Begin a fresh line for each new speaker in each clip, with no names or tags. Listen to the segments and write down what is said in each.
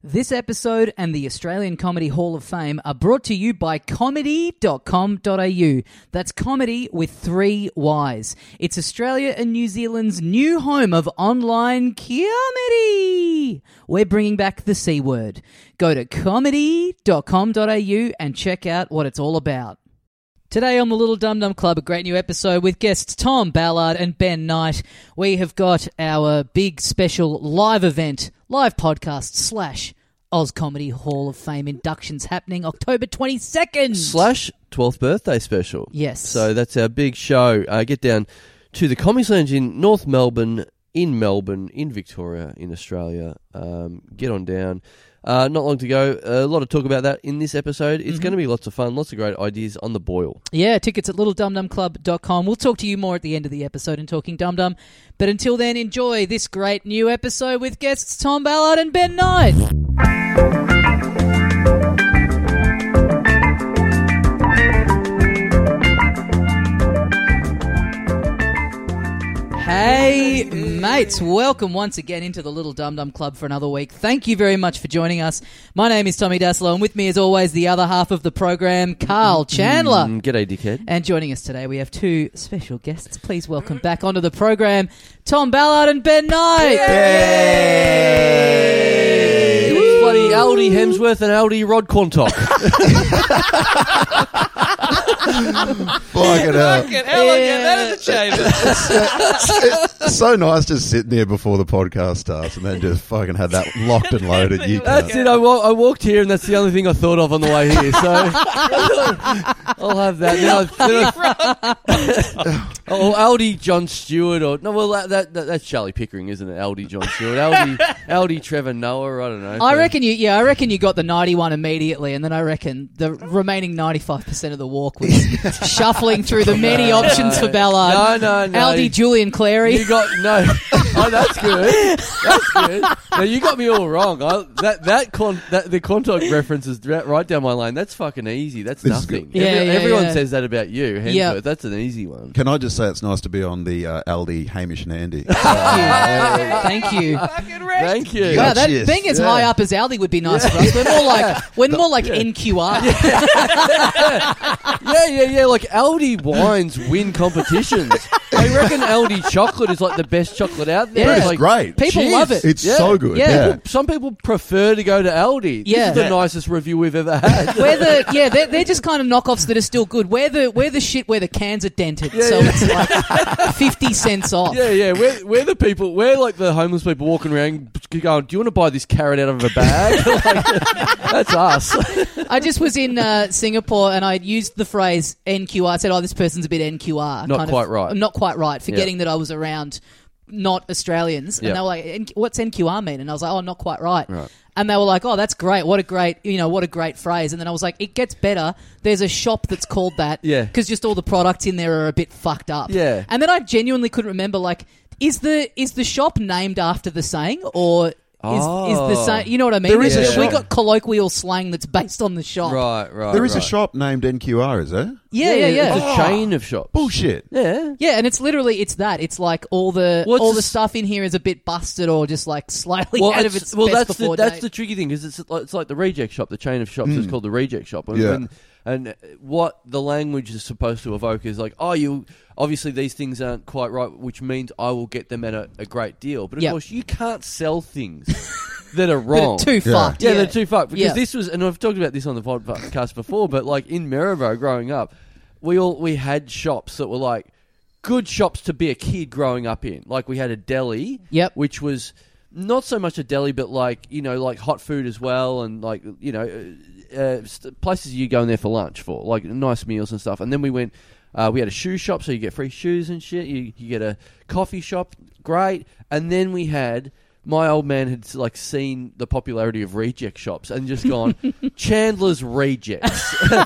This episode and the Australian Comedy Hall of Fame are brought to you by comedy.com.au. That's comedy with three Y's. It's Australia and New Zealand's new home of online comedy. We're bringing back the C word. Go to comedy.com.au and check out what it's all about. Today on the Little Dum Dum Club, a great new episode with guests Tom Ballard and Ben Knight. We have got our big special live event, live podcast slash Oz Comedy Hall of Fame inductions happening October 22nd.
slash 12th birthday special.
Yes.
So that's our big show. Uh, get down to the Comics Lounge in North Melbourne, in Melbourne, in Victoria, in Australia. Um, get on down. Uh, not long to go. A lot of talk about that in this episode. It's going to be lots of fun, lots of great ideas on the boil.
Yeah, tickets at littledumdumclub.com. We'll talk to you more at the end of the episode in Talking Dum Dum. But until then, enjoy this great new episode with guests Tom Ballard and Ben Knight. Hey, mates, welcome once again into the Little Dum Dum Club for another week. Thank you very much for joining us. My name is Tommy Daslow, and with me, as always, the other half of the program, Carl Chandler.
Mm, G'day, dickhead.
And joining us today, we have two special guests. Please welcome back onto the program Tom Ballard and Ben Knight.
It's bloody Aldi Hemsworth and Aldi Rod Quantock.
Fucking hell.
Fucking hell, I'll get that in the chamber.
It's so nice just sitting there before the podcast starts and then just fucking had that locked and loaded. You
that's
cunt.
it. I, wa- I walked here, and that's the only thing I thought of on the way here. So I'll have that. Then I, then I- Oh, Aldi John Stewart, or no? Well, that, that, that that's Charlie Pickering, isn't it? Aldi John Stewart, Aldi, Aldi Trevor Noah. I don't know.
I reckon you, yeah, I reckon you got the 91 immediately, and then I reckon the remaining 95% of the walk was shuffling through the many options for Ballard.
No, no, no.
Aldi Julian Clary.
You got no. Oh, that's good. That's good. No, you got me all wrong. I, that that con that the Quantock reference is dra- right down my lane. That's fucking easy. That's
This is
nothing.
good.
Yeah, yeah,
everyone
yeah.
says that about you. Hemsworth.
Yeah.
That's an easy one.
Can I just say it's nice to be on the uh, Aldi Hamish and Andy?
Thank you.
Fucking wrecked.
Thank you.
Wow, that
Yes,
being as
yeah.
high up as Aldi would be nice for us. We're more like we're more like NQR.
Yeah, yeah, yeah. Like Aldi wines win competitions. I reckon Aldi chocolate is like the best chocolate out there.
Yeah.
It's
It's
like,
great.
People
Jeez.
love it.
It's
Yeah.
so good.
Yeah.
Yeah.
People, some people prefer to go to Aldi.
Yeah.
This is
Yeah.
the nicest review we've ever had.
We're the yeah, they're, they're just kind of knockoffs that are still good. We're the we're the shit where the cans are dented, so
yeah.
it's like fifty cents off.
Yeah, yeah, we're, we're the people. We're like the homeless people walking around going, "Do you want to buy this carrot out of a bag?" Like, that's us.
I just was in uh, Singapore and I used the phrase NQR. I said, "Oh, this person's a bit NQR."
Not
kind of-
quite right.
Not quite right. Forgetting that I was around not Australians,
Yeah.
and they were like, "N- "What's NQR mean?" And I was like, "Oh, not quite right."
Right.
And they were like, "Oh, that's great. What a great, you know, what a great phrase." And then I was like, "It gets better. There's a shop that's called that.
Yeah.
because just all the products in there are a bit fucked up.
Yeah.
And then I genuinely couldn't remember like. Is the is the shop named after the saying, or is, is the
Oh.
saying? You know what I mean?
There is
a
We
shop.
got colloquial slang that's based on the shop.
Right, right.
There is a
right.
shop named NQR, is there?
Yeah, yeah, yeah.
It's
Yeah,
a chain of shops.
Bullshit.
Yeah.
and it's literally it's that. It's like all the
Well, it's
all
a
the
s-
stuff in here is a bit busted or just like slightly out of
it's-
its
well,
best
that's
before
the, that's
date.
the tricky thing because it's like, it's like the reject shop. The chain of shops is called the reject shop. And,
Hmm. Yeah.
and- and what the language is supposed to evoke is like, oh, you obviously these things aren't quite right, which means I will get them at a, a great deal. But of
Yeah.
course, you can't sell things that are
But
wrong.
it's too
Yeah.
fucked.
Yeah, they're too fucked because
Yeah.
this was, and I've talked about this on the podcast before, but like in Maribor growing up, we all we had shops that were like good shops to be a kid growing up in. Like we had a deli,
Yep.
which was not so much a deli, but like you know, like hot food as well, and like you know, uh, uh, st- places you go in there for lunch for like nice meals and stuff. And then we went. Uh, we had a shoe shop, so you get free shoes and shit. You, you get a coffee shop, great. And then we had my old man had like seen the popularity of reject shops and just gone Chandler's rejects.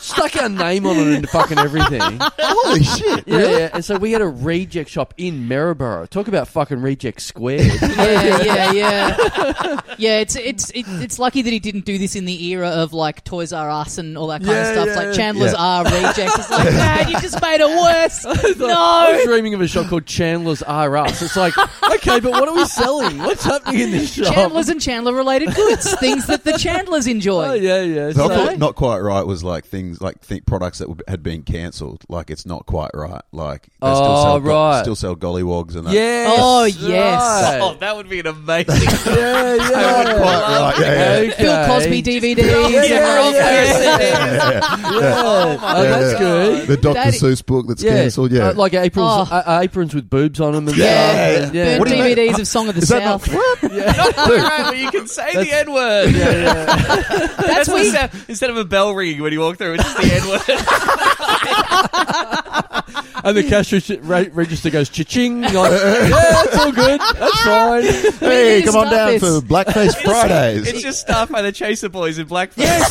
stuck our name on it and fucking everything.
Holy shit!
Yeah, yeah. And so we had a reject shop in Maryborough. Talk about fucking reject squared.
yeah, yeah, yeah. Yeah, it's it's it, it's lucky that he didn't do this in the era of like Toys R Us and all that kind of
Yeah,
stuff.
yeah,
like
yeah.
Chandler's
Yeah.
R reject. It's like, man, you just made it worse.
I was
No.
dreaming of a shop called Chandler's R Us. It's like, okay, but what are we selling? What's happening in this shop?
Chandler's and Chandler related goods, things that the Chandlers enjoy.
Oh, yeah, yeah.
So I
So-
thought not quite right was like things like think products that would- had been cancelled. Like it's not quite right. Like they still
Oh,
sell go-
right.
still sell gollywogs and that.
Yes,
Oh, yes.
right.
Oh, that would be an amazing.
yeah, yeah.
I would
quite right. Yeah, yeah.
Okay.
Bill Cosby DVDs.
Yeah,
and
yeah,
Ralph
yeah.
Garrison.
Oh, that's
Yeah.
good.
The Dr.
That-
Seuss book that's
Yeah,
cancelled. Yeah,
Uh, like aprons,
Oh.
uh, uh, aprons with boobs on them. And
Yeah.
stuff. and- yeah.
Burnt
What do you mean?
DVDs of Song of the
Is that not-
South.
Not all right where you can say the N word.
That's
That's what
we.
sound, instead of a bell ringing when you walk through, it's just the N word.
And the cash re- re- register goes cha-ching. Like, yeah, that's all good. That's fine.
hey,
did
come on
start
down
this?
for Blackface Fridays.
It's just staffed by the Chaser Boys in blackface.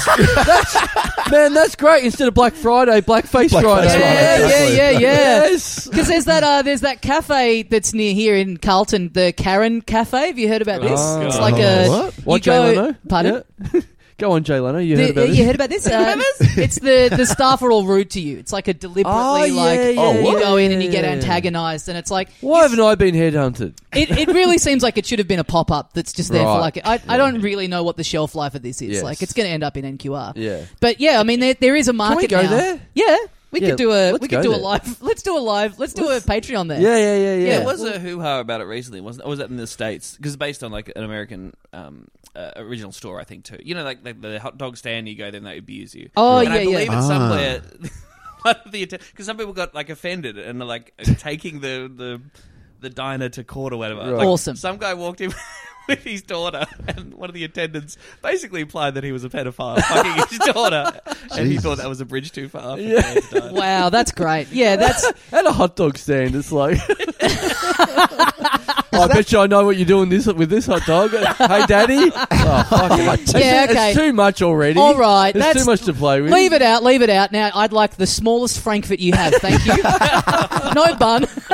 Man, that's great. Instead of Black Friday, Blackface
Blackface
Friday.
Friday.
Yeah, yeah,
Exactly.
yeah, yeah.
Yes.
Because there's that uh, there's that cafe that's near here in Carlton, the Karen Cafe. Have you heard about this?
Oh,
it's like a
What?
you
What, Jay
go-
Leno?
Pardon?
Yeah. Go on, Jay Leno. You heard
The-
about this?
you heard about this? Uh, it's the the staff are all rude to you. It's like a deliberately
Oh,
like
yeah, yeah,
oh, you
yeah,
go in and you
yeah,
get
yeah.
antagonized, and it's like
Why haven't I been headhunted?
it, it really seems like it should have been a pop up that's just there for
Right.
like I, I don't really know what the shelf life of this is.
Yes.
Like it's going to end up in NQR.
Yeah.
But yeah, I mean there, there is a market
go
now.
there?
Yeah, we
Yeah,
could do a
let's
we
go
could do a
there.
live. Let's do a live. Let's do a Patreon there.
Yeah, yeah, yeah, yeah.
Yeah,
There was a hoo ha about it recently, wasn't? Or was that in the states? Because based on like an American um, uh, original store, I think too. You know, like, like the hot dog stand, you go there and they abuse you.
Oh,
and
yeah,
I
yeah.
believe
Ah.
it's somewhere. one of the because some people got like offended and are, like taking the the the diner to court or whatever.
Right.
Like,
Awesome.
Some guy walked in. With his daughter, and one of the attendants basically implied that he was a pedophile fucking his daughter, and he
Jesus.
thought that was a bridge too far. for
Yeah.
parents to die.
Wow, that's great. Yeah, that's
At a hot dog stand, it's like. I bet you I know what you're doing this with this hot dog. hey, Daddy. Oh, fuck it. It's-
Yeah, okay.
It's too much already.
All right,
There's
that's-
too much to play with.
leave it out. Leave it out. Now I'd like the smallest Frankfurt you have. Thank you. no bun.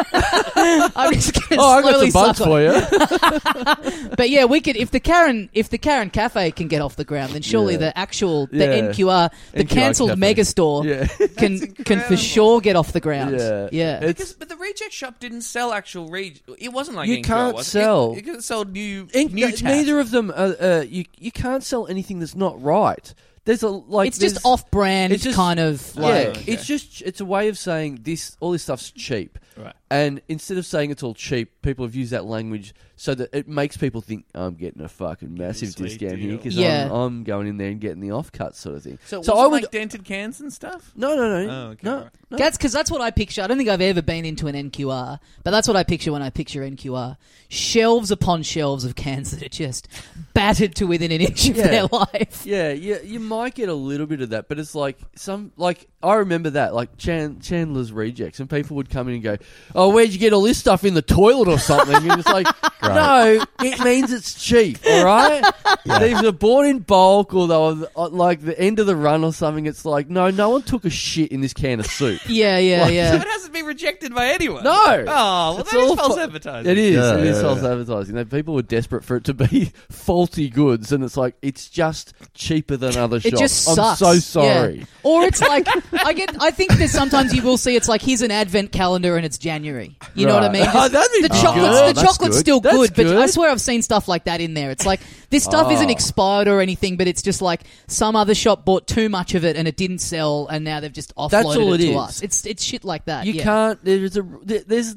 I'm just going to
Oh, I've got
slowly
some buns
suck on.
for you.
But yeah, we could if the Karen if the Karen Cafe can get off the ground, then surely
Yeah.
the actual the
Yeah.
NQR the
NQR
cancelled
Cafe.
mega store
Yeah.
can can for
incredible.
sure get off the ground.
Yeah.
Because, but the reject shop didn't sell actual reject. It wasn't like
You
Inkwell,
can't
was it?
sell.
It, it couldn't sell new
Ink-
new
n-
tap.
neither of them. Are, uh, you you can't sell anything that's not right. There's a like.
it's just
there's-
off-brand
it's just-
kind of like
yeah,
Oh, okay.
it's just it's a way of saying this. All this stuff's cheap,
Right.
and instead of saying it's all cheap, people have used that language so that it makes people think I'm getting a fucking massive
sweet
discount
deal."
here because
Yeah.
I'm, I'm going in there and getting the off cut sort of thing.
So,
so
was
I
it
would
like dented cans and stuff.
no no no
Oh, okay,
no,
right.
no.
That's because that's what I picture. I don't think I've ever been into an NQR, but that's what I picture when I picture NQR. Shelves upon shelves of cans that are just battered to within an inch of
Yeah.
their life.
Yeah, yeah, you might get a little bit of that, but it's like some like I remember that like Chan, Chandler's rejects, and people would come in and go, "Oh, where'd you get all this stuff in the toilet or something?" And it's like, no, it means it's cheap, all right. These are bought in bulk, or they were uh, like the end of the run or something. It's like, no, no one took a shit in this can of soup.
Yeah, yeah,
Like-
yeah.
It hasn't been rejected by anyone.
No.
Oh, well,
It's
that is
all
false
fu-
advertising.
It is.
Yeah,
it
yeah,
is
yeah.
false advertising. That people were desperate for it to be faulty goods, and it's like it's just cheaper than other
It
shops.
just
I'm
sucks.
so sorry.
Yeah. Or it's like I get. I think there's sometimes you will see it's like here's an advent calendar and it's January. You know what I
Right.
mean?
Oh, that'd be
the
good.
chocolate's
Oh,
the
that's
chocolate's
good.
still
That's
good, but I
good.
swear I've seen stuff like that in there. It's like this stuff isn't
Oh.
expired or anything, but it's just like some other shop bought too much of it and it didn't sell, and now they've just offloaded
all it
to
is.
us. It's it's shit like that.
You
Uh, yeah.
can't. There's a. there- There's.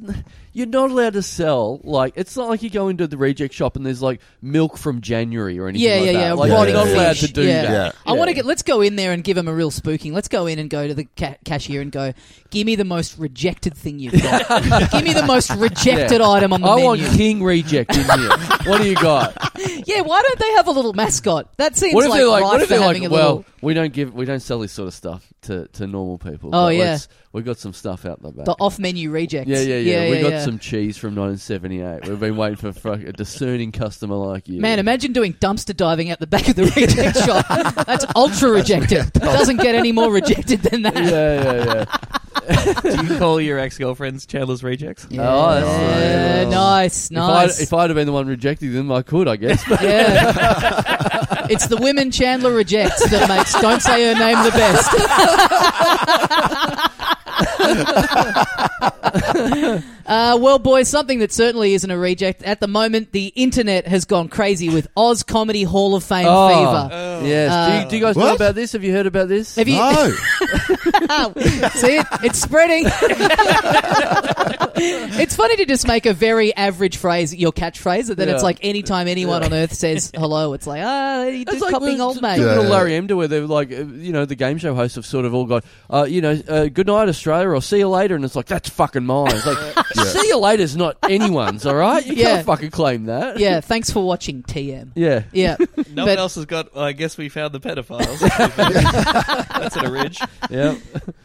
You're not allowed to sell. Like it's not like you go into the reject shop and there's like milk from January or anything.
Yeah,
like
yeah,
that.
yeah.
Like,
rotting
you're not allowed
fish.
to do
Yeah.
that.
Yeah.
I want to get. Let's go in there and give him a real spooking. Let's go in and go to the ca- cashier and go, "Give me the most rejected thing you've got. give me the most rejected
Yeah.
item on the
I
menu."
want king reject in here. what do you got?
yeah, why Why don't they have a little mascot? That seems
What if
like
they're like?
right
What if
for
they're
having
like?
a little.
Well, we don't give, we don't sell this sort of stuff to, to normal people.
Oh,
but
yeah.
let's- we got some stuff out the back.
the off-menu rejects.
yeah, yeah, yeah,
yeah
We got
yeah.
some cheese from 1978. We've been waiting for fuck, a discerning customer like you.
Man, imagine doing dumpster diving at the back of the reject shop. That's ultra rejected. It doesn't get any more rejected than that.
yeah, yeah, yeah.
Do you call your ex girlfriends Chandler's rejects?
Oh, that's
Yeah, nice, nice.
If, I'd, if I'd have been the one rejecting them, I could, I guess.
yeah. it's the women Chandler rejects that makes Don't Say Her Name the best. Uh, well, boys, something that certainly isn't a reject. At the moment, the internet has gone crazy with Oz Comedy Hall of Fame
Oh.
fever.
yes. do, you, do you guys know
What?
about this? Have you heard about this?
Have you
No.
see it? It's spreading. it's funny to just make a very average phrase your catchphrase, and then it's
Yeah.
like anytime anyone on earth says hello, it's like ah, you're
It's
just copying
we're
old
t-
mate.
talking to
Yeah.
Larry Emder, where they're like, uh, you know, the game show hosts have sort of all got, uh, you know, uh, good night Australia, or see you later, and it's like that's fucking mine. It's like see you later's not anyone's, all right? You
Yeah.
can't fucking claim that.
yeah, thanks for watching TM.
yeah.
Yeah.
No
But-
one else has got. Well, I guess we found the pedophiles. That's at a ridge.
yeah.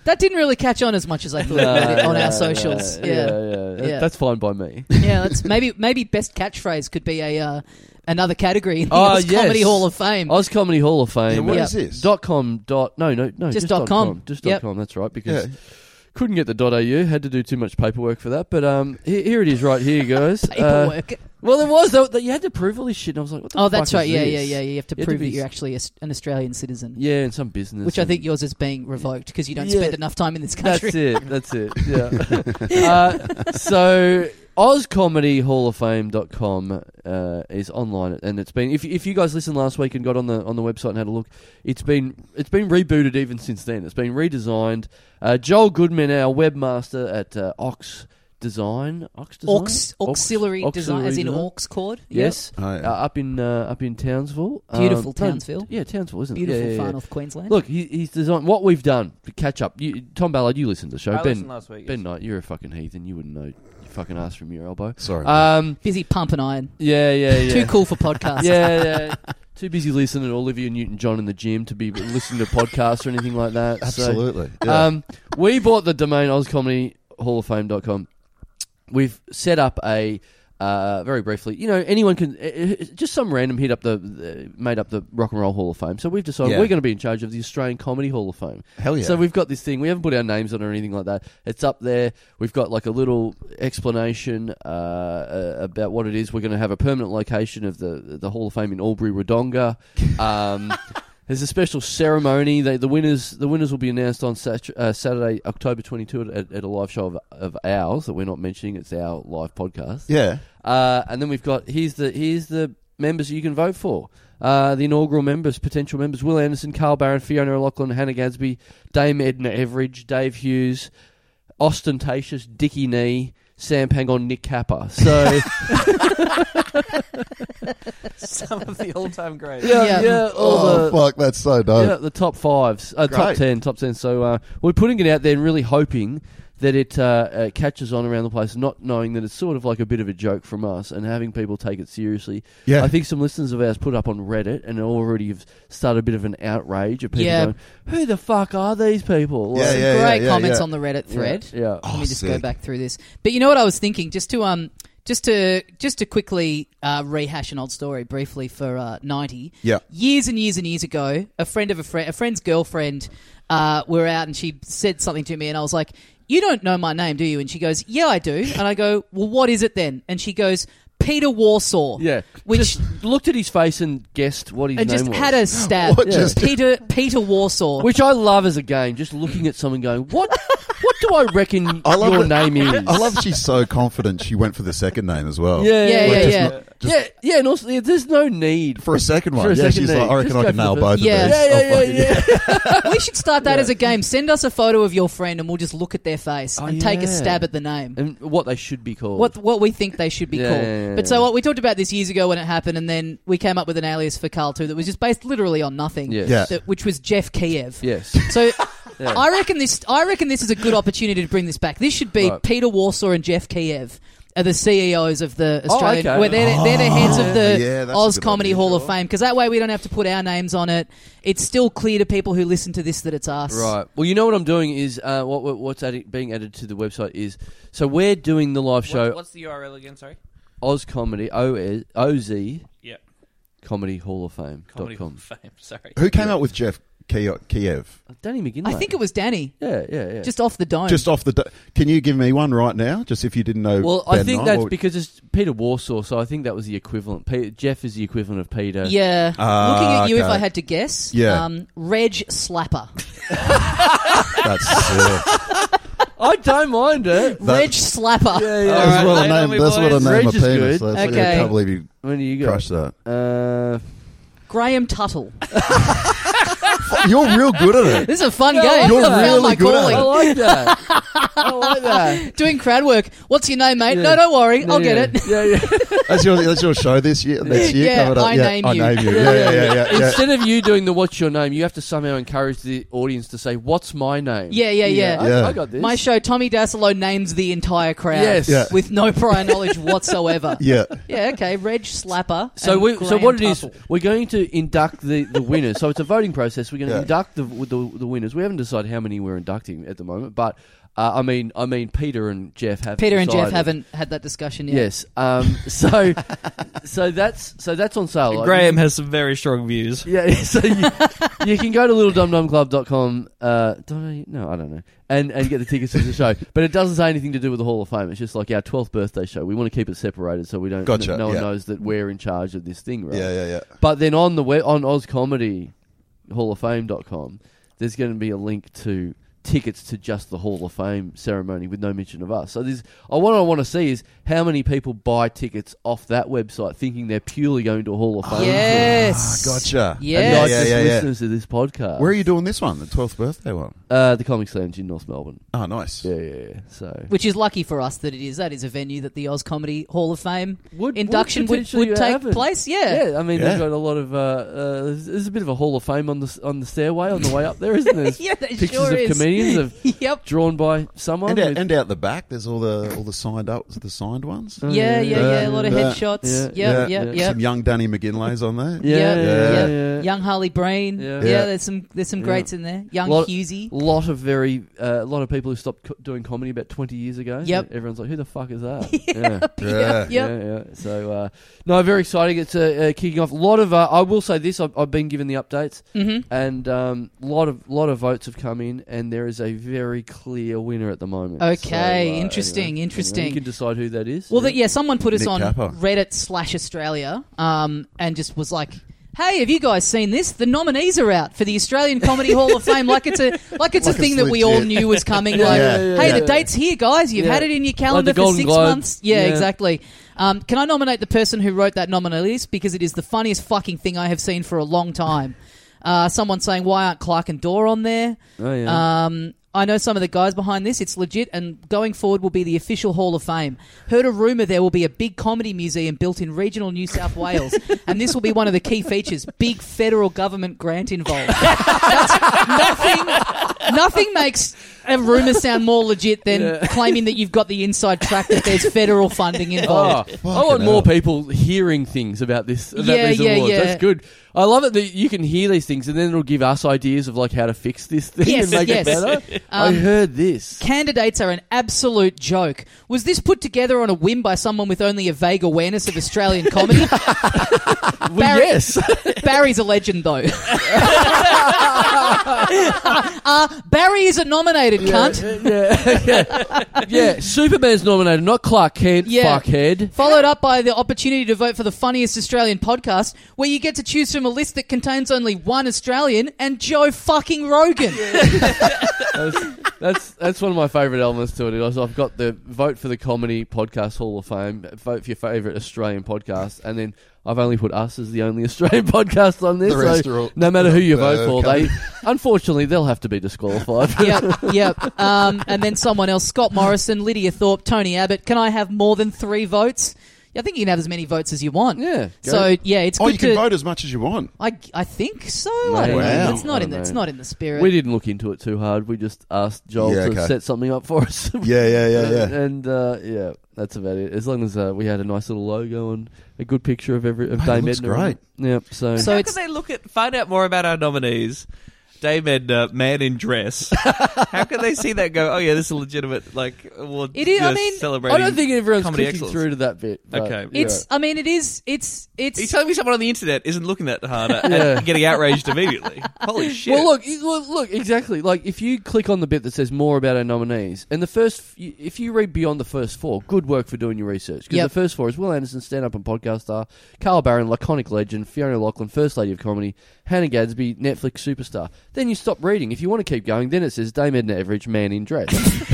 That didn't really catch on as much as I thought it would on
Yeah,
our socials.
yeah,
Yeah.
yeah, yeah.
Yeah.
That's fine by me.
Yeah, that's maybe maybe best catchphrase could be a uh, another category in the
Oh,
Oz
yes.
Comedy Hall of Fame.
Oz Comedy Hall of
Yeah,
Fame.
what
Yeah.
is this?
dot com dot no no no
Just dot com.
just
Yep.
dot com that's right because
Yeah.
couldn't get the dot au had to do too much paperwork for that but um he- here it is right here guys Uh,
Paperwork.
well there was though that you had to prove all this shit and I was like what the
oh, that's
fuck
right.
is
Yeah, yeah,
this?
yeah. You have to
You had to
prove
be-
that you're actually a s an Australian citizen.
yeah and some business
Which I
and-
think yours is being revoked because you don't
Yeah.
spend enough time in this country.
that's it that's it yeah uh, so OzComedyHallOfFame.com uh, is online, and it's been. If, if you guys listened last week and got on the on the website and had a look, it's been it's been rebooted even since then. It's been redesigned. Uh, Joel Goodman, our webmaster at uh, Ox Design, Ox Design,
Aux, auxiliary, design, as in aux cord.
Yes,
Oh, yeah.
uh, up in uh, up in Townsville, Um,
Beautiful
no,
Townsville.
yeah, Townsville, isn't
Yep. Beautiful
it? Yeah, yeah,
far
yeah.
north Queensland.
Look, he, he's designed what we've done to catch up. You, Tom Ballard, you listened to the show.
I
ben,
listened last week.
Ben Knight, you're a fucking heathen. You wouldn't know your fucking ass from your elbow.
Sorry. mate.
Um,
Busy pump and iron.
yeah, yeah, yeah.
Too cool for podcasts.
Yeah, yeah. Too busy listening to Olivia Newton John in the gym to be listening to podcasts or anything like that. So,
Absolutely. yeah.
um, we bought the domain ozcomedyhalloffame.com. We've set up a uh, very briefly, you know, anyone can uh, uh, just some random hit up the, the made up the Rock and Roll Hall of Fame. So we've decided
Yeah.
we're going to be in charge of the Australian Comedy Hall of Fame.
Hell yeah.
So we've got this thing. We haven't put our names on it or anything like that. It's up there. We've got like a little explanation uh, uh, about what it is. We're going to have a permanent location of the the Hall of Fame in Albury Wodonga. Um, there's a special ceremony. They, the winners the winners will be announced on Sat- uh, Saturday, October 22 at, at a live show of, of ours that we're not mentioning. It's our live podcast.
yeah.
Uh, and then we've got here's the here's the members that you can vote for. Uh, the inaugural members, potential members: Will Anderson, Carl Barron, Fiona O'Loughlin, Hannah Gadsby, Dame Edna Everidge, Dave Hughes, ostentatious Dickie Knee, Sam Pangon, Nick Kappa. So
Some of the all-time greats.
yeah,
Yeah.
yeah, all
Oh,
the.
fuck. That's so dope.
Yeah, the top fives, uh, top
Oh. Great.
ten, top ten. So uh, we're putting it out there and really hoping that it uh, uh, catches on around the place, not knowing that it's sort of like a bit of a joke from us and having people take it seriously.
Yeah.
I think some listeners of ours put up on Reddit and already have started a bit of an outrage of people
Yeah.
going, "Who the fuck are these people?"
Yeah,
Some
yeah, yeah,
great
yeah,
comments
yeah.
on the Reddit
Yeah,
thread.
Yeah,
Let
Oh,
me just go
sick.
back through this. But you know what I was thinking, just to um, just to just to quickly uh, rehash an old story briefly for uh, ninety.
Yeah.
Years and years and years ago, a friend of a friend, a friend's girlfriend, uh, were out and she said something to me, and I was like, "You don't know my name, do you?" And she goes, "Yeah, I do." And I go, "Well, what is it then?" And she goes, "Peter Warsaw."
yeah.
Which
just looked at his face and guessed what his
and
name
just
was.
had a stab.
What just-
Peter Peter Warsaw.
which I love as a game, just looking at someone going, "What? what do I reckon
I love
your
it.
name is?"
I love she's so confident she went for the second name as well.
Yeah,
yeah,
Like,
yeah,
just
yeah.
not- just
yeah, yeah, and also yeah, there's no need.
For a second one.
For a
yeah,
second
she's
name.
like, I reckon
Just
I
go
can
for
nail
the
both
first.
Yeah.
of
yeah,
these. Oh, I'll
yeah,
fucking-
yeah, yeah.
we should start that as a game. Send us a photo of your friend, and we'll just look at their face
Oh,
and take a
yeah.
stab at the name.
and what they should be called.
what what we think they should be
Yeah,
called.
yeah, yeah,
but so
yeah.
what we talked about this years ago when it happened, and then we came up with an alias for Carl too that was just based literally on nothing.
Yes.
Yeah.
that- which was Jeff Kiev.
Yes.
So.
Yeah.
I reckon this. I reckon this is a good opportunity to bring this back. This should be
Right.
Peter Warsaw and Jeff Kiev, are the CEOs of the Australian.
Oh, okay.
Where they're, they're the heads of the
Oh, Yeah, that's a
Oz
good
Comedy
idea,
Hall of
sure.
Fame because that way we don't have to put our names on it. It's still clear to people who listen to this that it's us.
Right. Well, you know what I'm doing is uh, what what- what's added, being added to the website is so we're doing the live show
What, what's the URL again? Sorry.
Oz Comedy O E, O Z
Yeah.
Comedy Hall of Fame dot
Comedy Hall
com.
of Fame. Sorry.
Who came up with Jeff Kio- Kiev?
Danny McGinley.
I think it was Danny,
Yeah, yeah, yeah.
just off the
Oh.
dome.
Just off the. Do- Can you give me one right now? Just if you didn't know.
well, I
Ben
think
Nye,
that's
what-
because it's Peter Warsaw, so I think that was the equivalent. Pe- Jeff is the equivalent of Peter.
yeah.
Ah,
Looking at you, if
okay.
I had to guess,
Yeah.
um, Reg Slapper.
that's uh,
I don't mind it.
That-
Reg Slapper.
Yeah, yeah.
that's
All right,
what
lay it
I
on
name.
me,
That's what I
boys.
name my
Reg is
penis.
good.
That's-
Okay.
I can't believe you
When do you go?
crushed that.
Uh,
Graham Tuttle.
You're real good at it.
This is a fun
Yeah, I
game.
like
I
that.
found
Really
my
good at
calling.
I like that. I like that.
Doing crowd work. What's your name, mate?
Yeah.
No, don't worry. I'll
yeah.
get it.
Yeah, yeah.
That's your that's your show this year. Next year
Yeah,
coming up.
I
yeah,
name
I
you.
name you. Yeah, yeah, yeah, yeah. yeah.
Instead of you doing the what's your name, you have to somehow encourage the audience to say what's my name.
Yeah, yeah, yeah.
I,
Yeah.
I got this.
My show, Tommy Dasilo names the entire crowd
Yes. Yeah.
with no prior knowledge whatsoever.
Yeah.
Yeah, okay. Reg Slapper.
So
and
we, so
Graham
what it is,
Tuttle.
we're going to induct the, the winners. so it's a voting process. We're going to
Yeah.
induct the, the the winners. We haven't decided how many we're inducting at the moment, but uh, I mean, I mean, Peter and Jeff have.
Peter and Jeff
decided.
haven't had that discussion yet.
Yes. Um, so, so that's so that's on sale. Like,
Graham has some very strong views.
Yeah, so you, you can go to littledumdumclub.com. Uh, don't I, no, I don't know. And, and get the tickets to the show. But it doesn't say anything to do with the Hall of Fame. It's just like our 12th birthday show. We want to keep it separated so we don't.
Gotcha,
no one
yeah.
knows that we're in charge of this thing, right?
Yeah, yeah, yeah.
But then on the web, on Oz Comedy Hall of Fame.com, there's going to be a link to tickets to just the Hall of Fame ceremony with no mention of us. So there's, uh, what I want to see is how many people buy tickets off that website thinking they're purely going to a Hall of Fame.
Yes.
Ah,
Ah,
Gotcha.
Yeah.
And not
Yeah,
just
yeah, yeah.
listeners to this podcast.
Where are you doing this one? The 12th birthday one.
Uh, the Comic Lounge in North Melbourne.
Oh, nice.
Yeah, yeah, yeah. So
Which is lucky for us that it is. That is a venue that the Oz Comedy Hall of Fame
Would-
induction
would
would,
potentially
would take
happen.
place. Yeah.
yeah, I mean, they've
Yeah.
got a lot of. Uh, uh, there's, there's a bit of a Hall of Fame on the s- on the stairway on the way up there, isn't there?
Yeah, that
Pictures
sure
of
is.
comedians of
yep.
drawn by someone.
And out,
with-
and out the back, there's all the all the signed up, the signed ones.
Oh,
Yeah, yeah, yeah. A lot of
Yeah.
headshots.
Yeah.
Yep, yep,
Yeah.
yep.
Some young Danny McGinley's on there.
Yeah,
Yeah,
yeah,
yeah.
yeah.
Young Harley Breen. Yeah.
Yeah.
Yeah.
there's some there's some
Yeah.
greats in there. Young
Lot-
Husey.
lot of very uh, a lot of people who stopped co- doing comedy about 20 years ago
Yep.
everyone's like who the fuck is that yeah
Yeah.
Yep.
Yeah, yeah. So, uh, no, very exciting. It's uh, uh, kicking off. A lot of, uh, I will say this, I've, I've been given the updates,
Mhm.
and um, lot of lot of votes have come in, and there is a very clear winner at the moment.
Okay,
So, uh, anyway,
interesting,
anyway,
interesting.
You can decide who that is.
Well, that yeah, someone put us
Nick
on
Capper.
Reddit slash Australia, um, and just was like, "Hey, have you guys seen this? The nominees are out for the Australian Comedy Hall of Fame. Like it's a like it's
Like
a
it's
thing that we all
legit.
knew was coming.
Yeah,
like,
yeah,
yeah,
hey,
yeah.
the date's here, guys. You've
Yeah.
had it in your calendar for
Golden
six
Globes.
months. Yeah,
Yeah.
exactly. Um, can I nominate the person who wrote that nominee list because it is the funniest fucking thing I have seen for a long time. Uh, someone saying, "Why aren't Clark and Dore on there?"
Oh, yeah.
Um, I know some of the guys behind this. It's legit, and going forward will be the official Hall of Fame. Heard a rumor there will be a big comedy museum built in regional New South Wales, and this will be one of the key features. Big federal government grant involved. That's nothing. Nothing makes a rumor sound more legit than
Yeah.
claiming that you've got the inside track that there's federal funding
Oh,
involved.
I want more people hearing things about this. About
Yeah,
these
yeah,
awards.
yeah.
That's good. I love it that you can hear these things, and then it'll give us ideas of like how to fix this thing
Yes,
and make
yes.
it better. I
Um,
heard this.
Candidates are an absolute joke. Was this put together on a whim by someone with only a vague awareness of Australian comedy?
Well,
Barry-
yes.
Barry's a legend, though. uh, Barry isn't nominated, cunt.
yeah, yeah. yeah. Superman's nominated, not Clark Kent.
Yeah.
Fuckhead.
Followed up by the opportunity to vote for the funniest Australian podcast, where you get to choose from a list that contains only one Australian and Joe fucking Rogan.
That's, that's that's one of my favourite elements to it. It was- I've got the vote for the comedy podcast Hall of Fame, vote for your favourite Australian podcast, and then I've only put us as the only Australian podcast on this.
The rest
so
are all-
no matter who you
Uh,
vote for, they unfortunately they'll have to be disqualified.
yep, yep. Um, and then someone else, Scott Morrison, Lydia Thorpe, Tony Abbott. Can I have more than three votes? I think you can have as many votes as you want.
Yeah, go.
So yeah, it's
Oh,
good
you can
to.
vote as much as you want.
I, I think so. I don't
Wow.
know. It's not in the,
I
it's
don't
not in the spirit.
We didn't look into it too hard. We just asked Joel
Yeah,
to
okay.
set something up for us.
Yeah, yeah, yeah,
And,
yeah.
and, uh, yeah, that's about it. As long as uh, we had a nice little logo and a good picture of every of
Mate, it
Dame
looks
Edna.
great.
Yep. So,
So
How
it's-
can they look at find out more about our nominees? Dame Edna, man in dress. How can they see that? and Go, oh yeah, this is a legitimate like award.
It is- I
you know,
mean,
I
celebrating.
don't think everyone's
comedy
clicking
excellence.
through to that bit. but,
Okay.
yeah.
It's. I mean, it is. It's. It's.
Are you telling me someone on the internet isn't looking that hard at-
Yeah.
and getting outraged immediately? Holy shit!
Well, look, it- well, look, exactly. Like, if you click on the bit that says more about our nominees, and the first, f- you- if you read beyond the first four, good work for doing your research. Because
Yep.
the first four is Will Anderson, stand up and podcast star, Carl Barron, laconic legend, Fiona Lachlan, first lady of comedy, Hannah Gadsby, Netflix superstar. Then you stop reading. If you want to keep going, then it says Dame Edna Everidge, man in dress.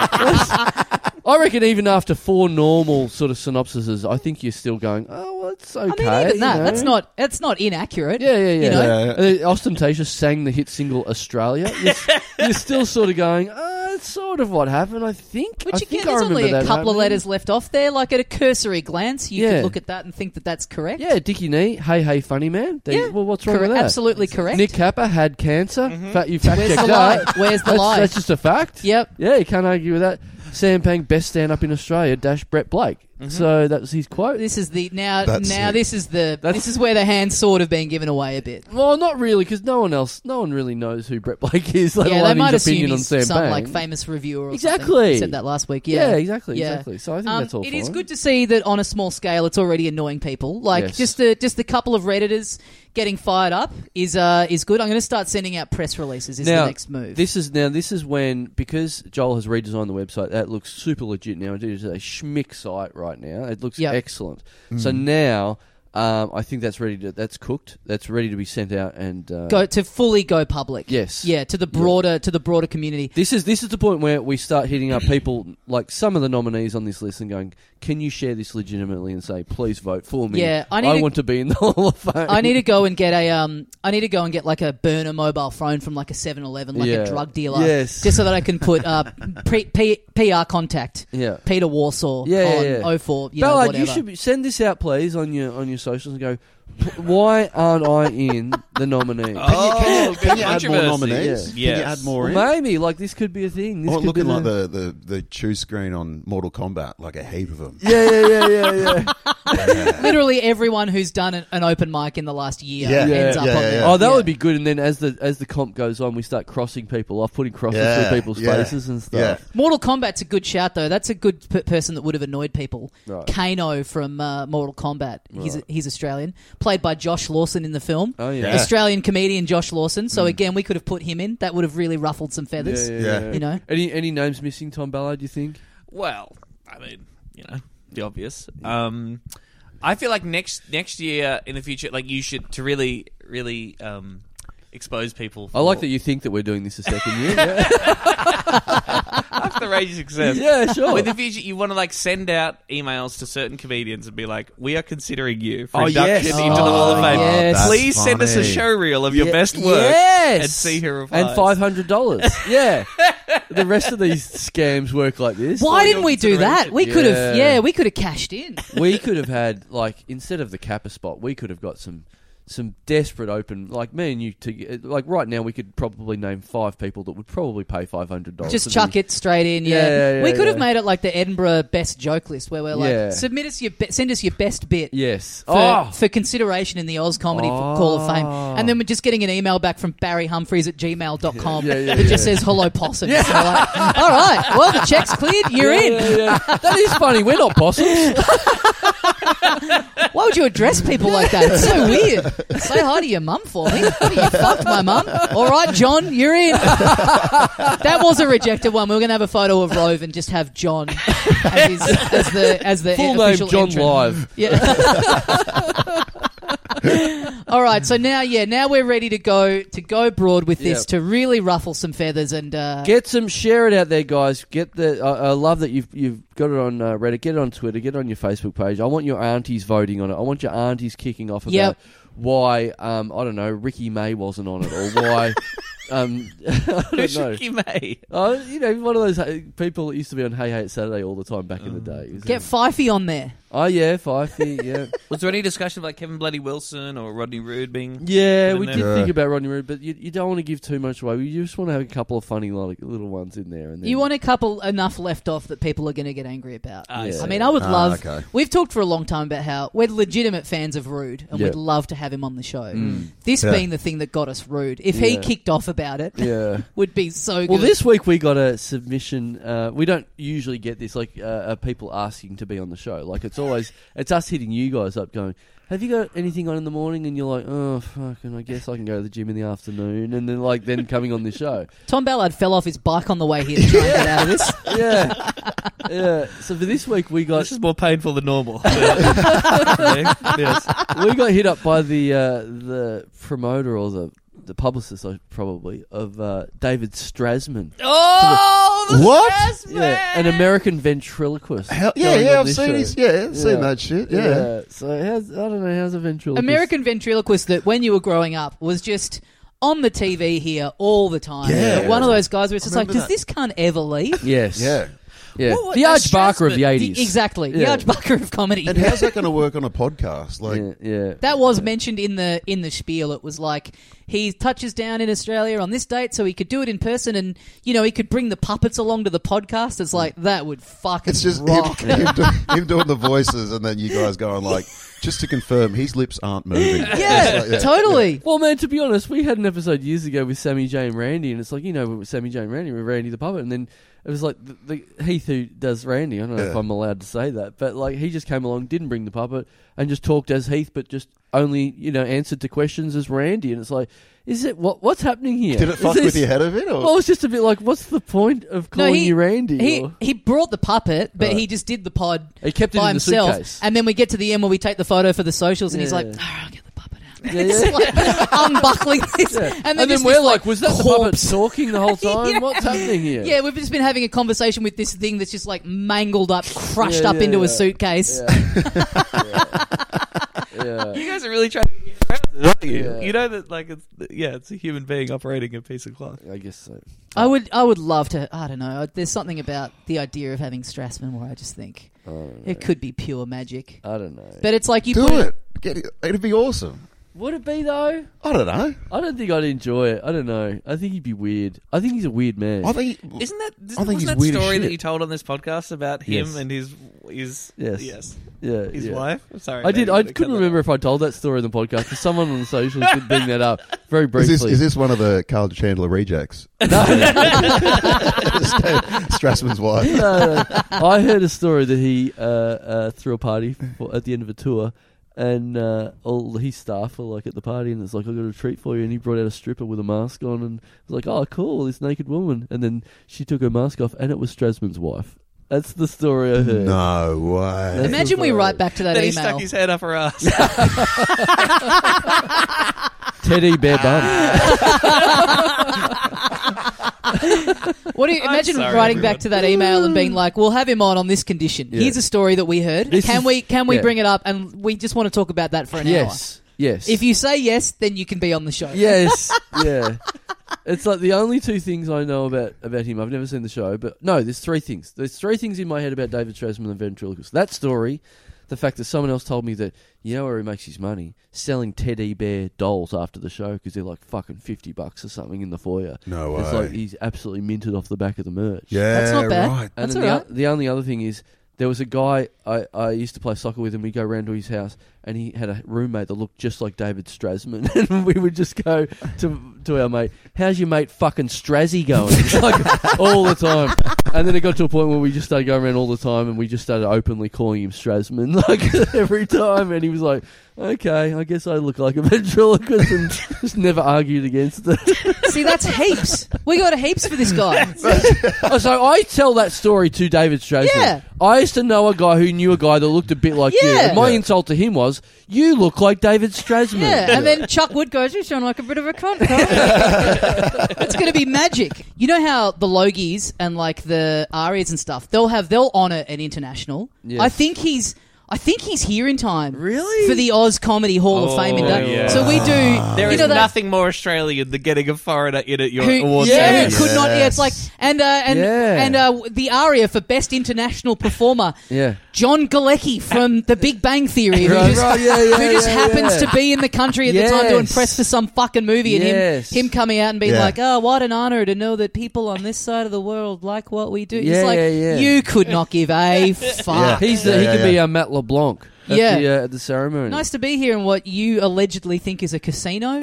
I reckon even after four normal sort of synopsises, I think you're still going, oh, well, it's
I
okay.
mean, even
you
that.
know.
That's not. That's not inaccurate.
Yeah, Uh, yeah, yeah.
You know?
Yeah, yeah.
And then Ostentatious sang the hit single Australia. You're, s- you're still sort of going, uh, that's sort of what happened, I think.
Which
I
again,
think I
there's
remember
only a
that
couple of
happening.
letters left off there. Like at a cursory glance, you
Yeah.
could look at that and think that that's correct.
Yeah, Dickie Knee, Hey Hey Funny Man. There you-
Yeah,
well, what's wrong
correct-
with that?
absolutely correct. Mm-hmm.
Nick Capper had cancer. Fact, you fact
Where's
checked
the lie?
that.
Where's the
that's,
lie?
That's just a fact.
Yep.
Yeah, you can't argue with that. Sam Pang, best stand up in Australia, dash Brett Blake. So that was his quote.
Mm-hmm. This is the now.
That's
now
it.
this is the.
That's-
this is where the hand's sort of being given away a bit.
well, not really, because no one else, no one really knows who Brett Blake is. Let
yeah,
alone
they might
his
assume
opinion
he's
on Sam
some
Pang.
like famous reviewer. Or something.
Exactly.
We said that last week.
Yeah,
Yeah,
exactly,
Yeah.
exactly. So I think
Um,
that's all.
It is
fine.
good to see that on a small scale, it's already annoying people. Like
Yes.
just the just the couple of redditors getting fired up is uh is good. I'm going to start sending out press releases. Is
now,
the next move?
This is now. This is when because Joel has redesigned the website. That looks super legit now. It is a schmick site right now. It looks
Yep.
excellent. So now, um, I think that's ready to. That's cooked. That's ready to be sent out and uh,
go to fully go public.
Yes.
Yeah, to the broader to the broader community.
This is this is the point where we start hitting up people like some of the nominees on this list and going, "Can you share this legitimately and say, please vote for me?
Yeah, I need to-
want to be in the Hall of Fame.
I need to go and get a um. I need to go and get like a burner mobile phone from like a 7-Eleven, like
Yeah.
a drug dealer,
Yes.
just so that I can put uh pre, P, PR contact
yeah.
Peter Warsaw
Yeah,
on
yeah, yeah.
04, you know,
Ballard,
whatever.
you should be- send this out, please, on your on your socials and go. "P- Why aren't I in the nominee?
oh,
Can you, can you add more
controversy.
nominees?
Yes.
Can you add more
Well,
in?
maybe like this could be a thing. This
Or
could
looking
be
like the, the, the choose screen on Mortal Kombat, like a heap of them.
yeah, yeah, yeah, yeah, yeah.
Literally everyone who's done an, an open mic in the last year
Yeah.
ends
Yeah,
up
yeah,
on
yeah.
there.
Oh, that
Yeah.
would be good. And then as the as the comp goes on, we start crossing people off, putting crosses
Yeah,
through people's
yeah,
faces and
yeah.
stuff.
Mortal Kombat's a good shout though. That's a good p- person that would have annoyed people.
Right.
Kano from uh, Mortal Kombat. He's he's Australian, played by Josh Lawson in the film.
Oh yeah. Hmm.
Yeah.
Australian comedian Josh Lawson. So again, we could have put him in. That would have really ruffled some feathers.
Yeah.
You know?
any any names missing? Tom Ballard, you think?
Well, I mean, you know, the obvious. Um, I feel like next next year in the future, like you should to really really um, expose people. For
I like that you think that we're doing this a second year. Yeah,
after the rage of success.
yeah sure.
With the future, you want to like send out emails to certain comedians and be like, "We are considering you for
Oh,
induction
yes.
into the Hall of
Oh,
Fame.
yes.
That's
Please send us a
funny.
showreel of your
Yeah.
best work
Yes.
and see who replies."
and five hundred dollars. yeah, the rest of these scams work like this.
Why
Well,
didn't
your
we do that? We could have,
Yeah.
yeah, we could have cashed in.
we could have had like instead of the Kappa spot, we could have got some some desperate open like me and you to like right now we could probably name five people that would probably pay five hundred dollars.
Just chuck it straight in. Yeah,
Yeah, yeah,
we
yeah,
could have
yeah.
made it like the Edinburgh best joke list, where we're like,
Yeah.
submit us your, be- send us your best bit.
Yes.
For,
oh.
for consideration in the Oz Comedy
Oh.
Hall of Fame. And then we're just getting an email back from Barry Humphries at gmail.com
Yeah, yeah, yeah,
that just
yeah.
says, hello, possum. So we're like, all right, well, the check's cleared, you're
Yeah,
in.
yeah, yeah. That is funny. We're not possums.
Why would you address people like that? It's so weird. Say hi to your mum for me. What, you fucked my mum. All right, John, you're in. that was a rejected one. We were going to have a photo of Rove and just have John as, his, as the as the
Full name
official
John
entrant.
Live.
Yeah. All right, so now yeah, now we're ready to go to go broad with this
Yep.
to really ruffle some feathers and uh,
Get some, share it out there, guys. Get the. I, I love that you've you've got it on uh, Reddit. Get it on Twitter. Get it on your Facebook page. I want your aunties voting on it. I want your aunties kicking off about
Yep.
why um, I don't know Ricky May wasn't on it or why um, I don't
Who's
know.
Ricky May?
Oh, you know, one of those uh, people that used to be on Hey Hey It's Saturday all the time back in the day. It was,
get
um,
Fifey on there.
Oh yeah, Fifey. Yeah,
Was there any discussion about Kevin Bloody Wilson or Rodney Rood being?
yeah.
Put
We
in
did
there.
think about Rodney Roode, but you, you don't want to give too much away. You just want to have a couple of funny like, little ones in there. And then,
You want a couple enough left off that people are going to get angry about.
Ah,
Yeah.
I mean, I would
Ah,
love.
okay.
We've talked for a long time about how we're legitimate fans of Rude, and
Yeah.
we'd love to have him on the show. This
Yeah.
being the thing that got us Rude. If he
Yeah.
kicked off about it,
yeah.
would be so good.
Well, this week we got a submission. Uh, we don't usually get this, like uh, uh, people asking to be on the show. Like it's always it's us hitting you guys up, going, "Have you got anything on in the morning?" And you're like, "Oh, fucking, I guess I can go to the gym in the afternoon." And then like then coming on the show,
Tom Ballard fell off his bike on the way here to try and get out of this.
yeah, yeah. So for this week we got
This is more painful than normal. yes.
we got hit up by the uh, the promoter or the the publicist, I probably of uh, David Strasman.
Oh, the
What?
stress,
Yeah, an
man!
American ventriloquist.
Hell, yeah,
going
yeah,
on
I've
this
seen
show.
his, yeah, I've
Yeah.
seen that shit. Yeah.
So how's, I don't know how's a ventriloquist.
American ventriloquist that when you were growing up was just on the TV here all the time.
Yeah.
one of those guys where it's just like,
Remember
does this cunt ever leave?
Yes.
Yeah.
Yeah.
What- what-
the
that's
Arch Barker of the
Strasbourg.
eighties.
Exactly,
Yeah.
yeah. the Bucker of comedy.
And how's that going to work on a podcast? Like,
Yeah. yeah.
That was mentioned in the in the spiel. It was like he touches down in Australia on this date, so he could do it in person, and you know he could bring the puppets along to the podcast. It's like that would fucking
it's just him,
rock.
him, do, him doing the voices, and then you guys going like, just to confirm, his lips aren't moving.
yeah,
It's like,
totally.
Well, man, to be honest, we had an episode years ago with Sammy J and Randy, and it's like you know with Sammy J and Randy, with Randy the puppet, and then it was like the, the Heath who does Randy. I don't know if
Yeah.
I'm allowed to say that, but like he just came along, didn't bring the puppet, and just talked as Heath, but just only you know answered to questions as Randy, and it's like, is it what what's happening here?
Did it
Is
fuck
this-
with your head a bit? Or?
Well, it's just a bit like, what's the point of calling
he-
you Randy?
He
or-
he brought the puppet, but
Right.
he just did the pod
He kept it
by
in the
himself.
suitcase.
And then we get to the end where we take the photo for the socials, and he's
Yeah.
like, "Ah, "I'll get the puppet out."
Yeah,
It's
yeah.
like unbuckling this,
Yeah.
and then,
And, then
just
we're
this,
like, was that the
corpse.
puppet talking the whole time?
Yeah.
What's happening here?
Yeah, we've just been having a conversation with this thing that's just like mangled up, crushed
Yeah,
up
yeah,
into
yeah.
a suitcase.
Yeah.
You guys are really trying to get around this, aren't you?
Yeah.
You know that, like, it's yeah, it's a human being operating a piece of cloth.
I guess so.
I would, I would love to. I don't know. There's something about the idea of having Strassman where I just think
I don't know.
it could be pure magic.
I don't know.
But it's like you put
do it. Get it. It'd be awesome.
Would it be though?
I don't know.
I don't think I'd enjoy it. I don't know. I think he'd be weird. I think he's a weird man.
I think.
Isn't that
I think
wasn't
he's
that
weird as
story that
shit.
you told on this podcast about him
Yes.
and his his
Yes.
yes
yeah,
his
yeah.
wife? I'm sorry,
I did.
Maddie,
I
you gotta
couldn't
cut that
remember
out.
if I told that story in the podcast because someone on the socials did bring that up very
Is
briefly.
this, is this one of the Carl Chandler rejects? No. Strassman's wife.
No, no. I heard a story that he uh, uh, threw a party for, at the end of a tour, and uh, all his staff were like at the party, and it's like, "I got a treat for you," and he brought out a stripper with a mask on, and was like, "Oh, cool, this naked woman," and then she took her mask off, and it was Strasman's wife. That's the story I heard.
No way.
That's
Imagine we
bizarre.
write back to that
Then he
email.
stuck his head up her ass.
Teddy Bear Bum.
What do you
I'm
imagine
sorry,
writing
everyone.
back to that email and being like, "We'll have him on on this condition.
Yeah.
Here's a story that we heard.
This
can
is-
we can we
yeah.
bring it up? And we just want to talk about that for an hour.
yes, yes.
If you say yes, then you can be on the show.
Yes, yeah. It's like the only two things I know about about him. I've never seen the show, but no, there's three things. There's three things in my head about David Strasman the ventriloquist. That story, the fact that someone else told me that you know where he makes his money selling teddy bear dolls after the show because they're like fucking fifty bucks or something in the foyer.
No
It's
way.
like he's absolutely minted off the back of the merch.
yeah,
That's not bad.
right.
And
That's
then the,
alright.
o- the only other thing is there was a guy I, I used to play soccer with, and we go round to his house, and he had a roommate that looked just like David Strasman, and we would just go to to our mate, "How's your mate fucking Strazzy going?" like all the time. And then it got to a point where we just started going around all the time, and we just started openly calling him Strasman like every time, and he was like, "Okay, I guess I look like a ventriloquist," and just never argued against it.
See, that's heaps. We got heaps for this guy.
Oh, so I tell that story to David Strasser.
Yeah.
I used to know a guy who knew a guy that looked a bit like you.
Yeah.
And my
Yeah.
insult to him was, "You look like David Strasman."
Yeah, and then Chuck Wood goes, "You sound like a bit of a cunt." Carl." it's going to be magic. You know how the Logies and like the Arias and stuff, they'll have they'll honour an international.
Yes.
I think he's. I think he's here in time.
Really?
For the Oz Comedy Hall of Fame. in
Oh,
that.
yeah. Ah.
So we do.
There
you
is
know that-
nothing more Australian than getting a foreigner in at your
Who,
award
yeah,
ceremony.
who could not. Yeah, it's like. And uh, and,
Yeah.
and uh, the aria for Best International Performer.
Yeah.
John Galecki from The Big Bang Theory, who just,
yeah, yeah,
who just
yeah,
happens
yeah.
to be in the country at the time doing
Yes.
press for some fucking movie, and
Yes.
him him coming out and being
Yeah.
like, "Oh, what an honor to know that people on this side of the world like what we do."
Yeah,
it's like
yeah, yeah.
you could not give a fuck.
He's the,
Yeah,
he
yeah,
could be
yeah.
uh, Matt LeBlanc at
Yeah.
the, uh, at the ceremony.
Nice to be here in what you allegedly think is a casino.
Yeah,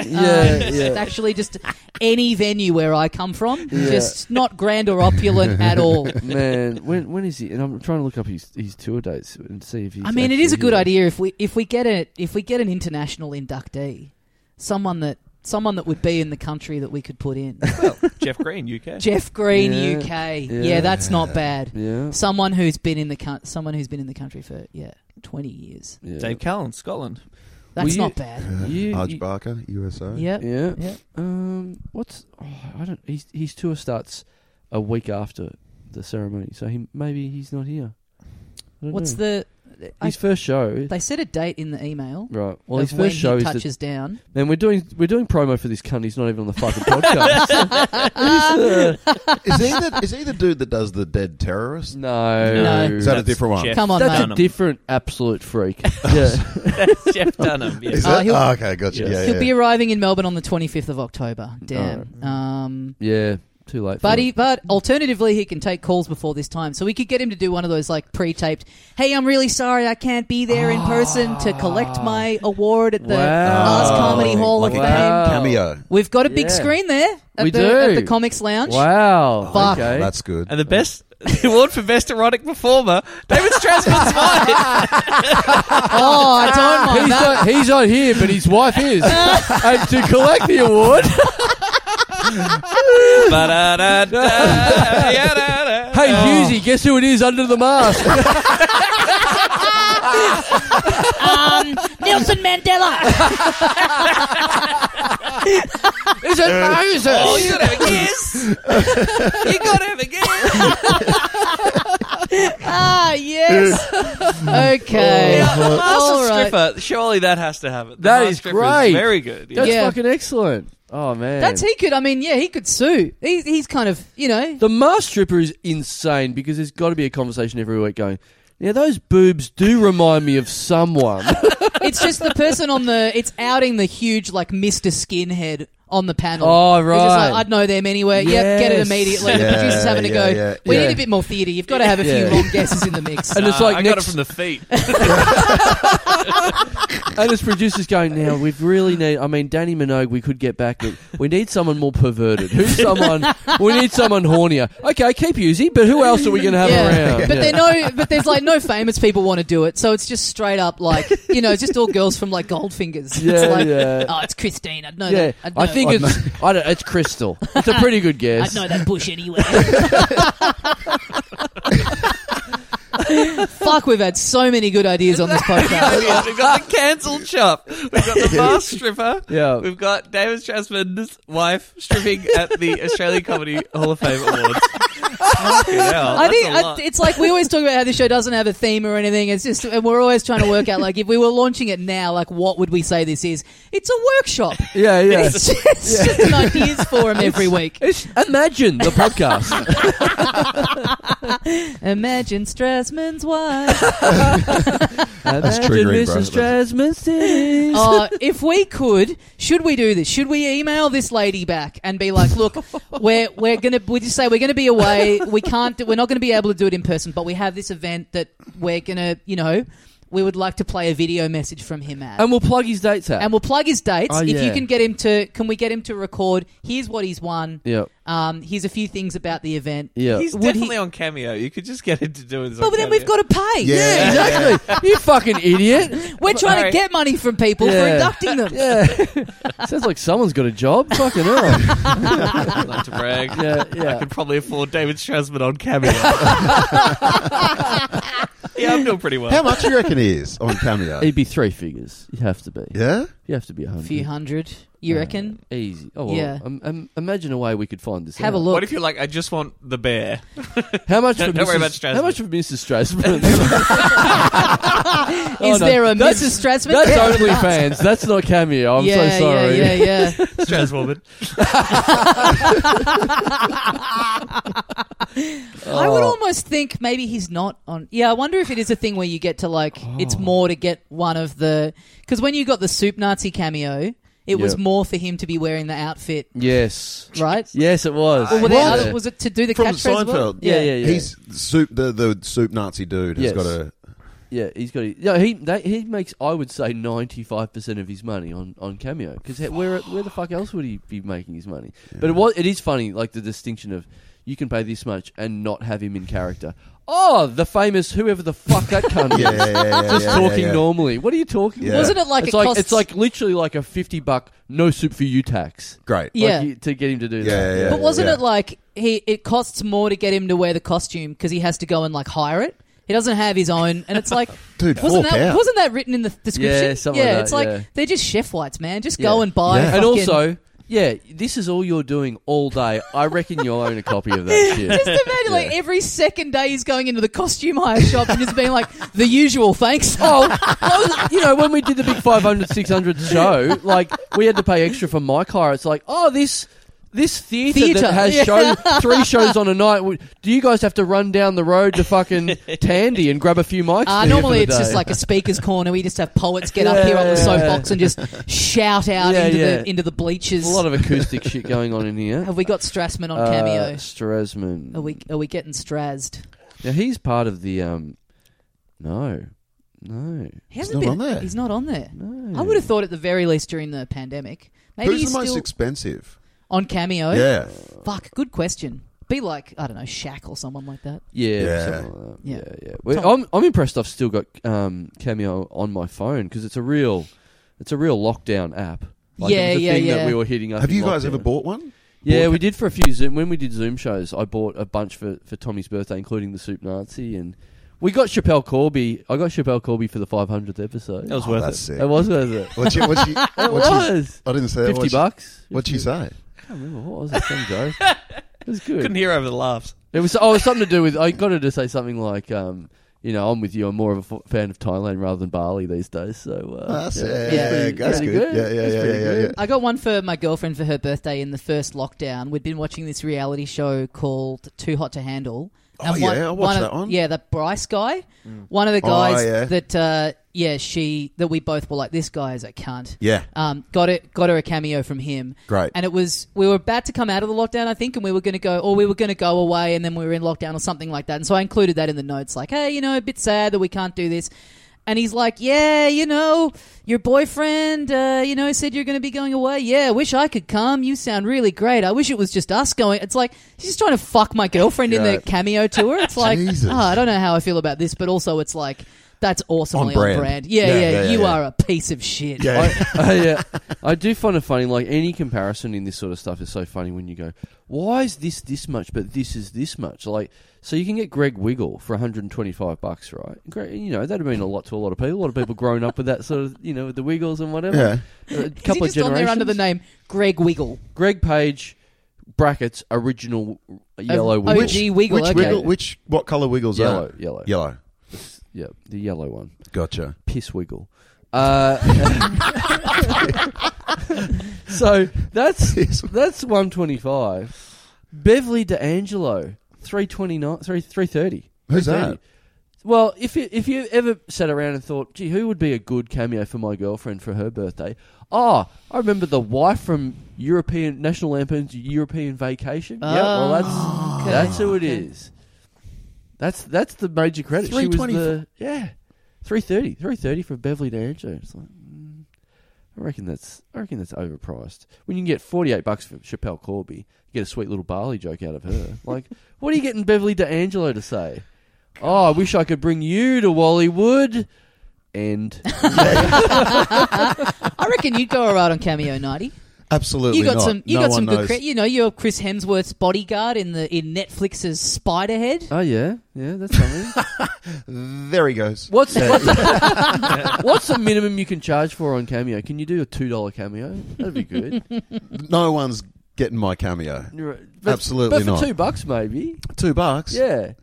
um,
yeah.
Actually, just any venue where I come from,
Yeah.
just not grand or opulent at all.
Man, when when is he? And I'm trying to look up his his tour dates and see if he's.
I mean, it is a
actually
good
here.
idea if we if we get a if we get an international inductee, someone that someone that would be in the country that we could put in.
Jeff Green, UK.
Jeff Green,
Yeah,
UK. Yeah.
yeah.
that's not bad.
Yeah.
Someone who's been in the coun- someone who's been in the country for yeah twenty years.
yeah.
Dave Cullen, Scotland.
That's
you-
not bad.
You-
Arch
you-
Barker, USA.
Yep.
Yeah.
Yep.
Um. What's? Oh, I don't. His his tour starts a week after the ceremony, so he maybe he's not here. I don't
What's
know.
the? I-
his first show?
they said a date in the email.
Right. Well,
of
his
when
first show
he
is the
touches down.
Man, we're doing we're doing promo for this cunt. He's not even on the fucking podcast. He's, uh,
Is he the is he the dude that does the dead terrorist?
no,
No.
Is that a
That's
different one?
Jeff
Come on,
that's
mate.
a
Dunham.
different absolute freak. yeah,
That's Jeff Dunham. Yeah.
Is
Uh,
that?
he'll-
oh, okay, gotcha.
Yes.
Yeah,
He'll
yeah.
be arriving in Melbourne on the 25th of October. Damn. Um,
yeah. Too late,
but
for
he,
it.
but alternatively, he can take calls before this time, so we could get him to do one of those like pre-taped. Hey, I'm really sorry I can't be there in person to collect my award at the
Wow.
Lars Comedy Hall
Like
of
a
Fame.
cameo.
We've got a big
Yeah.
screen there at,
We
the,
do.
at the Comics Lounge.
Wow.
Fuck.
Okay.
That's good.
And the best, the award for best erotic performer, David Strasman's wife.
Oh, I don't mind that.
he's, not, he's not here, but his wife is. and to collect the award,
Ba-da-da-da,
hey
da-da-da.
Hughesy, guess who it is under the mask?
Um, Nelson Mandela.
Is it Moses?
Oh, you gotta have a kiss. you gotta have a kiss.
ah, yes. Okay.
Yeah, the
All
Master
right.
Stripper. Surely that has to have it. The
That
Master
is
Stripper
great.
Very good. Yeah.
That's
Yeah.
fucking excellent. Oh man,
That's he could. I mean, yeah, he could sue. He, he's kind of you know.
The mask stripper is insane because there's got to be a conversation every week going. Now those boobs do remind me of someone.
It's just the person on the. It's outing the huge like Mister Skinhead on the panel.
Oh,
He's just like,
right.
I'd know them anywhere. Yep, get it
Yes.
immediately.
Yeah,
the producer's having to
yeah,
go.
yeah,
we
yeah.
need a bit more theatre. You've got to have a
Yeah.
few long guesses in the mix.
And it's like
I got it
next-
from the feet.
and his producers going, now we've really need. I mean, Danny Minogue, we could get back, but we need someone more perverted. Who's someone? We need someone hornier. Okay, keep using, but who else are we going to have
yeah.
around?
But
Yeah.
they're no but there's like no famous people want to do it, so it's just straight up like you know, it's just all girls from like Goldfingers.
Yeah,
it's like
yeah.
oh it's Christine, I'd know
Yeah,
that I'd know,
I think
I'd,
it's I don't, it's Crystal. It's a pretty good guess.
know that bush anywhere. Fuck, we've had so many good ideas on this podcast.
We've got the cancelled shop. We've got the masked stripper.
Yeah.
We've got David Strasman's wife stripping at the Australian Comedy Hall of Fame Awards. Fucking
I
hell, Oh, that's
think
a
I,
lot.
it's like we always talk about how this show doesn't have a theme or anything. It's just, and we're always trying to work out like if we were launching it now, like what would we say this is? It's a workshop.
Yeah, yeah.
It's just, it's just an ideas forum every week.
It's- imagine the podcast.
Imagine Strasman's wife.
That's imagine
triggering, bro.
Mrs. Jasmine's titties.
uh, if we could, should we do this? Should we email this lady back and be like, look, we're we're gonna we just say we're gonna be away. We can't. Do, we're not gonna be able to do it in person, but we have this event that we're gonna, you know, we would like to play a video message from him at.
and we'll plug his dates out.
and we'll plug his dates.
Oh,
if you
yeah.
can get him to, can we get him to record? Here's what he's won.
yeah,
Um, here's a few things about the event.
yeah.
He's
Would he-
definitely on Cameo. You could just get him to do this.
But
on
then we've
Cameo.
got to pay.
Yeah.
Yeah, exactly. you fucking idiot.
We're trying
Sorry.
to get money from people for
Yeah.
inducting them.
Yeah. Sounds like someone's got a job. Fucking hell.
Not to brag.
Yeah,
I
yeah.
could probably afford David Strasman on Cameo. yeah, I'm doing pretty well.
How much do you reckon he is on cameo?
It'd be three figures. You have to be.
yeah.
You have to be a hundred. Uh,
few hundred. You reckon?
Easy. Oh, well,
Yeah.
Um, um, imagine a way we could find this.
Have a
out.
look.
What if you're like, I just want the bear?
How much? for
Don't- don't
Mrs.
worry about
How
Strasbourg.
much for Mrs. Strasbourg?
Is
Oh, no.
there a
That's-
Mrs. Strasman?
That's OnlyFans. That's not cameo. I'm
yeah,
so sorry.
Yeah, yeah, yeah.
Straswoman.
I
Oh.
would almost think maybe he's not on. Yeah, I wonder if it is a thing where you get to like
Oh.
it's more to get one of the because when you got the soup Nazi cameo, it was
Yeah.
more for him to be wearing the outfit,
Yes.
right?
Yes, it was.
Or were there
What?
other- was it to do the
From
catchphrase? as well?
Seinfeld.
yeah, yeah, yeah.
He's soup. The the soup Nazi dude has
Yes.
got a.
Yeah, he's got. Yeah, he they, he makes. I would say ninety five percent of his money on on cameo because where where the fuck else would he be making his money? But it was it is funny, like the distinction of you can pay this much and not have him in character. Oh, the famous whoever the fuck that cunt is.
Yeah, yeah, yeah, yeah,
Just
yeah,
talking
yeah, yeah.
normally. What are you talking?
Yeah.
about?
Wasn't it like
it's
it
like
costs-
it's like literally like a fifty buck no soup for you tax.
Great.
Yeah.
like, you- to get him to do
Yeah,
that.
yeah, yeah.
But wasn't
yeah.
it like he? It costs more to get him to wear the costume because he has to go and like hire it. He doesn't have his own, and it's like,
Dude,
wasn't
fork
that
out.
wasn't that written in the description?
Yeah, something like
it's
that,
like
yeah.
they're just chef whites, man. Just go
Yeah.
and buy.
Yeah.
And
fucking-
also, yeah, this is all you're doing all day. I reckon you'll own a copy of that shit.
Just imagine, like every second day he's going into the costume hire shop and just being like, "The usual, thanks." Uh,
Oh, well, you know, when we did the big 500, 600 show, like, we had to pay extra for my car. It's like, oh, this. This theatre
Theatre,
that has
yeah.
show, three shows on a night, w- do you guys have to run down the road to fucking Tandy and grab a few mics?
Uh,
there
normally,
for the
it's just
day?
like a speaker's corner. We just have poets get up here on the
Yeah.
soapbox and just shout out
Yeah,
into
yeah.
the into the bleachers.
a lot of acoustic shit going on in here.
have we got Strassman on
Uh,
cameo?
Strasman.
Are we are we getting strazzed?
Now he's part of the um. No, no,
He hasn't
not
been
on there. Hmm.
He's not on there.
no.
I would have thought at the very least during the pandemic. Maybe
Who's
he's
the most
still
expensive?
on cameo.
Yeah.
Fuck, good question. Be like, I don't know, Shaq or someone like that.
Yeah,
Yeah.
something like that.
Yeah.
yeah, yeah. Well,
Tom-
I'm I'm impressed. I've still got um, Cameo on my phone because it's a real, it's a real lockdown app. it
Yeah,
was a
yeah,
thing
yeah.
That we were hitting up.
Have
in
you guys
lockdown.
ever bought one?
Yeah,
bought-
we did for a few Zoom. When we did Zoom shows, I bought a bunch for for Tommy's birthday, including the Soup Nazi, and we got Chappelle Corby. I got Chappelle Corby for the 500th episode.
That was
Oh,
worth
that's
it.
sick.
It was worth it.
What's your, what's your,
It
what's your-
was
I didn't say that.
fifty
What's-
bucks.
What'd you say?
I can't remember what was it. Some joke. It was good.
Couldn't hear over the laughs.
It was oh, it was something to do with. I got her to say something like, um, you know, I'm with you. I'm more of a f- fan of Thailand rather than Bali these days. So uh,
Oh, that's
yeah,
yeah,
it's
yeah,
pretty-
that's
pretty
good. Yeah, yeah,
It's
yeah,
pretty
yeah,
good.
I got one for my girlfriend for her birthday in the first lockdown. We'd been watching this reality show called Too Hot to Handle.
Oh, yeah, I watched
of,
that one. Hmm. Oh,
Yeah, that Bryce guy. One of the guys
yeah.
that, uh, yeah, she, that we both were like, this guy is a cunt.
Yeah.
Um, got it. Got her a cameo from him.
Great.
And it was we were about to come out of the lockdown, I think, and we were going to go, or we were going to go away, and then we were in lockdown or something like that. And so I included that in the notes, like, hey, you know, a bit sad that we can't do this. And he's like, yeah, you know, your boyfriend, uh, you know, said you're going to be going away. Yeah, wish I could come. You sound really great. I wish it was just us going. It's like she's just trying to fuck my girlfriend in the
Right.
cameo tour. It's like,
Jesus.
oh, I don't know how I feel about this, but also it's like. That's awesomely on brand.
brand.
Yeah, yeah,
Yeah, yeah,
you
yeah.
are a piece of shit.
Yeah.
I, I, yeah, I do find it funny. Like any comparison in this sort of stuff is so funny when you go, "Why is this this much, but this is this much?" Like, so you can get Greg Wiggle for 125 bucks, right? Greg, you know that'd mean a lot to a lot of people. A lot of people grown up with that sort of, you know, with the Wiggles and whatever. Yeah. A
Is he
couple
just
of
on
generations
there under the name Greg Wiggle?
Greg Page brackets original yellow
OG
Oh, wiggle.
Wiggle.
which
okay.
wiggle? Which what color wiggles
yellow,
are?
yellow,
Yellow.
yeah, the yellow one,
Gotcha.
piss wiggle. Uh, so that's that's one twenty five. Beverly D'Angelo, three twenty nine, three three thirty.
Who's that?
Well, if you, if you ever sat around and thought, gee, who would be a good cameo for my girlfriend for her birthday? Oh, I remember the wife from European National Lampoon's European Vacation. yeah, well, that's
okay.
that's who it
Okay.
is. That's that's the major credit. She was
3.25.
the yeah, three thirty, three thirty for Beverly D'Angelo. It's like, mm, I reckon that's I reckon that's overpriced. When you can get forty eight bucks for Chappelle Corby, get a sweet little barley joke out of her. like, what are you getting Beverly D'Angelo to say? Oh, I wish I could bring you to Wallywood. And
I reckon you'd go alright on cameo ninety.
Absolutely
You got
not.
some. You
No
got
one
some good.
knows.
Cre- you know, you're Chris Hemsworth's bodyguard in the in Netflix's Spiderhead.
Oh yeah, yeah, that's something.
There he goes.
what's what's the, what's the minimum you can charge for on cameo? Can you do a two dollar cameo? That'd be good.
No one's getting my cameo.
You're-
Absolutely
but for
not.
two bucks maybe.
Two bucks.
Yeah,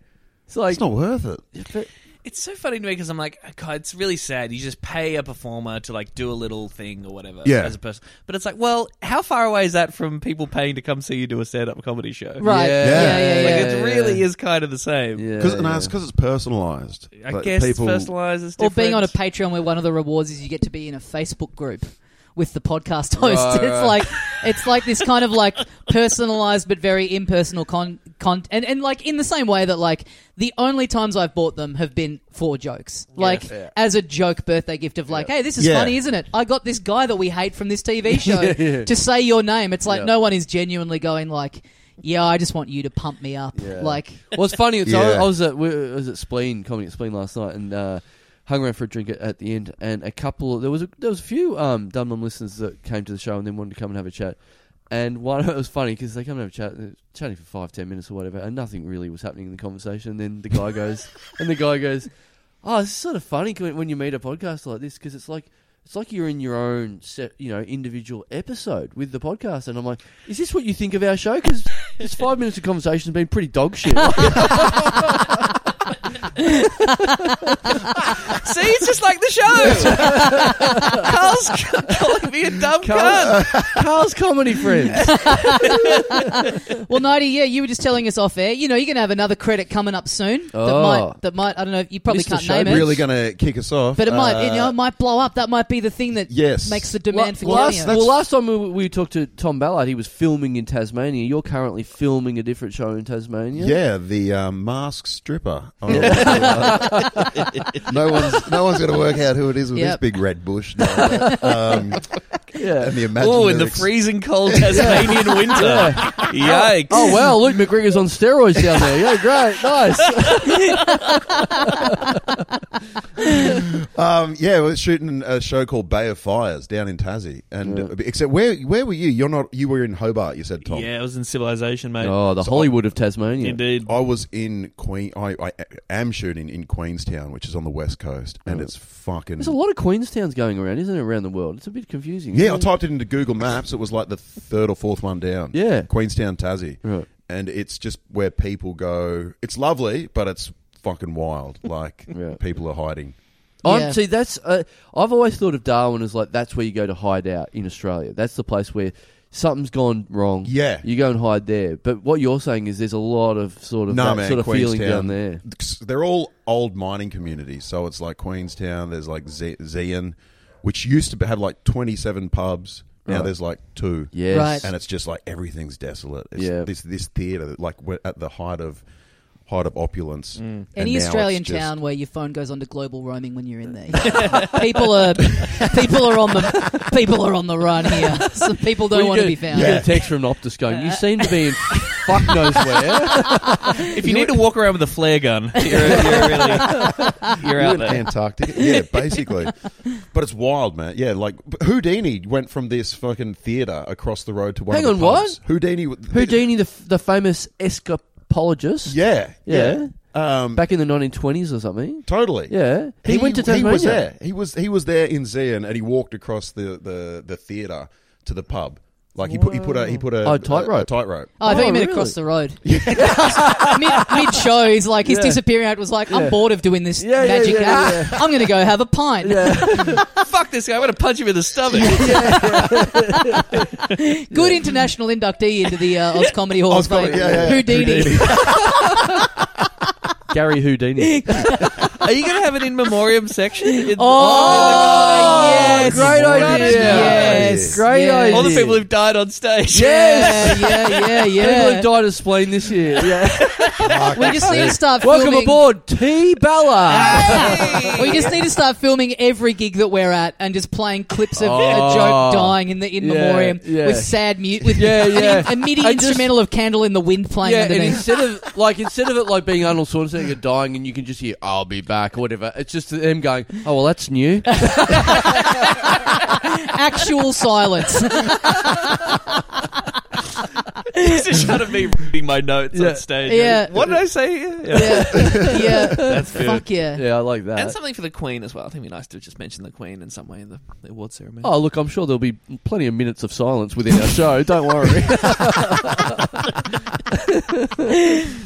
it's like
It's not worth it.
but-
It's so funny to me because I'm like, "Oh, God, it's really sad. You just pay a performer to like do a little thing or whatever
Yeah.
as a person. But it's like, well, how far away is that from people paying to come see you do a stand up comedy show?
Right.
Yeah.
Yeah. Yeah.
Yeah.
Yeah.
Like
yeah.
it's-
it really
yeah.
is kind of the same.
yeah,
Because
yeah.
it's because it's personalized.
I
Like,
guess
people,
it's personalized. It's
Or being on a
different.
Patreon where one of the rewards is you get to be in a Facebook group with the podcast host. it's
Right, right.
like it's like this kind of like personalized but very impersonal con, con and, and like in the same way that like the only times I've bought them have been for jokes. Like
yeah.
as a joke birthday gift of like, hey, this is
Yeah.
funny, isn't it? I got this guy that we hate from this TV show
Yeah, yeah.
to say your name. It's like
Yeah.
no one is genuinely going like, yeah, I just want you to pump me up.
Yeah.
Like
Well, it's funny. It's, I, I
Yeah.
was at we- I was at Spleen Comedy at Spleen last night and uh, hung around for a drink at, at the end. And a couple there was a, there was a few um, Dunlum listeners that came to the show and then wanted to come and have a chat. And one it was funny because they come and have a chat, and they're chatting for five ten minutes or whatever, and nothing really was happening in the conversation. And then the guy goes, and the guy goes, "Oh, it's sort of funny when when you meet a podcast like this because it's like." It's like you're in your own set, you know, individual episode with the podcast, and I'm like, "Is this what you think of our show?" Because this five minutes of conversation has been pretty dog shit.
See, it's just like the show. Carl's calling me a dumb cunt.
Carl's, Carl's comedy friends.
Well, Nighty, yeah, you were just telling us off air. You know, you're going to have another credit coming up soon that
Oh.
might that might I don't know. You probably
Mr.
can't
Showbiz.
name it,
really going to kick us off.
but it might you
Uh,
know it might blow up. That might be the thing that
Yes.
makes the demand for
last,
cameo.
well, last time we, we talked to Tom Ballard, he was filming in Tasmania. You're currently filming a different show in Tasmania.
Yeah, the um, mask stripper. Oh, no one's no one's going to work out who it is with
Yep.
this big red bush. No, um, and
yeah.
the imaginary
Oh, in the
ex-
freezing cold Tasmanian winter. Yikes.
Oh wow, Luke McGregor's on steroids down there. Yeah, great, nice.
Um, yeah, we're shooting a show called Bay of Fires down in Tassie, and uh, except where where were you? You're not. You were in Hobart. You said Tom.
Yeah, I was in Civilization, mate.
Oh, the Hollywood of Tasmania.
Indeed.
I was in Queen. I, I am shooting in Queenstown, which is on the west coast, and it's fucking.
Oh. There's a lot of Queenstowns going around, isn't it, around the world? It's a bit confusing.
Yeah, I
isn't it?
typed it into Google Maps. It was like the third or fourth one down.
Yeah.
Queenstown, Tassie.
Right.
And it's just where people go. It's lovely, but it's fucking wild. Like
Yeah.
people are hiding.
Yeah.
I'm, see, that's uh, I've always thought of Darwin as like that's where you go to hide out in Australia. That's the place where something's gone wrong.
Yeah.
you go and hide there. But what you're saying is there's a lot of sort of
Nah,
that
man,
sort of feeling
Queenstown.
down there.
They're all old mining communities, so it's like Queenstown. There's like Z- Zeehan, which used to have like 27 pubs. Now
Right.
there's like two.
Uh-huh. Yes.
Right.
and it's just like everything's desolate. It's
Yeah.
this this theater like we're at the height of height of
Mm.
opulence. And
Any
now
Australian
it's just-
town where your phone goes onto global roaming when you're in there, people are people are on the people are on the run here. Some people don't
Well, you
want to
get-
be found.
You get a text from Optus going, "You seem to be in fuck knows where."
If you need to walk around with a flare gun, you're, you're really
You're
you're out
in
there.
Antarctica, yeah, basically. but it's wild, man. Yeah, like but Houdini went from this fucking theater across the road to one.
Hang
of the
on,
pubs. Houdini?
Houdini, the, the famous escapologist,
Yeah,
Yeah.
Um,
back in the 1920s or something.
totally.
Yeah, he, went to Tasmania.
He was there. He was he was there in Zeehan, and he walked across the the, the theater to the pub. Like he put he put a he put a
Oh, tightrope.
a- a tightrope.
Oh, I thought
Oh,
you meant
really?
across the road. mid, mid show, he's like his
Yeah.
disappearing act was like, "I'm
Yeah.
bored of doing this
Yeah, yeah,
magic
yeah,
act.
yeah.
I'm going to go have a pint."
Fuck this guy! I'm gonna punch him in the stomach.
Good international inductee into the uh, Oz Comedy Hall
Oz
of Fame.
Comedy- yeah, yeah, yeah.
Houdini.
Gary Houdini.
Are you gonna have an in memoriam section? In-
Oh, yes.
great idea!
Yes.
great
Yes.
idea!
all the people who've died on stage.
Yeah, yeah, yeah,
People
yeah.
who died of spleen this year. Yeah.
We just need to start
Welcome
filming.
aboard, T. Bella.
Hey!
We just need to start filming every gig that we're at and just playing clips of a
Oh.
joke dying in the in
Yeah,
memoriam
yeah.
with sad mute with
Yeah,
an-
yeah.
a MIDI
I just-
instrumental of "Candle in the Wind" playing
yeah, and
underneath.
instead of like instead of it like being Arnold Schwarzenegger dying, and you can just hear "I'll be back or whatever. It's just them going, oh, well, that's new.
Actual silence.
It's a shot of me reading my notes
Yeah.
on stage.
Yeah.
What did I say? here? Yeah.
yeah, yeah.
That's good.
Fuck yeah.
yeah, I like that.
And something for the Queen as well. I think it'd be nice to just mention the Queen in some way in the, the award ceremony.
Oh, look, I'm sure there'll be plenty of minutes of silence within our show. Don't worry.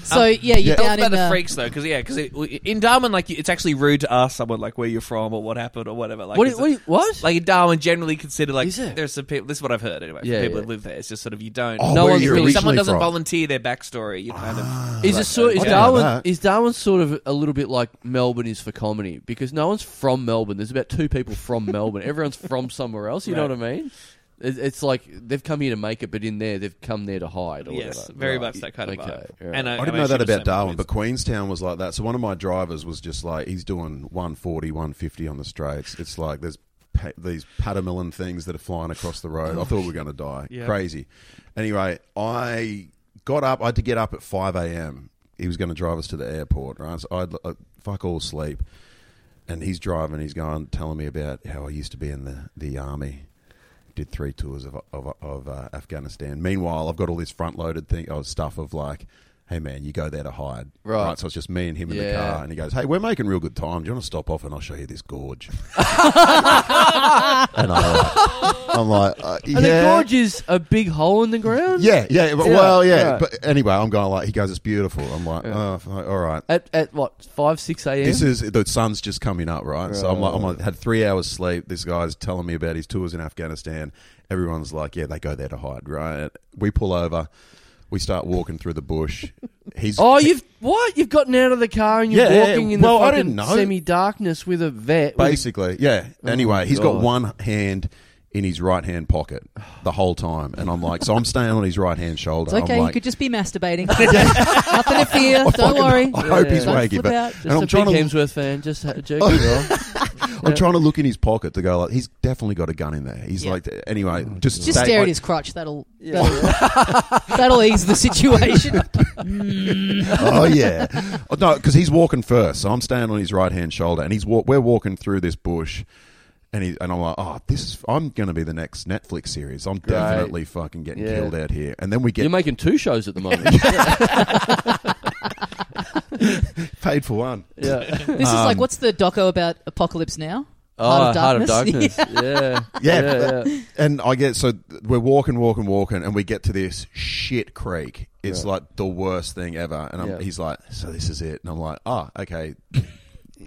So yeah, you're
Yeah.
Um, Tell us
down
about
in uh,
the,
the
freaks though, because yeah, because in Darwin, like it's actually rude to ask someone like where you're from or what happened or whatever. Like,
What
is
is-
it-
what is- what?
Like in Darwin, generally considered like
Is it?
there's some people. This is what I've heard anyway. From
Yeah,
people
yeah.
that live there, it's just sort of you don't.
Oh,
No
where
one's
you're
really-
if
originally
someone doesn't
from. Ah.
volunteer their backstory, you kind of
Is it sort? Is
I didn't know
Darwin?
that.
Is Darwin sort of a little bit like Melbourne is for comedy because no one's from Melbourne. There's about two people from Melbourne. Everyone's from somewhere else. You know
Right.
what I mean? It- It's like they've come here to make it, but in there they've come there to hide. Or
yes,
whatever.
very
Right.
much that kind of
Okay,
vibe.
all right.
And
I didn't know that about Darwin, but Queenstown was like that. So one of my drivers was just like, he's doing 140, 150 on the straights. It's like there's pa- these patamillan things that are flying across the road. I thought we were going to die.
Yeah.
Crazy. Anyway, I got up. I had to get up at 5 a.m. He was going to drive us to the airport, right? So I'd uh, fuck all sleep. And he's driving. He's going, telling me about how I used to be in the, the army did three tours of of, of uh, Afghanistan. Meanwhile, I've got all this front loaded thing, oh, stuff of like, hey man, you go there to hide,
Right.
So it's just me and him in the
Yeah.
car, and he goes, hey, we're making real good time. Do you want to stop off and I'll show you this gorge? and I, I'm like, uh, yeah.
And the gorge is a big hole in the ground.
yeah, yeah, but-
Yeah,
well, yeah.
right.
But anyway, I'm going like, he goes, it's beautiful. I'm like, oh, f- all right.
At at what five six a.m.
This is the sun's just coming up, right? So I'm like, I'm like, had three hours sleep. This guy's telling me about his tours in Afghanistan. Everyone's like, yeah, they go there to hide, right? We pull over, we start walking through the bush. He's
Oh, you've what? You've gotten out of the car and you're
Yeah, yeah,
walking in
well,
the
I
fucking
didn't know.
semi-darkness with a vet. with a-
basically, yeah.
Oh,
Anyway, he's
God.
got one hand in his right hand pocket the whole time, and I'm like, so I'm staying on his right hand shoulder.
It's okay.
Oh,
I'm
you
like,
could just be masturbating. Nothing to fear. Don't worry.
I hope he's
Yeah.
Don't
wakey,
flip
but
out.
Just
and
a
I'm trying
big
to
Hemsworth fan. Just ha- jerking it off.
I'm trying to look in his pocket to go like, he's definitely got a gun in there. He's
Yeah. Oh,
like, anyway, just
Just
stay-
stare
like-
at his crotch. That'll that'll, that'll ease the situation.
oh yeah, Oh, no, because he's walking first, so I'm standing on his right hand shoulder, and he's wa- we're walking through this bush, and he and I'm like, oh, this is I'm going to be the next Netflix series. I'm definitely fucking getting
Yeah.
killed out here, and then we
You're
get
making two shows at the moment.
paid for one.
yeah.
This is like what's the doco about apocalypse now?
Oh, Heart of
Yeah.
Darkness. Yeah.
Yeah.
yeah, yeah.
And I get so we're walking, walking, walking, and we get to this shit creek. It's like the worst thing ever. And I'm,
Yeah.
he's like, so this is it, and I'm like, oh, okay.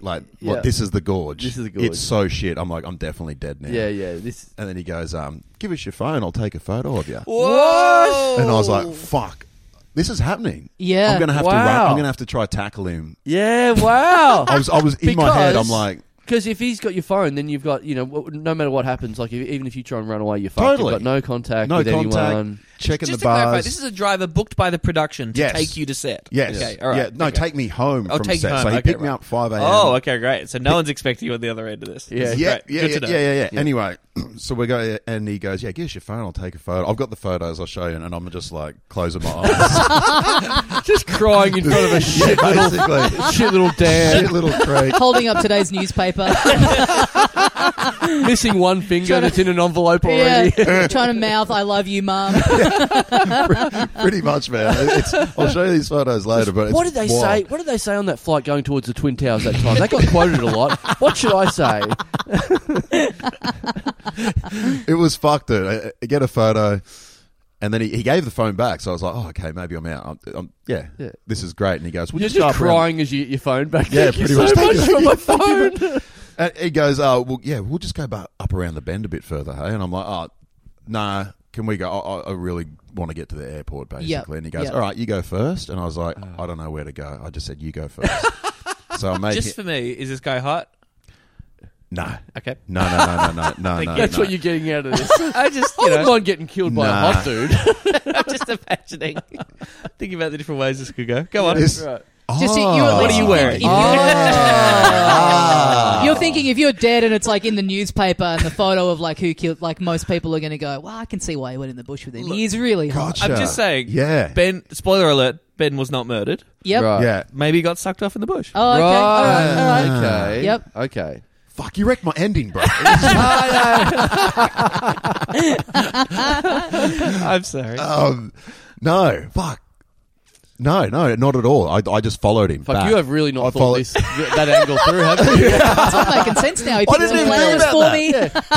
Like,
Yeah.
well, this is the gorge.
This is the gorge.
It's so shit. I'm like, I'm definitely dead now.
Yeah, yeah. This.
And then he goes, um, "Give us your phone. I'll take a photo of you."
Whoa!
And I was like, "Fuck, this is happening."
Yeah.
I'm gonna have to
Wow.
run. I'm gonna have to try tackle him.
Yeah. Wow.
I was, I was in my head. I'm
Because-
like,
Because if he's got your phone, then you've got you know w- no matter what happens, like if, even if you try and run away, you're fucked.
Totally.
You've got no contact
no
with
contact,
anyone.
checking
just
the
to clarify,
bars.
this is a driver booked by the production to
Yes.
take you to set.
yes,
Okay. All right.
yeah, no,
okay.
take me home
Oh,
from
take you
set.
home.
So he
Okay,
picked me
right.
up five a.m.
Oh, okay, great. So no one's expecting you on the other end of this.
Yeah.
This is
yeah,
great.
yeah,
Good
yeah,
to know.
yeah, yeah, yeah. Anyway, so we go, and he goes, "Yeah, give us your phone. I'll take a photo. I've got the photos. I'll show you." And I'm just like closing my eyes,
Just crying in front of a shit
basically.
shit little dad,
Shit, little creek.
Holding up today's newspaper.
missing one finger that's in an envelope already.
yeah. Trying to mouth "I love you, mum."
Pretty much, man. It's, I'll show you these photos later. But it's
What did they
wild.
say? What did they say on that flight going towards the Twin Towers that time? They got quoted a lot. What should I say?
It was fucked, dude. I, I get a photo, and then he, he gave the phone back. So I was like, oh, okay, maybe I'm out. I'm, I'm, yeah,
Yeah.
this is great. And he goes, we'll
You're
just
just
go up around-
crying as you get your phone back.
Yeah,
Thank you so
pretty much. Thank
much
you.
for my
Thank you.
phone.
And he goes, oh, well, yeah, we'll just go ba- up around the bend a bit further, hey? And I'm like, oh, nah, can we go? I, I- I really want to get to the airport, basically.
Yep.
And he goes,
Yep.
all right, you go first. And I was
Uh.
like, I don't know where to go. I just said, you go first. so I made
Just
him-
for me, is this guy hot?
no.
Okay.
No, no, no, no, no, no,
Thank
no.
you.
That's
no.
what you're getting out of this.
I just,
I
you
wouldn't
know,
mind getting killed by a
Nah.
hot dude.
I'm just imagining, thinking about the different ways this could go. Go on.
This-
Right.
I
Just so you were
What are you
listening-
wearing?
if you-
Ah.
You're thinking if you're dead and it's like in the newspaper and the photo of like who killed, like most people are going to go, well, I can see why he went in the bush with him. he is really hot.
Gotcha.
I'm just saying.
Yeah.
Ben. Spoiler alert. Ben was not murdered.
Yep.
Right.
yeah.
Maybe he got sucked off in the bush.
Oh, okay. All right. All right.
Okay.
Yep.
Okay.
Fuck, you wrecked my ending, bro.
Ah,
I'm sorry.
um, no, fuck. No, no, not at all. I, I just followed him.
Fuck,
back.
you have really not
I
thought
follow-
this that angle through, have you?
It's all making sense now. He
I
picked
didn't
some
even think
flowers
about
for
that.
me.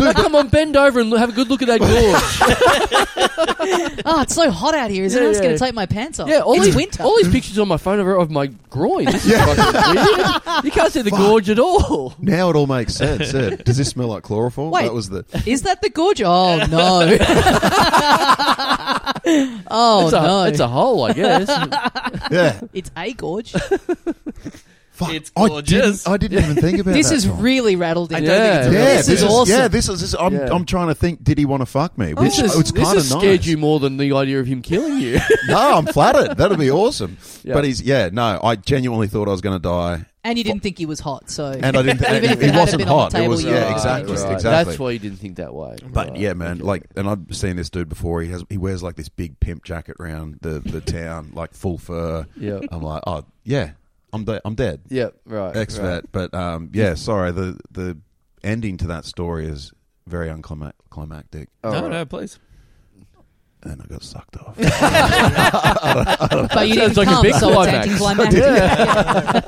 Dude, come on, bend over and have a good look at that gorge.
Oh, it's so hot out here, isn't
Yeah,
it? I was
yeah.
going to take my pants off.
yeah, all
Oh. it's
these
winter.
all these pictures on my phone are of my groin. This is fucking weird. You can't see the gorge at all.
Now it all makes sense. yeah. Does this smell like chloroform?
Wait.
That was the.
Is that the gorge? Oh no! oh
It's,
no!
a, it's a hole, I guess.
Yeah.
It's a gorge.
Fuck.
It's
I
gorgeous.
didn't, I didn't even think about
this
that
is
time.
really rattled in.
don't think
yeah,
Yeah,
it's a
This is awesome.
Yeah, this is. This is I'm,
Yeah.
I'm trying to think. Did he want to fuck me? Which
This is
it's
this
kind of
has
nice.
scared you more than the idea of him killing you.
No, I'm flattered. That'll be awesome.
Yeah.
But he's yeah. No, I genuinely thought I was going to die,
And you didn't think he was hot, so
and I didn't.
Even if
think
it
he
had
wasn't
been on the
hot. it
table,
was
you
yeah,
would've
exactly,
been interested.
exactly.
That's why you didn't think that way.
But
Right.
yeah, man,
Okay.
like, and I've seen this dude before. He has he wears like this big pimp jacket around the, the town, like full fur.
Yeah.
I'm like, oh yeah, I'm de- I'm dead,
yeah, right,
ex vet.
right.
But um, yeah, sorry. The the ending to that story is very unclimactic,
All
no,
right.
no, please.
and I got sucked off.
but you
Sounds
didn't
like a
come,
big
so it's
climax.
anticlimactic.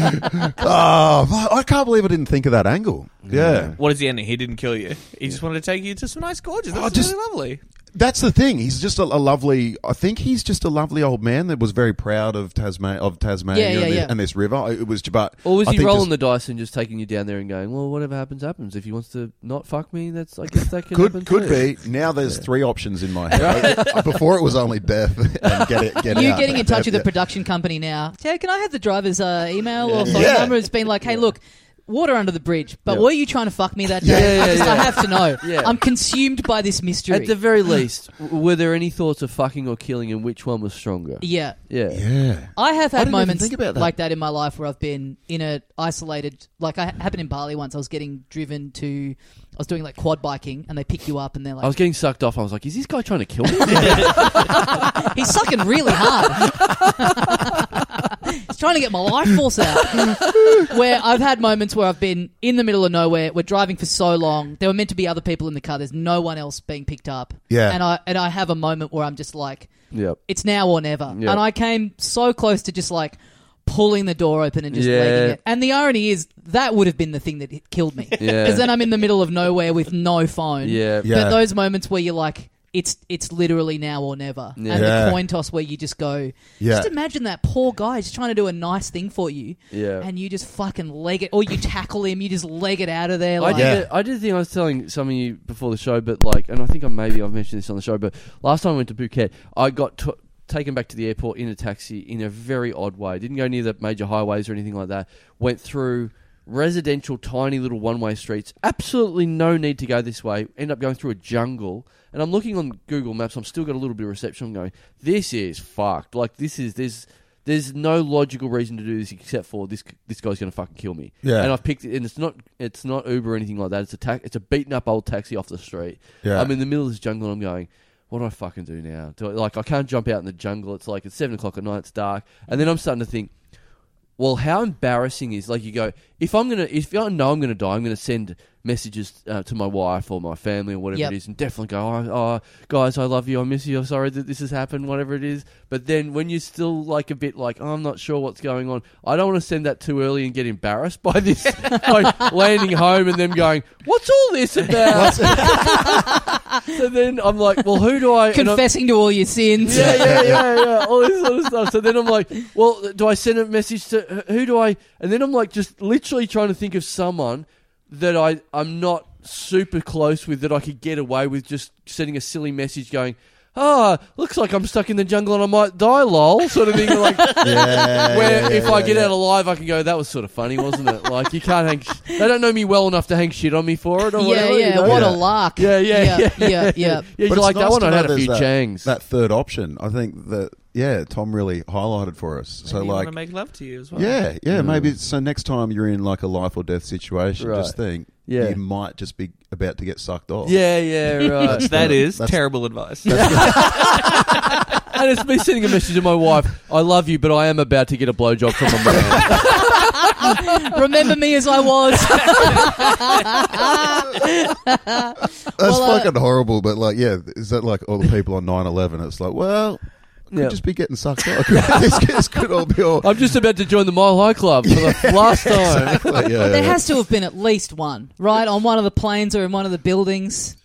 oh, fuck, I can't believe I didn't think of that angle. Yeah,
What is the ending? He didn't kill you. He just wanted to take you to some nice gorges. That's
Oh, just-
really lovely.
that's the thing. He's just a, a lovely. I think he's just a lovely old man that was very proud of Tasman of Tasmania
Yeah, yeah,
and, thi-
yeah.
and this river. It was but
Or was
I
he
think
rolling
just-
the dice and just taking you down there and going, well, whatever happens, happens. If he wants to not fuck me, that's I guess that could happen
Could could
too.
be. Now there's three options in my head. Before it was only death and get it get
you
out.
getting in touch with the
Yeah.
production company now. Yeah, can I have the driver's uh, email or phone
Yeah.
number? It's been like, hey, look, water under the bridge. But
Yeah.
were you trying to fuck me that day?
Yeah, yeah,
I, just,
yeah.
I have to know.
Yeah.
I'm consumed by this mystery.
At the very least, w- were there any thoughts of fucking or killing, and which one was stronger?
yeah.
Yeah.
Yeah.
I have
I
had
didn't even
moments
think about that.
like that in my life where I've been in a isolated. Like I happened in Bali once. I was getting driven to. I was doing like quad biking, and they pick you up, and they're like,
I was getting sucked off. I was like, "Is this guy trying to kill me?"
"He's sucking really hard. He's trying to get my life force out." where I've had moments where I've been in the middle of nowhere. We're driving for so long. There were meant to be other people in the car. There's no one else being picked up.
Yeah.
and I and I have a moment where I'm just like,
yep.
it's now or never.
Yeah.
And I came so close to just like pulling the door open and just
Yeah.
leaving it. And the irony is that would have been the thing that hit- killed me. Because
Yeah.
then I'm in the middle of nowhere with no phone.
Yeah.
Yeah.
But those moments where you're like, it's it's literally now or never. And the
Yeah.
coin toss where you just go,
Yeah.
just imagine that poor guy just trying to do a nice thing for you.
Yeah.
And you just fucking leg it, or you tackle him, you just leg it out of there.
I
Like,
did.
Yeah.
it- I did think I was telling some of you before the show, but like, and I think I maybe I've mentioned this on the show, but last time I went to Phuket, I got t- taken back to the airport in a taxi in a very odd way. Didn't go near the major highways or anything like that. Went through residential, tiny little one-way streets. Absolutely no need to go this way. End up going through a jungle, and I'm looking on Google Maps. I'm still got a little bit of reception. I'm going, this is fucked. Like this is this. There's no logical reason to do this except for this. This guy's going to fucking kill me.
Yeah.
And I've picked it, and it's not it's not Uber or anything like that. It's a ta- it's a beaten up old taxi off the street.
Yeah.
I'm in the middle of this jungle, and I'm going. What do I fucking do now? Do I, like I can't jump out in the jungle. It's like it's seven o'clock at night. It's dark, and then I'm starting to think, well, how embarrassing is like you go if I'm gonna if I know I'm gonna die, I'm gonna send messages uh, to my wife or my family or whatever
Yep.
it is, and definitely go, oh, oh, guys, I love you, I miss you, I'm sorry that this has happened, whatever it is. But then when you're still like a bit like, oh, I'm not sure what's going on, I don't want to send that too early and get embarrassed by this, like landing home and them going, what's all this about? so then I'm like, well, who do I and I'm-
confessing to all your sins.
yeah, yeah, yeah, yeah. All this sort of stuff. So then I'm like, well, do I send a message to who do I? And then I'm like, just literally trying to think of someone that I I'm not super close with that I could get away with just sending a silly message going. Ah, looks like I'm stuck in the jungle and I might die, lol, sort of thing. Like,
Yeah,
where
yeah,
if
yeah,
I get
yeah.
out alive, I can go. That was sort of funny, wasn't it? Like, you can't hang. Sh- they don't know me well enough to hang shit on me for it, or
Yeah,
whatever. you
yeah,
know?
What
Yeah.
a lark.
yeah, yeah,
yeah, yeah. yeah.
yeah,
But
you're
it's
like
nice
that one.
to
I
know
had a
there's
few
that,
changs.
That third option. I think that yeah, Tom really highlighted for us. so
Maybe you
like,
wanna make love to you as well.
yeah, yeah, maybe. So next time you're in like a life or death situation,
Right.
just think,
Yeah.
you might just be about to get sucked off.
Yeah, yeah, right.
Which that is
That's-
terrible advice.
and it's me sending a message to my wife. I love you, but I am about to get a blowjob from a man.
Remember me as I was.
That's
Well, uh,
fucking horrible, but like, yeah, is that like all the people on 9 11? It's like, well, could
Yeah.
just be getting sucked off. this, this could all be all.
I'm just about to join the Mile High Club for the last time.
Like, yeah,
there
yeah.
has to have been at least one, right? On one of the planes or in one of the buildings.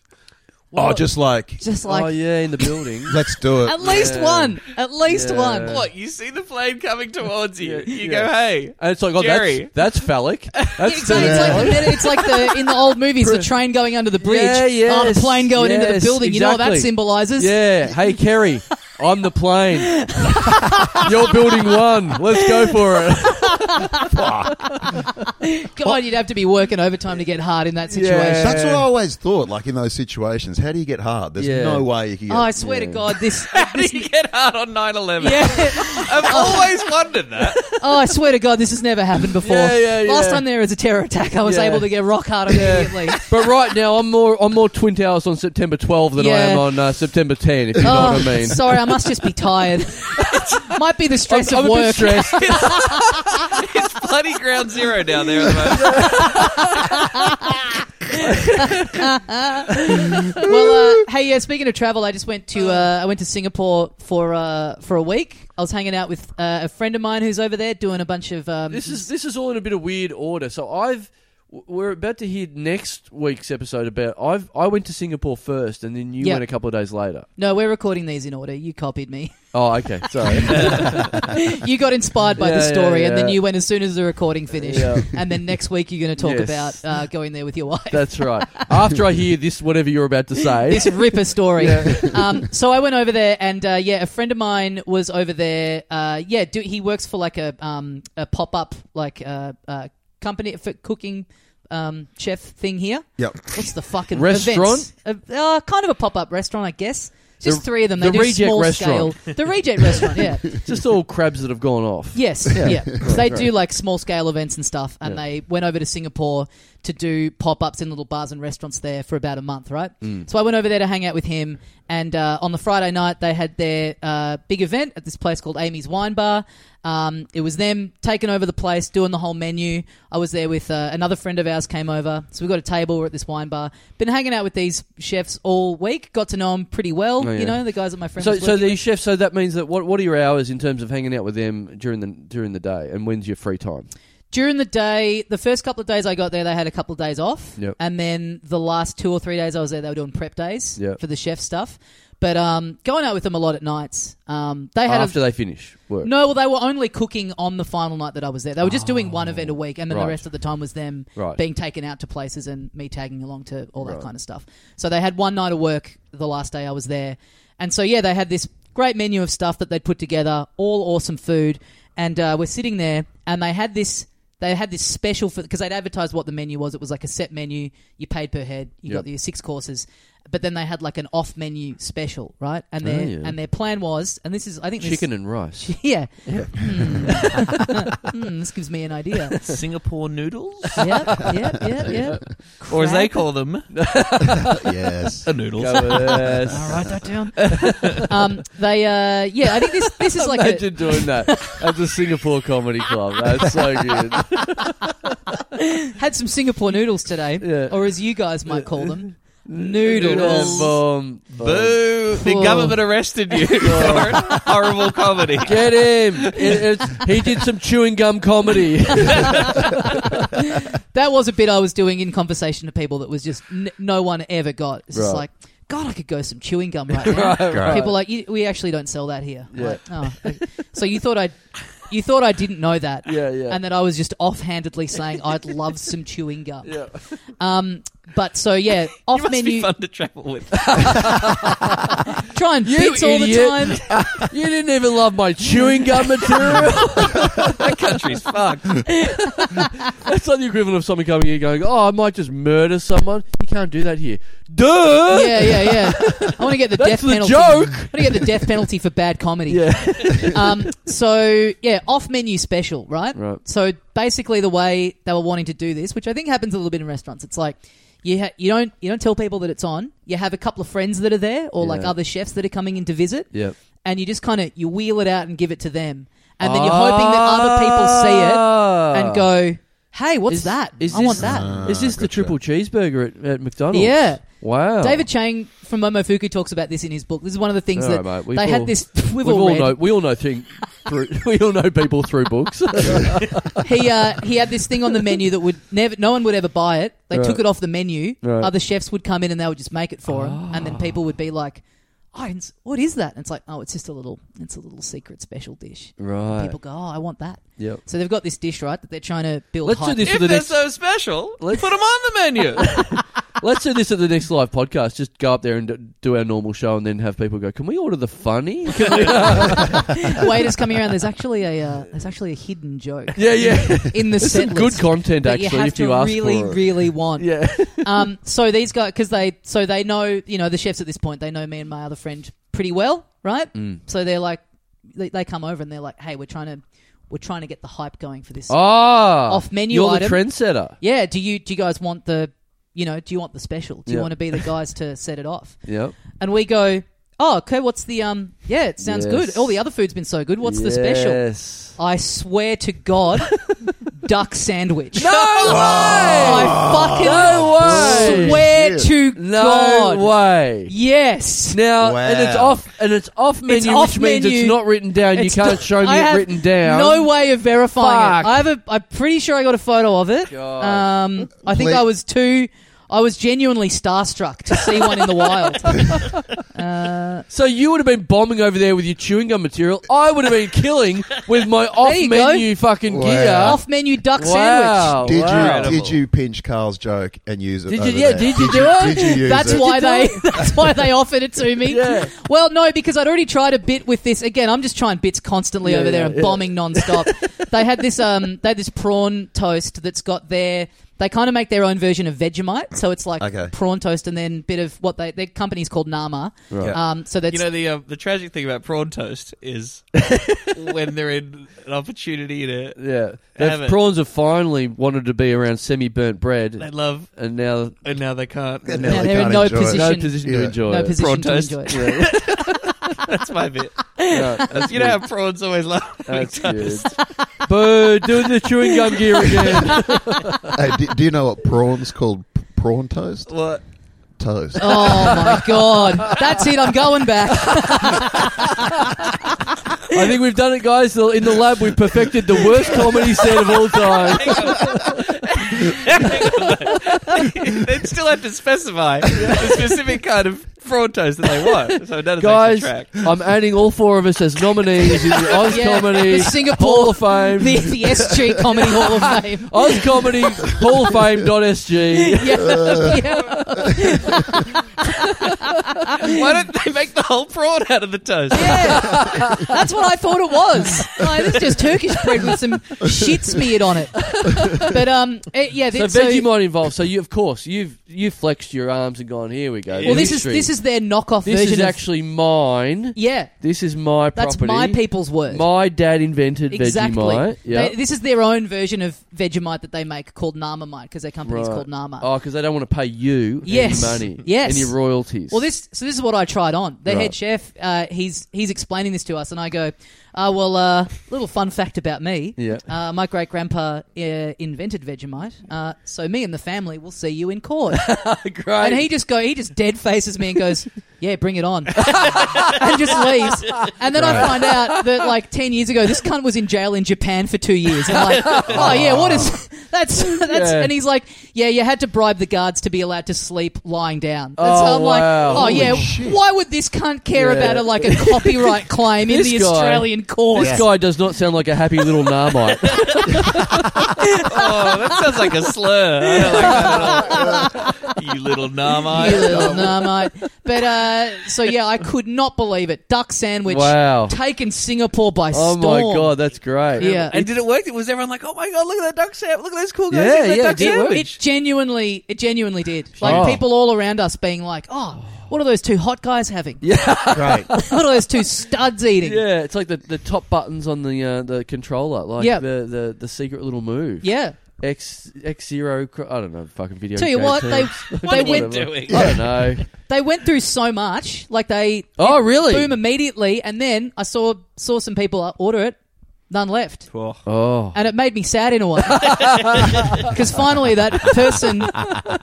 oh, just like,
Just like
oh yeah, in the building.
let's do it.
at least
Yeah.
one. At least
Yeah.
one.
What you see the flame coming towards you?
Yeah,
you
yeah.
go, hey,
And it's like, oh,
Jerry.
that's that's phallic. That's
It's like, it's like the meta- it's like the in the old movies, the train going under the bridge,
Yeah,
oh,
yes,
the plane going into the
yes,
building. You know what that
exactly.
symbolises?
yeah. Hey, Kerry, I'm the plane. You're building one. Let's go for it.
God, you'd have to be working overtime to get hard in that situation.
Yeah.
That's what I always thought. Like in those situations, how do you get hard? There's
Yeah.
no way you can. Get,
Oh, I swear to
Yeah.
God, this.
how do you get hard on 9-11?
yeah.
I've always wondered that.
Oh, I swear to God, this has never happened before.
Yeah, yeah,
Last
yeah.
time there was a terror attack, I was
Yeah.
able to get rock hard
Yeah.
immediately.
But right now, I'm more I'm more Twin Towers on September 12 than I am
Yeah.
on uh, September 10. If you know
Oh,
what I mean.
sorry, I must just be tired. Might be the
I'm,
stress
I'm
of
a bit
work.
stressed.
It's bloody ground zero down there at the moment.
well, uh, hey, yeah. Speaking of travel, I just went to uh, I went to Singapore for uh, for a week. I was hanging out with uh, a friend of mine who's over there doing a bunch of um,
this is this is all in a bit of weird order. So I've w- we're about to hear next week's episode about I've I went to Singapore first, and then you
Yeah.
went a couple of days later.
no. We're recording these in order. You copied me.
Oh, okay, sorry.
you got inspired by the
Yeah, yeah,
story, and then
yeah.
you went as soon as the recording finished.
Yeah.
And then next week you're going to talk
Yes.
about uh, going there with your wife.
That's right. After I hear this, whatever you're about to say,
this ripper story. Um, so I went over there, and uh, yeah, a friend of mine was over there. Uh, yeah, do, he works for like a um, a pop up like uh, uh, company for cooking um, chef thing here.
Yep.
What's the fucking
Restaurant?
events? Uh, uh, kind of a pop up restaurant, I guess. Just
The-
three of them. They
the
do
Reject
small
Restaurant.
scale. The reject restaurant. Yeah.
just all crabs that have gone off.
Yes, yeah. So they do like small scale events and stuff, and
Yeah.
they went over to Singapore to do pop ups in little bars and restaurants there for about a month, right?
Mm.
So I went over there to hang out with him, and uh, on the Friday night they had their uh, big event at this place called Amy's Wine Bar. Um, it was them taking over the place, doing the whole menu. I was there with uh, another friend of ours came over, so we got a table. We're at this wine bar. Been hanging out with these chefs all week. Got to know them pretty well.
Oh, yeah.
You know the guys at my friends.
So, so these chefs. So that means that what what are your hours in terms of hanging out with them during the during the day, and when's your free time?
During the day, the first couple of days I got there, they had a couple of days off,
Yep.
and then the last two or three days I was there, they were doing prep days
Yep.
for the chef stuff. But um, going out with them a lot at nights. Um, they had
Oh, After
a,
they finish work.
no, well, they were only cooking on the final night that I was there. They were just doing one event a week, and then
Oh, Right.
the rest of the time was them
Right.
being taken out to places and me tagging along to all that
Right.
kind of stuff. So they had one night of work the last day I was there, and so yeah, they had this great menu of stuff that they'd put together, all awesome food, and uh, we're sitting there, and they had this. They had this special for because they'd advertised what the menu was. It was like a set menu. You paid per head. You
Yep.
got your six courses, but then they had like an off menu special, right? And
Oh,
their
yeah.
and their plan was, and this is I think this-
Chicken and rice.
yeah. Hmm. Hmm, this gives me an idea.
Singapore noodles,
Yep, yep, yep, yep.
or as they
Crab.
call them,
Oh,
yes.
a noodles.
I'll write that down. um, they, uh, yeah, I think this this is like a,
Imagine doing that at the Singapore Comedy Club. That's so good.
had some Singapore noodles today,
Yeah.
or as you guys might call them, noodles.
Boom, boom.
Boo! The
Oh.
government arrested you for horrible comedy.
Get him! It- it's- he did some chewing gum comedy.
That was a bit I was doing in conversation to people that was just n- no one ever got. It's just
Right.
like, God, I could go some chewing gum right now.
Great.
People are like you, we actually don't sell that here.
Yeah.
Like, oh, okay. so you thought I, you thought I didn't know that,
Yeah, yeah.
and that I was just offhandedly saying I'd love some chewing gum.
yeah.
Um, But so yeah, off
You must be
menu.
fun to travel with.
Try and
You
beat all the
idiot.
time.
you didn't even love my chewing gum material.
that country's fucked.
That's like the equivalent of someone coming here going, "Oh, I might just murder someone." You can't do that here. Duh.
Yeah, yeah, yeah. I want to get the
That's
death
the
penalty.
joke.
I want to get the death penalty for bad comedy. um, so yeah, off menu special, right?
Right.
So basically, the way they were wanting to do this, which I think happens a little bit in restaurants, it's like you ha- you don't you don't tell people that it's on. You have a couple of friends that are there, or like
Yeah.
other chefs that are coming in to visit,
Yep.
and you just kind of you wheel it out and give it to them, and then you're hoping that other people see it and go, "Hey, what's
Ah.
that?
Is- is
I want
this-
that."
Ah,
Is this the
gotcha.
triple cheeseburger at, at McDonald's?
Yeah.
Wow.
David Chang from Momofuku talks about this in his book. This is one of the things
All
that
right, mate. We've
they had
all-
this. We've,
We've
all, read.
know. We all know thing. Through, we all know people through books.
He uh, he had this thing on the menu that would never. No one would ever buy it. They
Right.
took it off the menu.
Right.
Other chefs would come in and they would just make it for him, and then people would be like, "I didn't s- what is that?" And it's like, "Oh, it's just a little. It's a little secret special dish."
right.
People go, "Oh, I want that."
Yep.
So they've got this dish right that they're trying to build.
Let's do
hype.
this
if
for the
they're
next.
so special, put
Let's-
them on the menu.
Let's do this at the next live podcast. Just go up there and d- do our normal show, and then have people go. Can we order the funny? Can we-"
Waiters coming around. There's actually a uh, there's actually a hidden joke
yeah, yeah.
in the
There's
set
some good
list
content
that
actually.
you have
if
to
you ask
really,
for it.
really want.
yeah.
um, so these guys, because they, so they know, you know, the chefs at this point, they know me and my other friend pretty well, right?
Mm.
So they're like, they, they come over and they're like, hey, we're trying to, we're trying to get the hype going for this.
Ah,
Off menu
You're
item.
the trendsetter.
Yeah. Do you, do you guys want the, you know, do you want the special? Do you
Yeah.
want to be the guys to set it off?
Yep.
And we go, oh, okay. What's the, um, yeah, it sounds
Yes.
good. All the other food's been so good. What's the special?
Yes.
I swear to God, duck sandwich.
No
I fucking
No way.
swear
Shit.
to
No
God.
way.
Yes.
Now and it's
Wow.
off and it's off menu,
off
which means
menu.
it's not written down.
It's
you can't
not-
show me
I
it
have
written down.
No way of verifying
Fuck.
it. I have a, I'm pretty sure I got a photo of it.
God.
Um, I think
Please.
I was too. I was genuinely starstruck to see one in the wild. Uh,
So you would have been bombing over there with your chewing gum material. I would have been killing with my off
you
menu fucking
Wow.
gear.
off menu duck
wow.
Did
wow.
you
Incredible.
did you pinch Carl's joke and use it?
Did you-
over
yeah,
there?
did you do it?
Did you
sandwich.
use
That's
it?
why
Did you
they. That's why they offered it to me.
Yeah.
Well, no, because I'd already tried a bit with this. Again, I'm just trying bits constantly
Yeah,
over there
yeah,
and
yeah.
bombing non-stop. they had this. Um, they had this prawn toast that's got their. They kind of make their own version of Vegemite, so it's like
Okay.
prawn toast and then bit of what they their company's called Nama.
Right.
Yeah.
Um, so that's
You know the uh, the tragic thing about prawn toast is when they're in an opportunity to
Yeah. Those
Have it.
prawns have finally wanted to be around semi burnt
they
bread
love
and now
and now they can't.
Yeah,
now
they
they're in
can't
no
enjoy it.
position,
no position to
Yeah.
enjoy
no
it.
position
Prawn
to
toast.
enjoy it.
Yeah.
That's my bit.
Yeah.
you know how prawns always love
That's
McDonald's?
good. Boo, doing the chewing gum gear again.
Hey, do, do you know what prawns called? P- Prawn toast?
What?
Toast.
Oh my god, that's it. I'm going back.
I think we've done it, guys. In the lab, we've perfected the worst comedy set of all time.
They'd still have to specify the specific kind of prawn toast that they want. So that is
Guys,
track.
I'm adding all four of us as nominees in the Oz
Yeah,
Comedy
the Singapore-
Hall of Fame.
The, the SG Comedy Hall of Fame.
Oz Comedy Hall of Fame dot SG.
Yeah, yeah.
Why don't they make the whole prawn out of the toast?
Yeah. That's what I thought it was. Like, it's just Turkish bread with some shit smeared on it. But um, eh, yeah.
So
This,
Vegemite involved. So you, of course, you've you flexed your arms and gone. Here we go.
well, this
History.
is this is their knockoff
this
version.
is
of-
actually mine.
yeah.
This is my
That's
property.
my people's word.
My dad invented
Exactly.
Vegemite. Yeah.
They- this is their own version of Vegemite that they make called Namamite because their company's
Right.
called Nama.
Oh, because they don't want to pay you
Yes.
any money,
Yes.
any royalties.
Well, this so this is what I tried on. The head
Right.
chef, uh, he's he's explaining this to us, and I go, uh, "Well, uh, little fun fact about me.
Yeah.
Uh, my great grandpa uh, invented Vegemite, uh, so me and the family will see you in court."
great.
and he just go, he just dead faces me and goes, goes, "Yeah, bring it on," and just leaves. And then I find out that like ten years ago, this cunt was in jail in Japan for two years. And I'm like, oh yeah, what is that's that's?
Yeah.
And he's like, "Yeah, you had to bribe the guards to be allowed to sleep lying down." And so
Oh,
I'm
wow.
like, "Oh
Holy
yeah,
shit.
why would this cunt care
Yeah.
about a, like a copyright claim in
This
the
guy-
Australian court?"
This guy does not sound like a happy little Marmite.
Oh, that sounds like a slur. I don't like that at all. you little
You
narmite.
little marmite. But uh, so yeah, I could not believe it. Duck sandwich
wow.
taken Singapore by
Oh
storm.
my god, that's great.
Yeah.
And did it work? Was everyone like, "Oh my god, look at that duck sandwich! Look at those cool guys!
Yeah,
eating that
yeah,
duck
it did work.
It
sandwich!"
genuinely, it genuinely did. Like
Oh.
people all around us being like, "Oh, what are those two hot guys having?
Great.
what are those two studs eating?"
Yeah, it's like the, the top buttons on the uh, the controller, like
Yep.
the, the, the secret little move.
Yeah.
X X zero. cr- I don't know. Fucking video.
Tell you
game
what, they
terms.
What
they
are you
went
doing?
I don't know.
they went through so much. Like they
Oh really?
boom immediately, and then I saw saw some people uh, order it, none left.
Oh.
Oh.
and it made me sad in a way because finally that person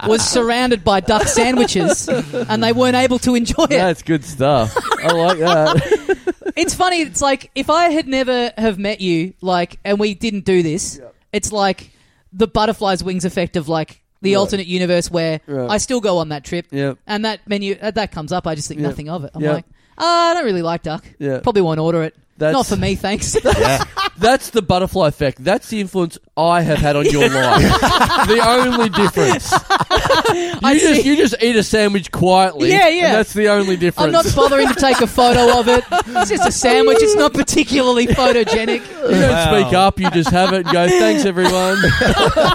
was surrounded by duck sandwiches and they weren't able to enjoy it
That's good stuff. I like that.
it's funny it's like if i had never have met you like and we didn't do this it's like the butterfly's wings effect of like the
Right.
alternate universe where
Right.
i still go on that trip
Yep.
and that menu uh, that comes up i just think
Yeah.
nothing of it i'm
Yeah.
like oh, i don't really like duck
Yeah.
probably won't order it
That's-
not for me thanks
That's the butterfly effect. That's the influence I have had on your life. the only difference. You just
see.
you just eat a sandwich quietly.
Yeah, yeah.
and that's the only difference.
I'm not bothering to take a photo of it. It's just a sandwich. It's not particularly photogenic.
you don't
Wow.
speak up. You just have it and go. Thanks, everyone.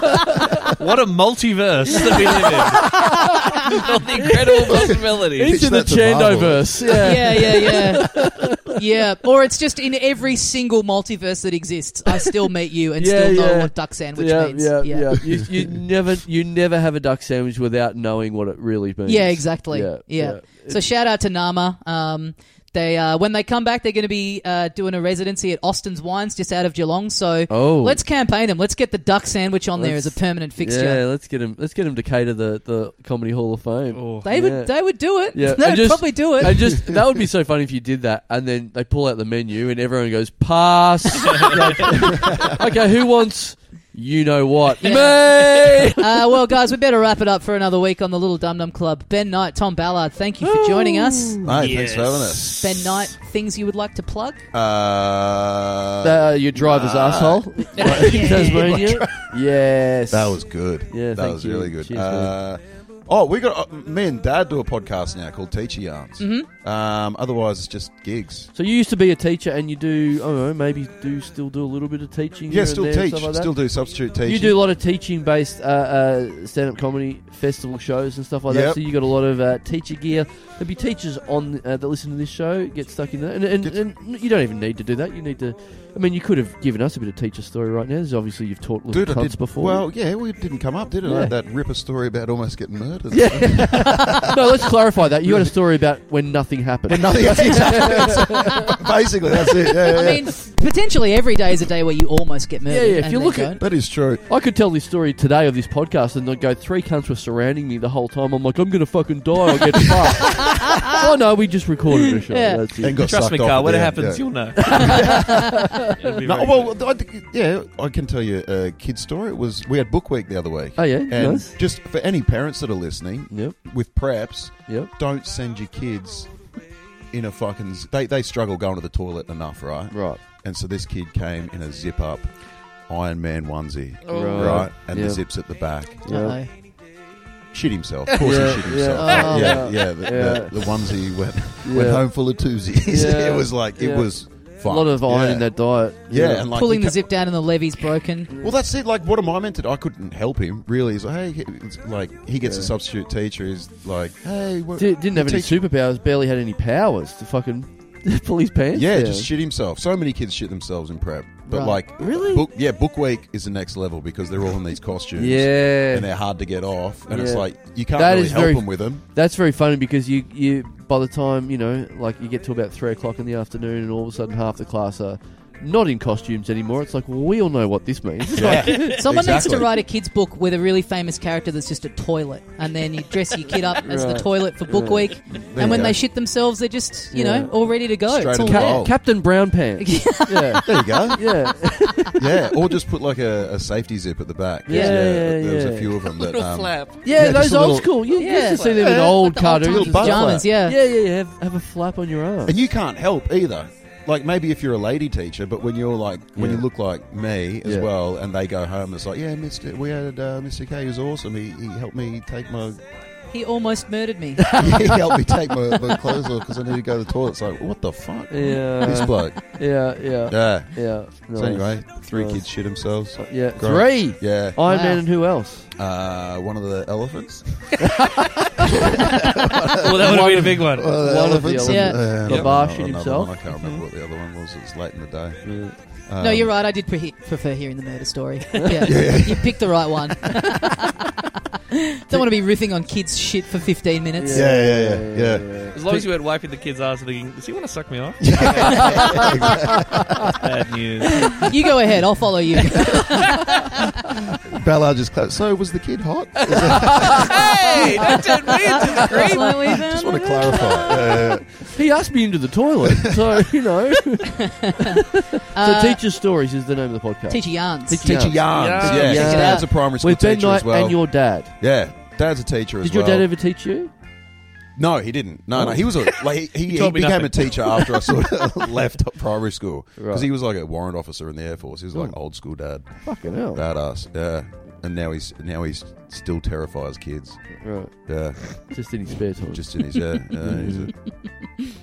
What a multiverse that we live in. All the incredible possibilities.
Into the
that survival.
Chandoverse. Yeah.
Yeah, yeah, yeah. Yeah. Or it's just in every single multiverse that exists. I still meet you and
Yeah,
still know
yeah.
what duck sandwich
yeah,
means.
yeah, yeah. You, you never, you never have a duck sandwich without knowing what it really means.
Yeah, exactly.
Yeah,
Yeah.
yeah.
So shout out to Nama. Um, they uh, when they come back, they're going to be uh, doing a residency at Austin's Wines just out of Geelong. So
Oh,
let's campaign them. Let's get the duck sandwich on there as
Let's-
a permanent fixture.
Yeah, let's get him. Let's get him to cater the the comedy hall of fame.
Oh.
They
Yeah.
would. They would do it.
Yeah,
They
and
would
just-
probably do it.
I just that would be so funny if you did that, and then they pull out the menu, and everyone goes pass. okay, who wants? You know what? Me.
uh, well, guys, we better wrap it up for another week on the Little Dum Dum Club. Ben Knight, Tom Ballard, thank you for joining us.
Mate, thanks for having us.
Yes.
Ben Knight, things you would like to plug?
Uh,
Uh, your driver's
Nah.
asshole. Tasmania. Yes.
that was good.
Yeah,
that
thank
was
you.
really good.
Cheers,
uh, oh, we got uh, me and Dad do a podcast now called Teacher Yarns. Mm-hmm. Um, otherwise, it's just gigs.
So you used to be a teacher, and you do. I don't know. Maybe do still do a little bit of teaching. here
Yeah,
and
still
there and
teach.
stuff like that?
still do substitute teaching.
You do a lot of teaching-based uh, uh, stand-up comedy festival shows and stuff like that.
Yep.
So you got a lot of uh, teacher gear. There'll be teachers on uh, that listen to this show get stuck in that, and, and,
Get-
and you don't even need to do that. You need to. I mean, you could have given us a bit of teacher story right now. 'cause obviously you've taught little
Dude, I
cunts
did-
before.
Well, yeah, we didn't come up, did it?
Yeah.
Like that ripper story about almost getting murdered.
yeah. no, let's clarify that. You had a story about when nothing happened.
But nothing else. Basically, that's it. Yeah, yeah,
I
yeah.
mean, potentially every day is a day where you almost get
yeah,
murdered.
yeah. If
and
you
then
look at
don't.
that is true.
I could tell this story today of this podcast and not go, three cunts were surrounding me the whole time. I'm like, I'm going to fucking die or get fucked. oh, no, we just recorded a show.
Yeah.
That's it.
And got
Trust
sucked
me,
off
Carl.
at
When
the
it
end,
happens,
yeah.
you'll know. It'll be
No,
very good.
well, I, think- yeah, I can tell you a kid's story. It was we had book week the other week,
Oh, yeah.
and
nice.
just for any parents that are listening
Yep.
with preps,
Yep.
don't send your kids in a fucking. z- They they struggle going to the toilet enough, right?
Right.
And so this kid came in a zip up Iron Man onesie,
Right.
right, and
Oh, Yeah.
the zips at the back.
Yeah.
Uh-oh.
Shit himself. Of course
Yeah,
he shit
yeah.
himself.
Oh.
yeah, yeah. The,
Yeah.
The, the onesie went
Yeah.
went home full of twosies.
Yeah.
it was like it
Yeah.
was.
A
Fun.
lot of iron
yeah.
in that diet.
Yeah, and like
Pulling
he
the zip down and the levy's broken.
Well, that's it. Like, what am I meant to do? I couldn't help him, really. He's like, hey, he- it's like, he gets a
Yeah.
substitute teacher. He's like, hey, what?
Di- didn't have any
teacher-
superpowers, barely had any powers to fucking pull his pants.
Yeah,
down.
just shit himself. So many kids shit themselves in prep. But,
Right.
like,
Really?
book, yeah, book week is the next level because they're all in these costumes.
yeah.
And they're hard to get off. And it's
Yeah.
like, you can't
That
really
is
help
very-
them with them.
That's very funny because you, you by the time you know, like you get to about three o'clock in the afternoon, and all of a sudden half the class are not in costumes anymore. It's like we all know what this means.
Someone needs to
Exactly.
write a kid's book with a really famous character that's just a toilet, and then you dress your kid up as the
Right.
toilet for book week.
you
And when
go.
they shit themselves, they're just you
Yeah.
know all ready to go.
Straight
it's all
in the
there.
bowl.
Ca- Captain Brown Pants. yeah,
There you go.
yeah.
Yeah, or just put like a, a safety zip at the back. 'cause,
Yeah, yeah,
there was
yeah.
a few of them. That,
Little
um,
flap.
Yeah,
Yeah, just
those
a
old
little-
school. You you
Yeah.
used to see them in
Yeah,
Like
old
the old-timey
cartoons.
Little butterfly.
pajamas. Yeah.
Yeah, yeah, yeah. Have, have a flap on your arm.
And you can't help either. Like maybe if you're a lady teacher, but when you're like when
Yeah.
you look like me as
Yeah.
well, and they go home, it's like yeah, Mister, we had uh, Mister K was awesome. He, he helped me take my
He almost murdered me.
he helped me take my, my clothes off because I needed to go to the toilet. It's like what the fuck?
Yeah.
This bloke.
yeah, yeah, yeah.
Yeah.
Nice.
So anyway, three
Nice.
kids shit themselves.
yeah,
Great.
three.
Yeah.
Iron Man and who else?
Uh, one of the elephants.
Well, that would have been a big one.
One of the
One of the
elephants.
elephants. and, uh,
Yeah.
another one-
Labash in
another
himself.
one. I can't remember what the other one was. It's late in the day.
Yeah.
no,
Um,
you're right. I did pre- prefer hearing the murder story. Yeah,
Yeah.
you picked the right one. Don't want to be riffing on kids' shit for 15 minutes.
Yeah. yeah,
As long as you weren't wiping the kid's ass and thinking, does he want to suck me off? Bad news.
You go ahead. I'll follow you.
Ballard just clapped. So was the kid hot?
hey, don't turn me into the creep.
just want to clarify. Yeah, yeah.
He asked me into the toilet, so you know. so
Uh,
teacher stories is the name of the podcast.
Teacher yarns.
Teacher
Teacher
yarns.
yarns.
Yarns.
Yeah,
Yarns.
his
Yeah.
dad's a primary school
With Ben
teacher
Knight
as well.
and your dad.
yeah, dad's a teacher as
Did your
well.
dad ever teach you?
no, he didn't. No, no, he was a like he, he,
told me
became
nothing.
a teacher after I sort of left primary school because
Right.
he was like a warrant officer in the air force. He was like old school dad,
Fucking hell.
badass. Yeah, and now he's now he's still terrifies kids.
Right.
Yeah,
Just in his spare time.
just in his yeah, yeah he's a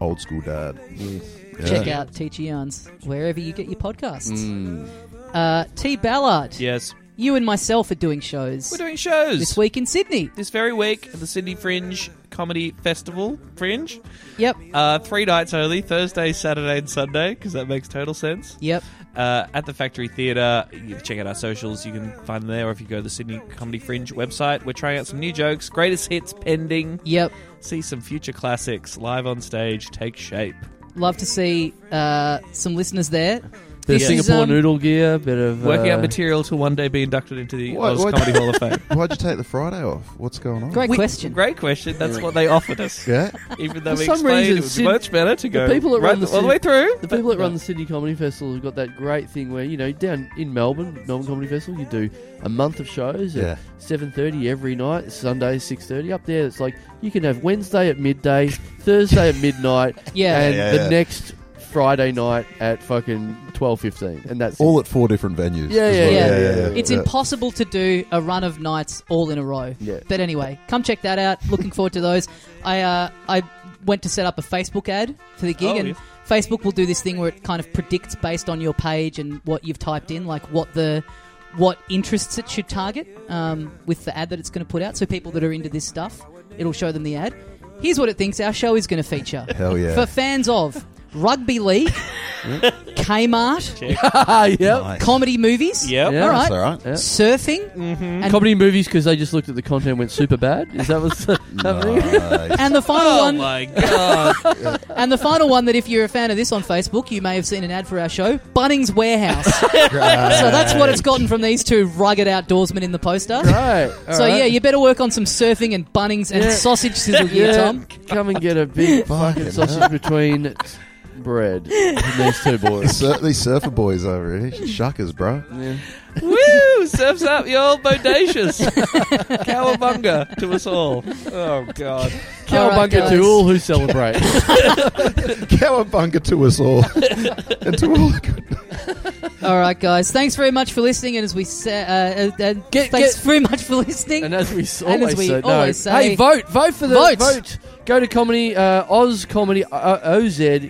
old school dad.
Yes.
Yeah.
Check out Teacher yarns wherever you get your podcasts.
Mm.
Uh, T Ballard,
Yes.
you and myself are doing shows
We're doing shows.
this week in Sydney.
This very week at the Sydney Fringe Comedy Festival. Fringe.
Yep,
Uh, three nights only Thursday, Saturday, and Sunday, because that makes total sense.
yep.
Uh, at the Factory Theatre. You can check out our socials. You can find them there, or if you go to the Sydney Comedy Fringe website. We're trying out some new jokes, greatest hits pending.
Yep.
See some future classics live on stage take shape.
Love to see uh, some listeners there.
Bit of
This is,
Singapore
um,
noodle gear, bit of
Working
uh,
out material to one day be inducted into the
What-
Oz
what-
Comedy Hall of Fame.
Why'd you take the Friday off? What's going on?
Great
We-
question.
Great question. That's what they offered us.
Yeah.
Even though
For
we
some
explained
reason,
it would be
Syd-
much better to
the
go
people that
right
run the
all the
Syd-
way through.
The people that run the Sydney Comedy Festival have got that great thing where you know down in Melbourne, Melbourne Comedy Festival, you do a month of shows
Yeah.
at seven thirty every night, Sunday six thirty. Up there, it's like you can have Wednesday at midday, Thursday at midnight,
Yeah.
and
Yeah,
the
yeah.
next Friday night at fucking twelve fifteen, and that's
All
it.
at four different venues.
Yeah,
as
yeah,
well.
yeah.
yeah,
It's
uh,
yeah.
impossible to do a run of nights all in a row.
Yeah.
But anyway, come check that out. Looking forward to those. I uh, I went to set up a Facebook ad for the gig,
Oh,
and
yes.
Facebook will do this thing where it kind of predicts based on your page and what you've typed in, like what the what interests it should target um, with the ad that it's going to put out. So people that are into this stuff, it'll show them the ad. Here's what it thinks our show is going to feature
Hell yeah.
for fans of rugby league, Kmart,
ah, yeah,
Nice.
comedy movies.
Yep.
Yeah.
All right.
That's all right.
Yeah.
Surfing and
comedy movies because they just looked at the content and went super bad. Is that what's happening?
Nice.
And the final
Oh
one,
my god.
and the final one that if you're a fan of this on Facebook, you may have seen an ad for our show, Bunnings Warehouse. so that's what it's gotten from these two rugged outdoorsmen in the poster.
Right. all
So yeah,
right.
you better work on some surfing and Bunnings and
Yeah.
sausage sizzle gear,
Yeah,
Tom.
Come and get a big
Fucking
fucking sausage between bread. And these two boys.
Sur- these surfer boys over here, shuckers, bro.
Yeah.
Woo! Surfs up, y'all bodacious. Cowabunga to us all. Oh god.
right,
Cowabunga
guys.
to all who celebrate.
Cowabunga to us all, and to all.
All right, guys, thanks very much for listening. And as we say, uh, uh, uh,
Get-
thanks
get-
very much for listening.
and as we s-
And
always,
as we
say, no.
always say-
hey, vote, vote for the
Vote.
vote. Go to comedy uh, Oz Comedy uh, OZ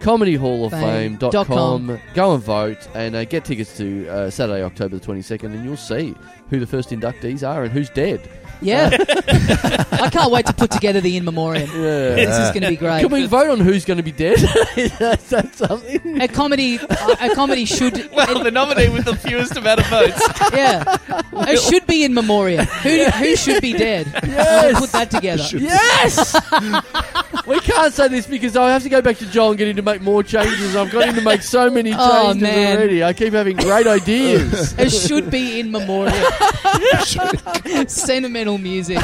Comedy Hall of
Fame
Fame
dot
dot
com.
com. Go and vote and uh, get tickets to uh, Saturday, October the twenty second, and you'll see who the first inductees are and who's dead.
yeah,
uh,
I can't wait to put together the in memoriam.
Yeah.
This is going to be great.
Can we vote on who's going to be dead? Is that something?
a comedy, a comedy should
Well, the nominee with the fewest amount of votes.
Yeah, it should be in memoriam. Who who should be dead?
Yes.
We'll put that together.
Yes! we can't say this because I have to go back to Joel and get him to make more changes. I've got him to make so many changes
Oh, man.
already. I keep having great ideas.
It should be in memoriam. Sentimental music.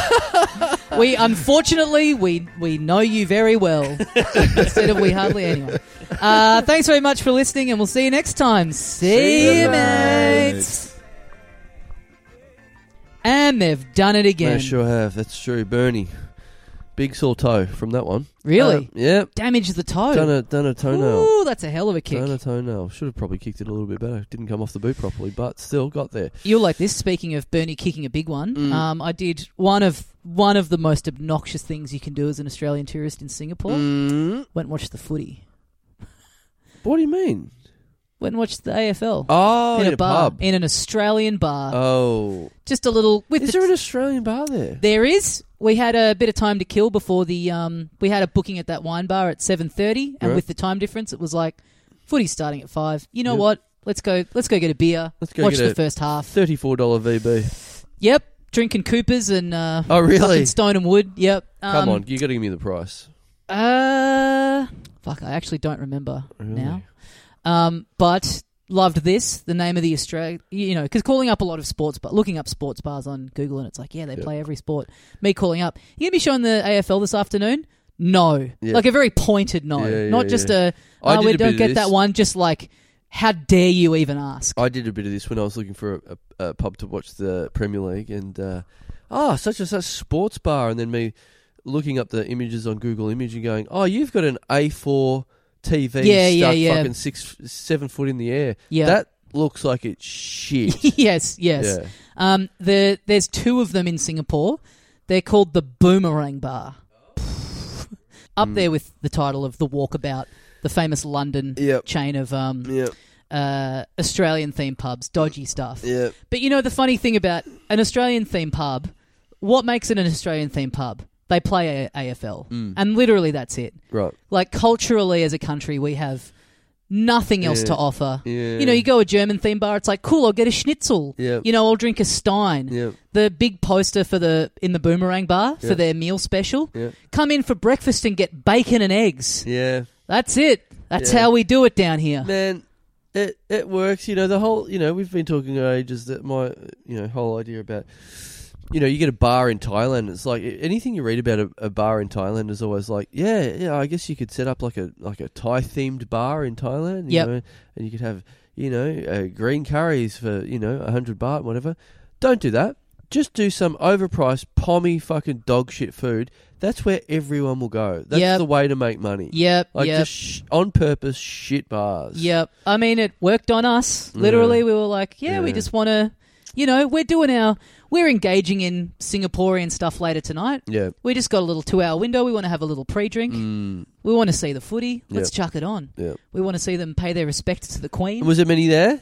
We unfortunately we we know you very well. Instead of we hardly anyone. Uh, thanks very much for listening, and we'll see you next time. See,
See
you,
you,
mates. And they've done it
Yeah,
again.
sure have. That's true. Bernie, big sore toe from that one.
Really?
Uh, yeah.
Damage the toe.
Done a done a toenail.
Ooh, that's a hell of a kick.
Done a toenail. Should have probably kicked it a little bit better. Didn't come off the boot properly, but still got there.
You'll like this. Speaking of Bernie kicking a big one,
Mm.
um, I did one of one of the most obnoxious things you can do as an Australian tourist in Singapore.
Mm.
Went and watched the footy.
What do you mean?
Went and watched the AFL
Oh,
in,
in,
a, bar
pub.
in an Australian bar.
Oh,
Just a little with
is
the
there an Australian bar there?
There is. We had a bit of time to kill before the um, we had a booking at that wine bar at seven thirty, and
Right.
with the time difference, it was like footy starting at five. You know
Yep.
what? Let's go. Let's go get a beer.
Let's go
watch
get
the
a-
first half.
Thirty-four dollar VB.
Yep, drinking Coopers and uh,
Oh, really?
fucking Stone and Wood. Yep.
Come
Um,
on, you got to give me the price.
Uh, fuck, I actually don't remember
Really?
now. Um, but loved this. The name of the Australia, you know, because calling up a lot of sports, but looking up sports bars on Google, and it's like, yeah, they
Yeah.
play every sport. Me calling up, you gonna be showing the AFL this afternoon? No,
Yeah.
like a very pointed no,
Yeah, yeah,
not just
yeah.
a. "Oh,
I did
we
a bit
don't
of
get that
this.
one. Just like, how dare you even ask?
I did a bit of this when I was looking for a, a, a pub to watch the Premier League, and uh, ah, such and such sports bar, and then me looking up the images on Google Image and going, oh, you've got an A4 TV
Yeah, yeah,
stuck
yeah.
fucking six, seven foot in the air.
Yeah.
That looks like it's shit.
yes, yes.
Yeah.
Um, the there's two of them in Singapore. They're called the Boomerang Bar. Up
Mm.
there with the title of the Walkabout, the famous London
Yep.
chain of um,
Yep.
uh, Australian themed pubs, dodgy stuff.
Yep.
But you know the funny thing about an Australian themed pub, what makes it an Australian themed pub? They play a- AFL,
Mm.
and literally that's it.
Right.
Like culturally, as a country, we have nothing else
Yeah.
to offer.
Yeah.
You know, you go a German themed bar, it's like cool. I'll get a schnitzel.
Yeah.
You know, I'll drink a Stein
Yeah.
the big poster for the in the boomerang bar
Yeah.
for their meal special.
Yeah.
Come in for breakfast and get bacon and eggs.
Yeah.
That's it. That's
Yeah.
how we do it down here.
man it it works you know the whole you know we've been talking for ages that my you know whole idea about you know you get a bar in thailand it's like anything you read about a, a bar in thailand is always like yeah yeah i guess you could set up like a like a thai themed bar in thailand you
Yep.
know, and you could have you know uh, green curries for you know 100 baht whatever don't do that just do some overpriced pommy fucking dog shit food that's where everyone will go that's
Yep.
the way to make money
Yep,
like
yep,
just sh- on purpose shit bars
yep. I mean, it worked on us. Literally,
Yeah.
we were like, yeah, we
Yeah.
just want to, you know, we're doing our, we're engaging in Singaporean stuff later tonight.
Yeah.
We just got a little two-hour window. We want to have a little pre-drink.
Mm.
We want to see the footy. Let's chuck it on.
Yep.
We want to see them pay their respects to the Queen.
And was there many there?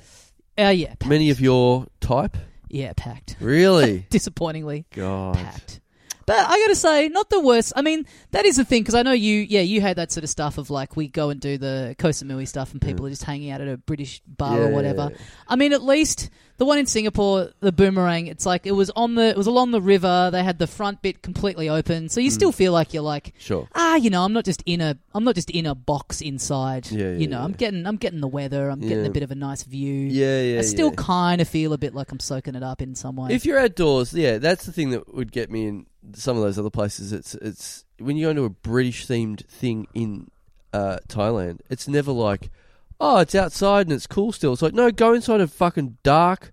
uh, yeah, packed.
Many of your type?
yeah, packed.
Really?
Disappointingly.
God.
packed. But I got to say, not the worst. I mean, that is the thing because I know you. Yeah, you had that sort of stuff of like we go and do the Koh Samui stuff, and people are just hanging out at a British bar
Yeah,
or
yeah,
whatever.
yeah.
I mean, at least the one in Singapore, the Boomerang. It's like it was on the it was along the river. They had the front bit completely open, so you
Hmm.
still feel like you're like.
Sure.
Ah, you know, I'm not just in a I'm not just in a box inside.
Yeah, yeah,
you know, I'm
yeah.
getting I'm getting the weather. I'm getting
Yeah.
a bit of a nice view.
Yeah, yeah.
I still
yeah.
kind of feel a bit like I'm soaking it up in some way.
If you're outdoors, yeah, that's the thing that would get me in some of those other places. It's it's when you go into a British themed thing in uh, Thailand, it's never like, oh, it's outside and it's cool still. It's like, no, go inside a fucking dark,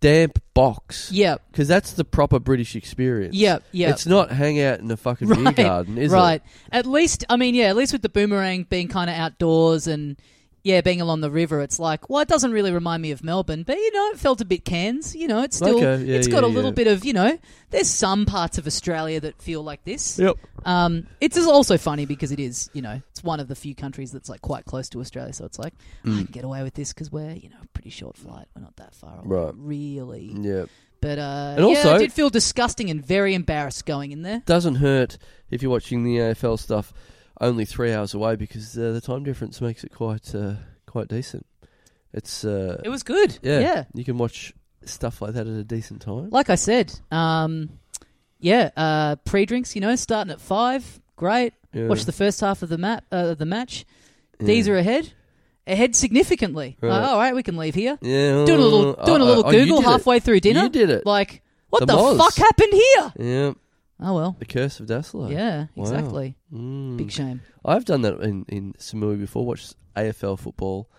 damp box.
yep,
Because that's the proper British experience.
yep, yep.
It's not hang out in a fucking beer
Right,
garden, is
right.
it?
At least, I mean, yeah, at least with the boomerang being kind of outdoors and, yeah, being along the river, it's like, well, it doesn't really remind me of Melbourne, but, you know, it felt a bit Cairns. You know, it's still,
Okay, yeah,
it's got
yeah,
a little
yeah.
bit of, you know, there's some parts of Australia that feel like this.
Yep.
Um, it's is also funny because it is, you know, it's one of the few countries that's like quite close to Australia, so it's like
Hmm. Mm.
I can get away with this because we're, you know, pretty short flight. We're not that far away,
Right.
really.
Yeah.
But uh,
And
yeah, I
also-
did feel disgusting and very embarrassed going in there.
doesn't hurt if you're watching the AFL stuff only three hours away because uh, the time difference makes it quite uh, quite decent. It's uh,
It was good.
yeah,
yeah.
you can watch stuff like that at a decent time.
like I said, um, yeah, uh, pre-drinks. You know, starting at five, great.
Yeah.
Watch the first half of the mat uh, of the match. These are ahead, ahead significantly. Like,
Right.
all right, we can leave here.
Yeah,
Doing a little,
uh,
doing a little
uh, oh, you
Google
did it.
halfway through dinner.
You did it.
Like, what
The
the,
Moz.
fuck happened here?
Yeah,
Oh well.
the curse of Dazzler.
Yeah,
Wow.
exactly.
Mm.
Big shame.
I've done that in, in Samui before. Watched AFL football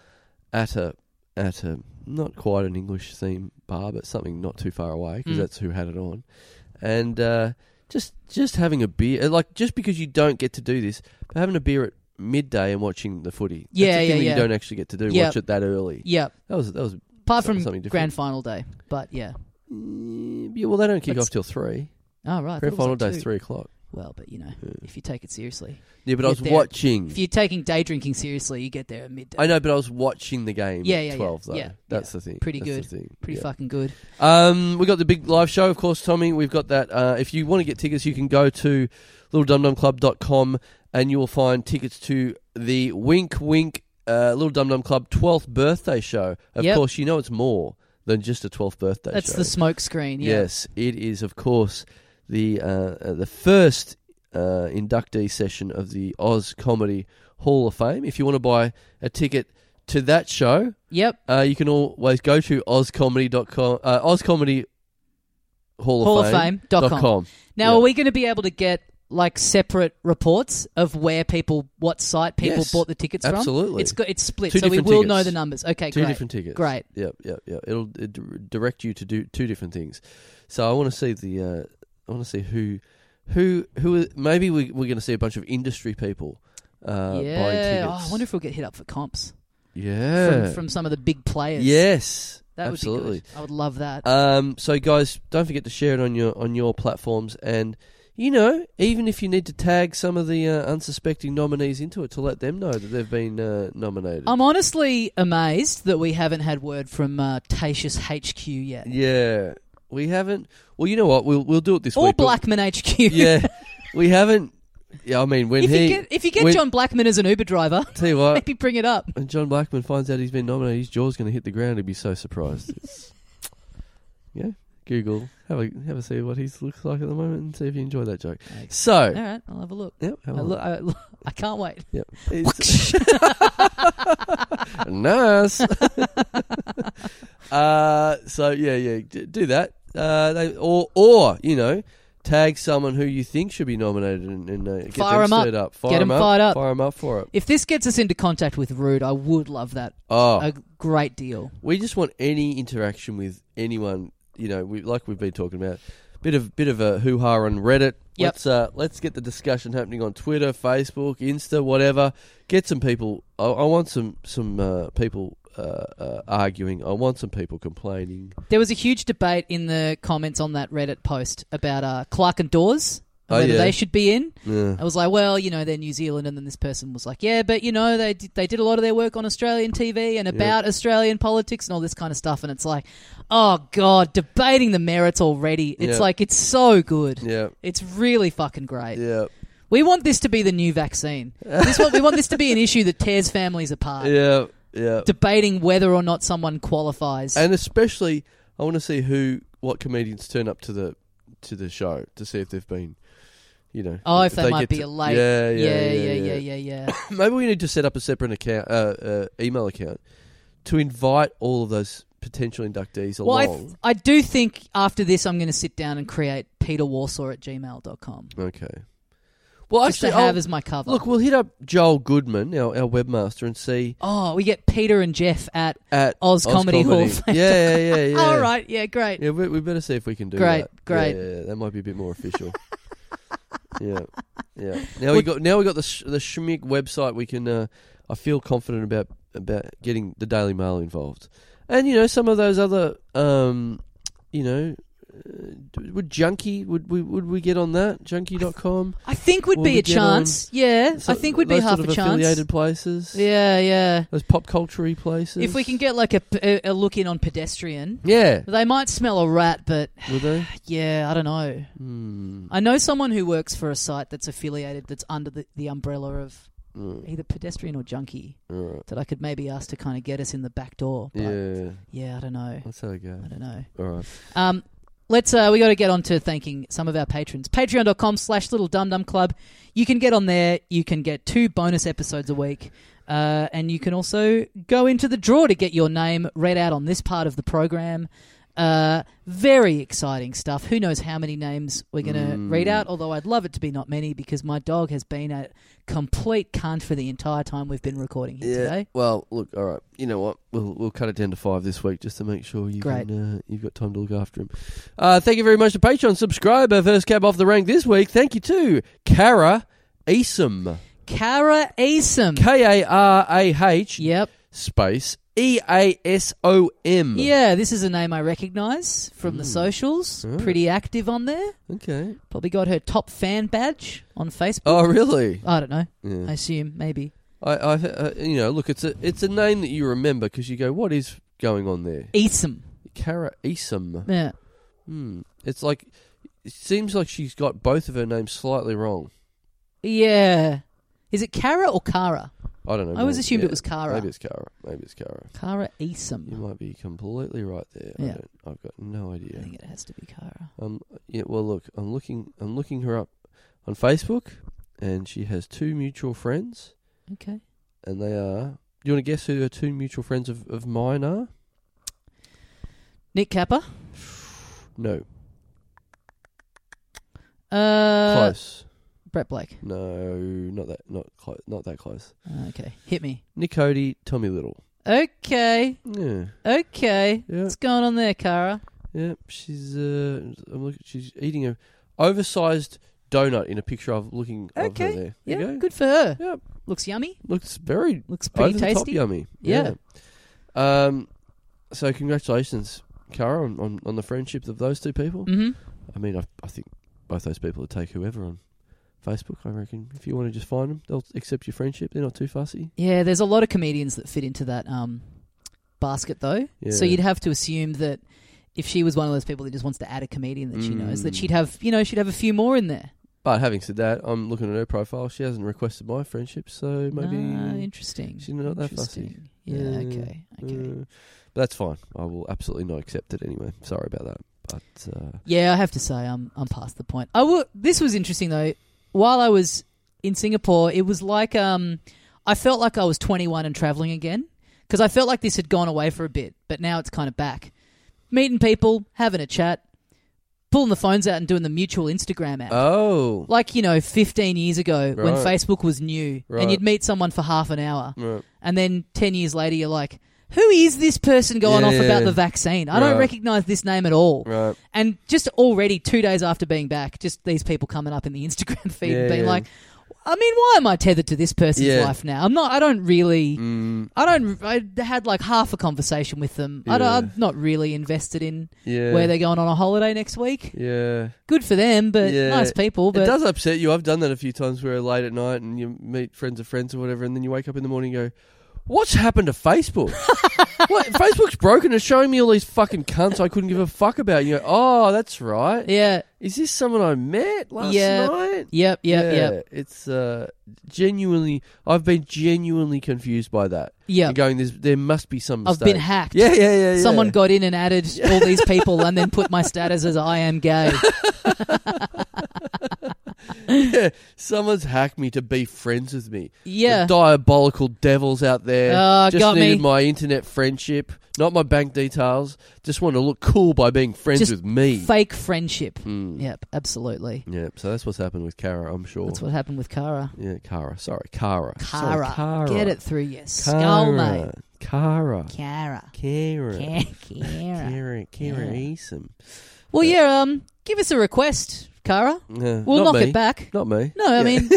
at a at a not quite an English theme bar, but something not too far away because
Mm.
that's who had it on, and uh, just just having a beer. uh, Like just because you don't get to do this, but having a beer at midday and watching the footy. That's
Yeah,
a thing
yeah,
that
yeah.
You don't actually get to do
Yeah.
watch it that early.
Yeah,
That was that was.
apart
Some-
from
something different.
grand final day. But yeah.
mm, Yeah, well, they don't kick
Let's-
off till three.
Oh right. I thought it
Grand
was
final
like
day's
two.
three o'clock.
Well, but you know,
Yeah.
if you take it seriously,
Yeah, but I
Get
was
there.
watching.
if you're taking day drinking seriously, you get there at midday.
Hmm. I know, but I was watching the game.
Yeah,
at
yeah, yeah.
twelve though.
Yeah,
that's the thing.
Pretty
That's the thing.
Pretty
Yeah.
fucking good.
Um, we got the big live show, of course, Tommy. We've got that. Uh, if you want to get tickets, you can go to littledumdumclub.com and you will find tickets to the Wink Wink uh, Little Dum Dum Club 12th birthday show. Of
Yep.
course, you know it's more than just a 12th birthday
That's
show.
the smoke screen. Yeah.
Yes, it is, of course, the uh, uh, the first uh, inductee session of the Oz Comedy Hall of Fame. If you want to buy a ticket to that show,
Yep.
uh, you can always go to ozcomedy.com, uh, ozcomedy hall,
Hall
of
of
fame.
Fame dot com. Now,
Yeah.
are we going to be able to get like separate reports of where people, what site people
Yes,
bought the tickets from?
absolutely.
It's got it's split,
Two
so we
different
will
tickets.
know the numbers. Okay,
Two
great.
different tickets.
Great.
Yep, yep, yep. It'll it dir- direct you to do two different things. So I want to see the uh, I want to see who who who maybe we we're going to see a bunch of industry people uh, buying
yeah.
tickets.
Oh, I wonder if we'll get hit up for comps
yeah.
from, from some of the big players.
Yes.
that
absolutely.
Would be good. I would love that.
Um, so guys, don't forget to share it on your on your platforms, and you know, even if you need to tag some of the uh, unsuspecting nominees into it to let them know that they've been uh, nominated.
I'm honestly amazed that we haven't had word from uh, Tatius HQ yet,
yeah, we haven't. Well, you know what? We'll we'll do it this
or
week. but-
Blackman HQ.
yeah, we haven't. Yeah, I mean, when
if
he
you get if you get
when- Uh,
John Blackman as an Uber driver,
tell you what,
maybe bring it up.
when John Blackman finds out he's been nominated, his jaw's going to hit the ground. He'd be so surprised. It's- yeah, Google have a have a see what he looks like at the moment and see if you enjoy that joke. So.
All right, I'll have a look.
Yep, have
I,
a
lo- I, lo- I can't wait.
Yep. nice. uh, so yeah, yeah, d- do that. Uh, they, or or you know, tag someone who you think should be nominated and, and uh, get
Fire 'em
them
up.
stirred up. Fire
Get
'em
'em fired up.
Fire 'em up for it.
If this gets us into contact with Rude, I would love that
Oh,
a great deal.
we just want any interaction with anyone. You know, we, like we've been talking about. Bit of bit of a hoo ha on Reddit.
Yep.
Let's uh, let's get the discussion happening on Twitter, Facebook, Insta, whatever. Get some people. I, I want some some uh, people uh, uh, arguing. I want some people complaining.
There was a huge debate in the comments on that Reddit post about uh, Clark and Dawes. and
Oh,
Whether
yeah.
they should be in,
Yeah.
I was like, well, you know, they're New Zealand, and then this person was like, yeah, but you know, they did, they did a lot of their work on Australian TV and about Australian politics and all this kind of stuff, and it's like, oh god, debating the merits already. It's
Yeah.
like it's so good,
Yeah.
it's really fucking great.
Yeah.
We want this to be the new vaccine. This one, we want this to be an issue that tears families apart.
Yeah. Yeah.
Debating whether or not someone qualifies.
And especially, I want to see who what comedians turn up to the to the show to see if they've been. You know,
oh, if, they, might
get
be
to-
a late.
Yeah,
yeah, yeah, yeah, yeah, yeah.
Maybe we need to set up a separate account, uh, uh, email account, to invite all of those potential inductees
well, I,
along.
th- I do think after this, I'm going to sit down and create peterwarsaw at gmail.com.
okay. Well,
Just
actually,
to have
I'll-
as my cover.
look, we'll hit up Joel Goodman, our, our webmaster, and see
oh, we get Peter and Jeff at
at
Oz Comedy Hall of Fame.
Yeah, yeah, yeah, yeah.
All right, yeah, great.
Yeah, we, we better see if we can do
Great,
that.
great.
Yeah, yeah, that might be a bit more official. yeah, yeah. Now we got now we got the sh- the Schmig website. We can. Uh, I feel confident about about getting the Daily Mail involved, and you know some of those other, um, you know. Uh, d- would junkie would we would we get on that junkie.com
I think would
Will
be
we
a
get
chance. yeah, I
So-
think would be
those
half
sort
a
of
chance.
affiliated places
Yeah, yeah.
those pop culture places
If we can get like a, a, a look in on pedestrian,
yeah
they might smell a rat, but
would they
yeah, I don't know.
Hmm.
I know someone who works for a site that's affiliated that's under the, the umbrella of
Mm.
either pedestrian or junkie
Alright.
that I could maybe ask to kind of get us in the back door. But yeah.
yeah
I don't know.
that's how it goes
I don't know.
all right
Um, let's uh, we got to get on to thanking some of our patrons. Patreon.com slash Little Dum Dum Club. You can get on there. You can get two bonus episodes a week. Uh, and you can also go into the draw to get your name read out on this part of the program. Uh, very exciting stuff. Who knows how many names we're going to read out, although I'd love it to be not many because my dog has been a complete cunt for the entire time we've been recording here today.
Well, look, all right. You know what? We'll we'll cut it down to five this week just to make sure you
Great.
can, uh, you've got time to look after him. Uh, thank you very much to Patreon subscriber first cab off the rank this week. Thank you to Kara
Mm.
Esom,
Kara Easom.
K A R A H
yep.
space E A S O M.
Yeah, this is a name I recognise from
Mm.
the socials. Pretty active on there.
Okay.
Probably got her top fan badge on Facebook.
Oh, really?
I don't know.
Yeah.
I assume maybe.
I, I, uh, you know, look, it's a it's a name that you remember because you go, what is going on there?
Easom.
Kara Esom.
Yeah.
Hmm. It's like it seems like she's got both of her names slightly wrong.
Yeah. Is it Kara or Kara?
I don't know.
I always
maybe-
assumed it
yeah,
was Kara.
Maybe it's Kara. Maybe it's Kara.
Kara
You
Easom.
might be completely right there. I
Yeah.
don't, I've got no
I
idea.
think it has to be Kara.
Um. Yeah. Well, look, I'm looking. I'm looking her up on Facebook, and she has two mutual friends,
Okay.
and they are. Do you want to guess who her two mutual friends of, of mine are?
Nick Kappa.
No.
Uh,
Close.
Brett Blake.
No, not that. Not close. Not that close.
Okay. Hit me.
Nick Cody, Tommy Little.
Okay.
Yeah.
Okay.
Yeah.
What's going on there, Kara?
Yeah, she's uh, I'm looking. She's eating a oversized donut in a picture of looking of her
Okay,
there.
Yeah.
There you go.
Good for her.
Yep.
Looks yummy.
Looks very
Looks pretty
over the top
tasty.
yummy.
Yeah.
Yeah. Um. So congratulations, Cara, on, on, on the friendship of those two people.
hmm
I mean, I I think both those people would take whoever on Facebook. I reckon if you want to just find them, they'll accept your friendship. They're not too fussy.
Yeah, there's a lot of comedians that fit into that um, basket, though. So
Yeah.
you'd have to assume that if she was one of those people that just wants to add a comedian that she knows, that
Mm.
she'd have, you know, she'd have a few more in there.
But having said that, I'm looking at her profile. She hasn't requested my friendship, so maybe
Ah, interesting.
she's not that fussy.
Interesting. Yeah,
Yeah.
Okay. Okay.
Uh, but that's fine. I will absolutely not accept it anyway. Sorry about that. But uh,
Yeah, I have to say I'm I'm past the point. I will, this was interesting though. While I was in Singapore, it was like um I felt like I was 21 and traveling again because I felt like this had gone away for a bit, but now it's kind of back. Meeting people, having a chat, pulling the phones out and doing the mutual Instagram app.
oh,
like, you know, 15 years ago when
Right.
Facebook was new
Right.
and you'd meet someone for half an hour
right.
and then 10 years later you're like, who is this person going off
Yeah.
about the vaccine? I don't
Right.
recognize this name at all.
right.
And just already two days after being back, just these people coming up in the Instagram feed
Yeah,
and being
yeah.
like, I mean, why am I tethered to this person's
Yeah.
life now? I'm not. I don't really.
Mm,
I don't. I had like half a conversation with them. I don't,
Yeah.
I'm not really invested in
yeah.
where they're going on a holiday next week.
Yeah. It
Good for them, but
Yeah.
nice people. But
does upset you. I've done that a few times where late at night and you meet friends of friends or whatever, and then you wake up in the morning and go, What's happened to Facebook? what? Facebook's broken. It's showing me all these fucking cunts I couldn't give a fuck about. And you go, Oh, that's right.
yeah,
Is this someone I met last
Yeah.
night?
yep, yep, yep,
It's uh, genuinely. I've been genuinely confused by that.
yep.
And going, there's, there must be some.
I've
Mistake.
been hacked.
Yeah, yeah, yeah, yeah.
Someone got in and added all these people and then put my status as I am gay.
Yeah, someone's hacked me to be friends with me.
Yeah.
The diabolical devils out there.
Ah,
just
got me.
needed my internet friendship, not my bank details. Just want to look cool by being friends
Just
with me.
Fake friendship.
Mm.
Yep, absolutely.
Yeah, So that's what's happened with Kara. I'm sure.
That's what happened with Kara.
yeah, Kara. Sorry, Kara. Sorry,
Kara.
Kara.
Get it through your
Kara.
skull, mate.
Kara.
Kara.
Kara.
Kara.
Kara. Kara
Yeah.
Eason.
Well, yeah, um, give us a request, Kara.
Yeah,
We'll
not
knock
me.
it back.
Not me.
No, I
Yeah.
mean,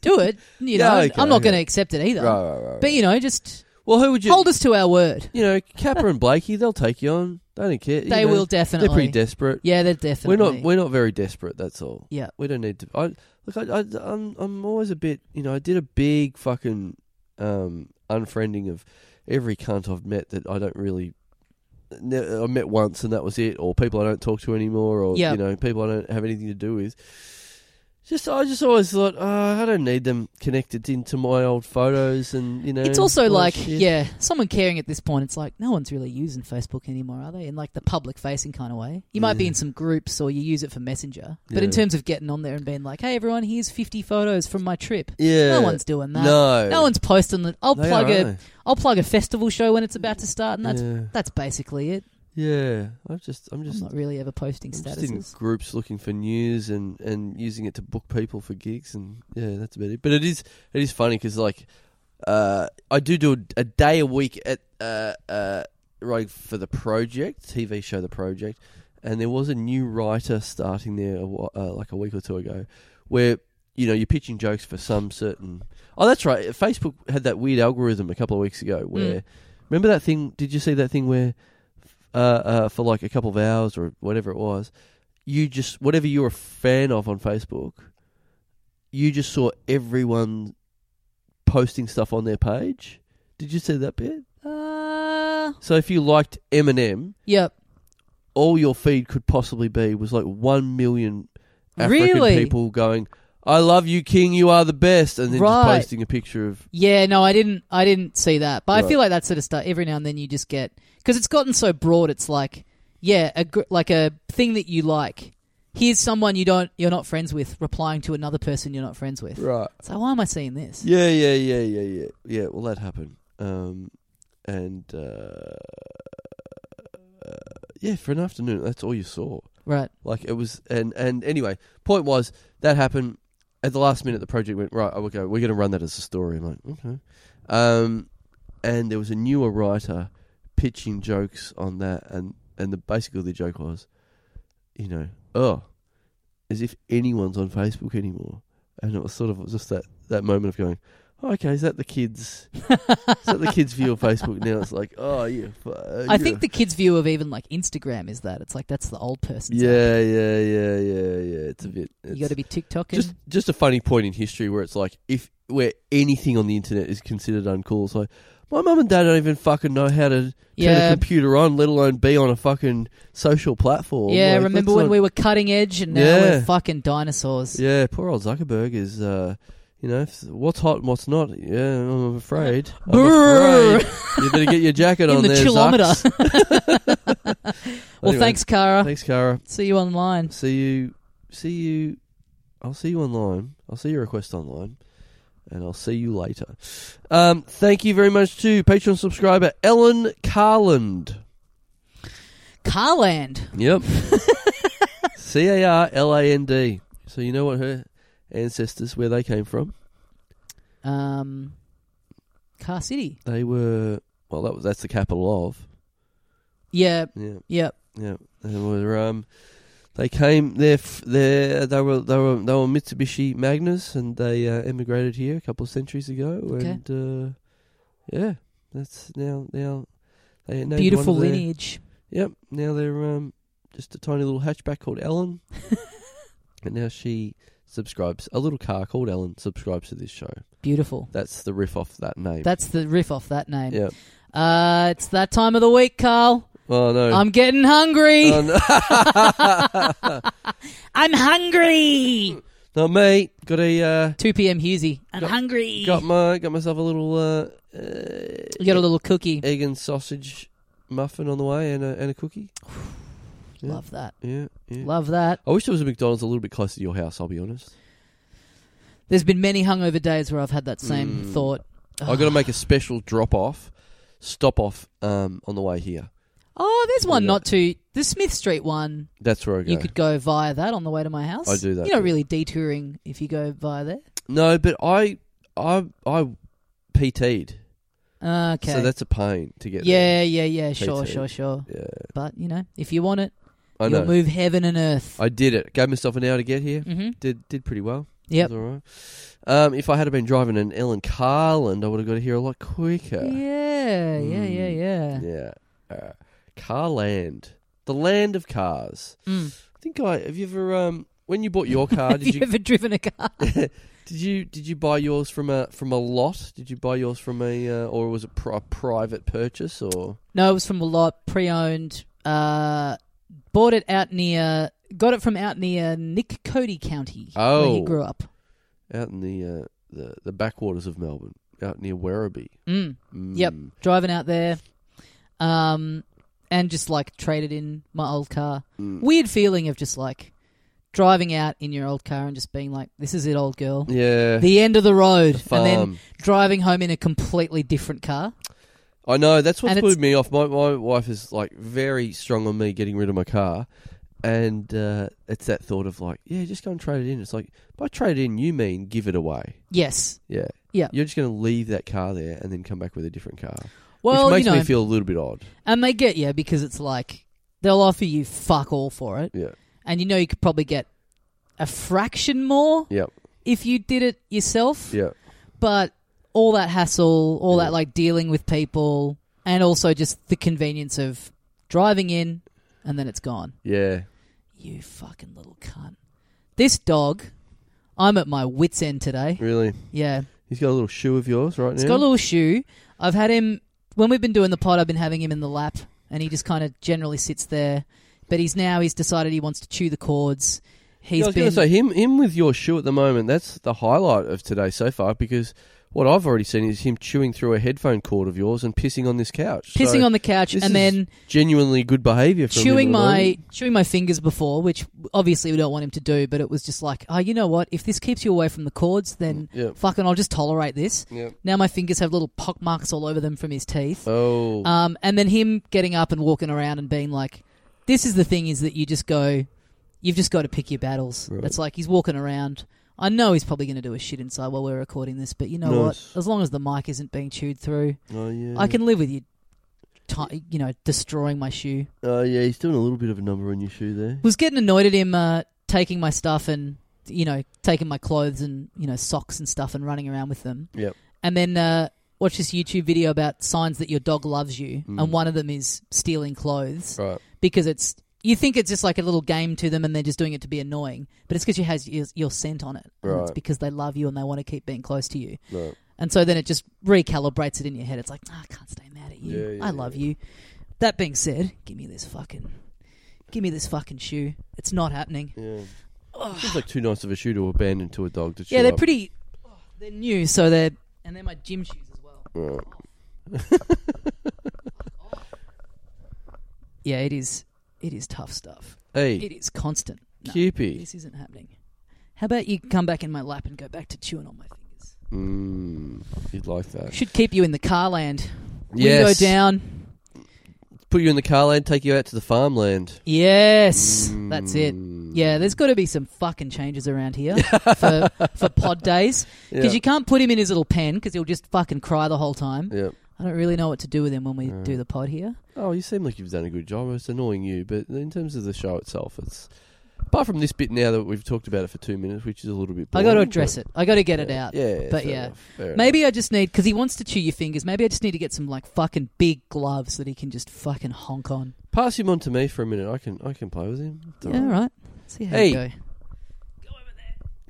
do it. You know,
Yeah, okay,
I'm not
okay.
going to accept it either.
Right, right, right, right.
But, you know, just
well, who would you?
hold us to our word.
you know, Capper and Blakey, they'll take you on. They don't care. you
They
know.
will
They're
definitely.
pretty desperate.
yeah, they're
we're
definitely.
not. We're not very desperate. That's all.
Yeah.
We don't need to. I look. I, I, I'm. I'm always a bit. You know, I did a big fucking um, unfriending of every cunt I've met that I don't really. ne- I met once and that was it, or people I don't talk to anymore, or
Yeah.
you know, people I don't have anything to do with. Just I just always thought oh, I don't need them connected into my old photos and you know.
It's also
all that
like,
shit.
yeah, someone caring at this point, it's like no one's really using Facebook anymore, are they? In like the public facing kind of way. You might be
Yeah.
in some groups or you use it for Messenger. But in
Yeah.
terms of getting on there and being like, hey, everyone, here's 50 photos from my trip.
yeah.
No one's doing that.
No,
No one's posting that. I'll
They
plug
are,
a
aren't
will plug a festival show when it's about to start, and
they?
that's
yeah.
that's basically it.
yeah. I'm just I'm
I'm
just
not really ever posting
I'm just in
statuses.
groups looking for news and, and using it to book people for gigs and yeah, that's about it. But it is it is funny because like uh, I do do a, a day a week at uh, uh, right for the project TV show the project, and there was a new writer starting there a, wh- uh, like a week or two ago, where you know you're pitching jokes for some certain. Oh, that's right. Facebook had that weird algorithm a couple of weeks ago where remember that thing? Did you see that thing where uh, uh, for like a couple of hours or whatever it was, you just whatever you were a fan of on Facebook, you just saw everyone posting stuff on their page. Did you see that bit?
Uh,
So if you liked Eminem,
yep.
all your feed could possibly be was like one million African
Really?
people going, "I love you, King. You are the best," and then
Right.
just posting a picture of
Yeah, no, I didn't. I didn't see that, but I
Right.
feel like that sort of stuff. Every now and then, you just get because it's gotten so broad. It's like, yeah, a, gr- like a thing that you like. Here's someone you don't, you're not friends with, replying to another person you're not friends with.
right.
So why am I seeing this?
Yeah, yeah, yeah, yeah, yeah. Yeah, well, that happened. Um, and uh, uh, yeah, for an afternoon, that's all you saw.
Right.
Like it was, and and anyway, point was that happened at the last minute. The project went right. Okay, we're going to run that as a story. I'm like, okay. Um, and there was a newer writer pitching jokes on that, and and the basically the joke was, you know, oh, as if anyone's on Facebook anymore. And it was sort of just that that moment of going, oh, okay, is that the kids? is that the kids view of Facebook now? It's like, oh, yeah.
I think the kids' view of even like Instagram is that it's like that's the old person's. app.
yeah, yeah, yeah, yeah, yeah. It's a bit.
You
it's-
got to be TikToking.
just just a funny point in history where it's like if where anything on the internet is considered uncool. So my mum and dad don't even fucking know how to turn a
yeah.
computer on, let alone be on a fucking social platform.
Yeah,
Like,
remember
that's
when
not-
we were cutting edge and now we're
Yeah.
fucking dinosaurs.
Yeah, poor old Zuckerberg is. uh you know if- what's hot and what's not. Yeah, I'm afraid. I'm
Brrr.
afraid. You better get your jacket
In
on
the
there,
chilometer.
Zucks.
Well,
Anyway,
thanks, Cara.
Thanks, Cara.
See you online.
See you. See you. I'll see you online. I'll see your request online. And I'll see you later. Um, thank you very much to Patreon subscriber Ellen Carland.
Carland.
Yep. C A R L A N D. So you know what her ancestors, where they came from?
Um, Car City.
They were. Well, that was, that's the capital of.
Yeah,
Yeah.
yeah.
Yeah, they were. Um, they came there. F- there, they were. They were. They were Mitsubishi Magnus, and they uh, emigrated here a couple of centuries ago.
Okay.
And uh, yeah, that's now now they named one of
Beautiful
their-
lineage.
Yep. Now they're um just a tiny little hatchback called Ellen, and now she subscribes. A little car called Ellen subscribes to this show.
Beautiful.
That's the riff off that name.
That's the riff off that name.
yeah.
Uh, it's that time of the week, Carl.
Oh no.
I'm getting hungry.
Oh, no.
I'm hungry.
Not me. Got a. Uh,
2 p.m. Husey. I'm
Got-
hungry.
Got my got myself a little uh, uh,
you got a little cookie.
egg and sausage muffin on the way and a and a cookie. yeah.
Love that.
Yeah, yeah.
Love that.
I wish there was a McDonald's a little bit closer to your house. I'll be honest.
There's been many hungover days where I've had that same
Mm.
thought.
I got to make a special drop off, stop off um, on the way here.
Oh, there's one
Yeah.
not too. The Smith Street one,
That's where I go.
you could go via that on the way to my house.
I do that
You're not
too.
really detouring if you go via there.
no, but I I I PT'd,
Okay.
so that's a pain to get. there.
yeah, yeah, yeah. Sure,
PT.
sure, sure.
Yeah,
But you know, if you want it,
I
you'll
know.
move heaven and earth.
I did it. Gave myself an hour to get here.
mm-hmm.
Did did pretty well.
Yep.
Was all right. Um, if I had been driving an Ellen Carland, I would have got here a lot quicker.
Yeah, yeah, yeah,
Mm.
yeah.
Yeah. Uh, Carland. The land of cars.
Mm.
I think I have you ever um when you bought your car,
Have you,
did you,
ever driven a car?
did you did you buy yours from a from a lot? Did you buy yours from a uh, or was it pri- a private purchase or
No, it was from a lot pre-owned. Uh, bought it out near got it from out near Nick Cody County, where he
Oh.
grew up.
out in the uh, the the backwaters of Melbourne, out near Werribee.
Mm.
Mm.
Yep, driving out there, um, and just like traded in my old car.
Mm.
Weird feeling of just like driving out in your old car and just being like, "This is it, old girl."
Yeah.
The end of the road, and then
farm.
driving home in a completely different car.
I know that's what
And
put
it's-
me off. My my wife is like very strong on me getting rid of my car, and uh, it's that thought of like, yeah, just go and trade it in. It's like by trade it in, you mean give it away.
Yes.
Yeah,
Yeah.
You're just going to leave that car there and then come back with a different car,
Well,
which makes
you know,
me feel a little bit odd.
and they get you because it's like they'll offer you fuck all for it,
Yeah,
and you know you could probably get a fraction more
yep,
if you did it yourself.
yep.
but all that hassle, all
Yeah.
that like dealing with people, and also just the convenience of driving in and then it's gone.
Yeah,
You fucking little cunt. This dog, I'm at my wits' end today.
really.
Yeah.
He's got a little shoe of yours right
it's
now.
got a little shoe. I've had him, when we've been doing the pod, I've been having him in the lap and he just kind of generally sits there. But he's now, he's decided he wants to chew the cords. He's
yeah, I was
been.
going to say him him with your shoe at the moment. That's the highlight of today so far because what I've already seen is him chewing through a headphone cord of yours and pissing on this couch.
Pissing
So
on the couch
this
and
is
then
genuinely good behaviour. From him
chewing
at the
my
moment.
chewing my fingers before, which obviously we don't want him to do, but it was just like, oh, you know what? If this keeps you away from the cords, then
Yeah.
fucking I'll just tolerate this.
Yeah.
Now my fingers have little pock marks all over them from his teeth.
Oh.
Um, and then him getting up and walking around and being like, this is the thing is that you just go, you've just got to pick your battles.
Right.
It's like he's walking around. I know he's probably going to do a shit inside while we're recording this, but you know
Nice.
what? As long as the mic isn't being chewed through,
oh yeah.
I can live with you, ti you know, destroying my shoe.
Oh yeah. He's doing a little bit of a number on your shoe there.
was getting annoyed at him uh, taking my stuff and you know taking my clothes and you know socks and stuff and running around with them.
Yep.
And then uh, watch this YouTube video about signs that your dog loves you,
Mm.
and one of them is stealing clothes
Right.
because it's you think it's just like a little game to them and they're just doing it to be annoying, but it's because you has your, your scent on it. And It's
Right.
because they love you and they want to keep being close to you.
Right.
And so then it just recalibrates it in your head. It's like, "Ah, I can't stay mad at you.
Yeah, yeah,
I love
yeah.
you. That being said, give me this fucking, give me this fucking shoe. It's not happening.
Yeah. Seems like too nice of a shoe to abandon to a dog to chew.
yeah, they're
up.
pretty, oh, they're new, so they're and they're my gym shoes as well.
Right.
Yeah, it is, it is tough stuff.
Hey,
It is constant. No,
Cupid.
this isn't happening. How about you come back in my lap and go back to chewing on my fingers?
Mm, you'd like that.
Should keep you in the car land.
Yes.
Window down.
Put you in the car land, take you out to the farmland.
Yes, that's it.
Mm.
Yeah, there's got to be some fucking changes around here for for pod days because
Yeah.
you can't put him in his little pen because he'll just fucking cry the whole time.
Yeah.
I don't really know what to do with him when we
Yeah.
do the pod here.
Oh, you seem like you've done a good job. It's annoying you, but in terms of the show itself, it's apart from this bit now that we've talked about it for two minutes, which is a little bit.
I
Boring,
got to address it. I got to get it out.
Yeah,
But
fair
yeah.
enough, fair
Maybe I just need because he wants to chew your fingers. Maybe I just need to get some like fucking big gloves that he can just fucking honk on.
enough. pass him on to me for a minute. I can I can play with him. It's all
Yeah, all
right.
right. See how
Hey,
you go.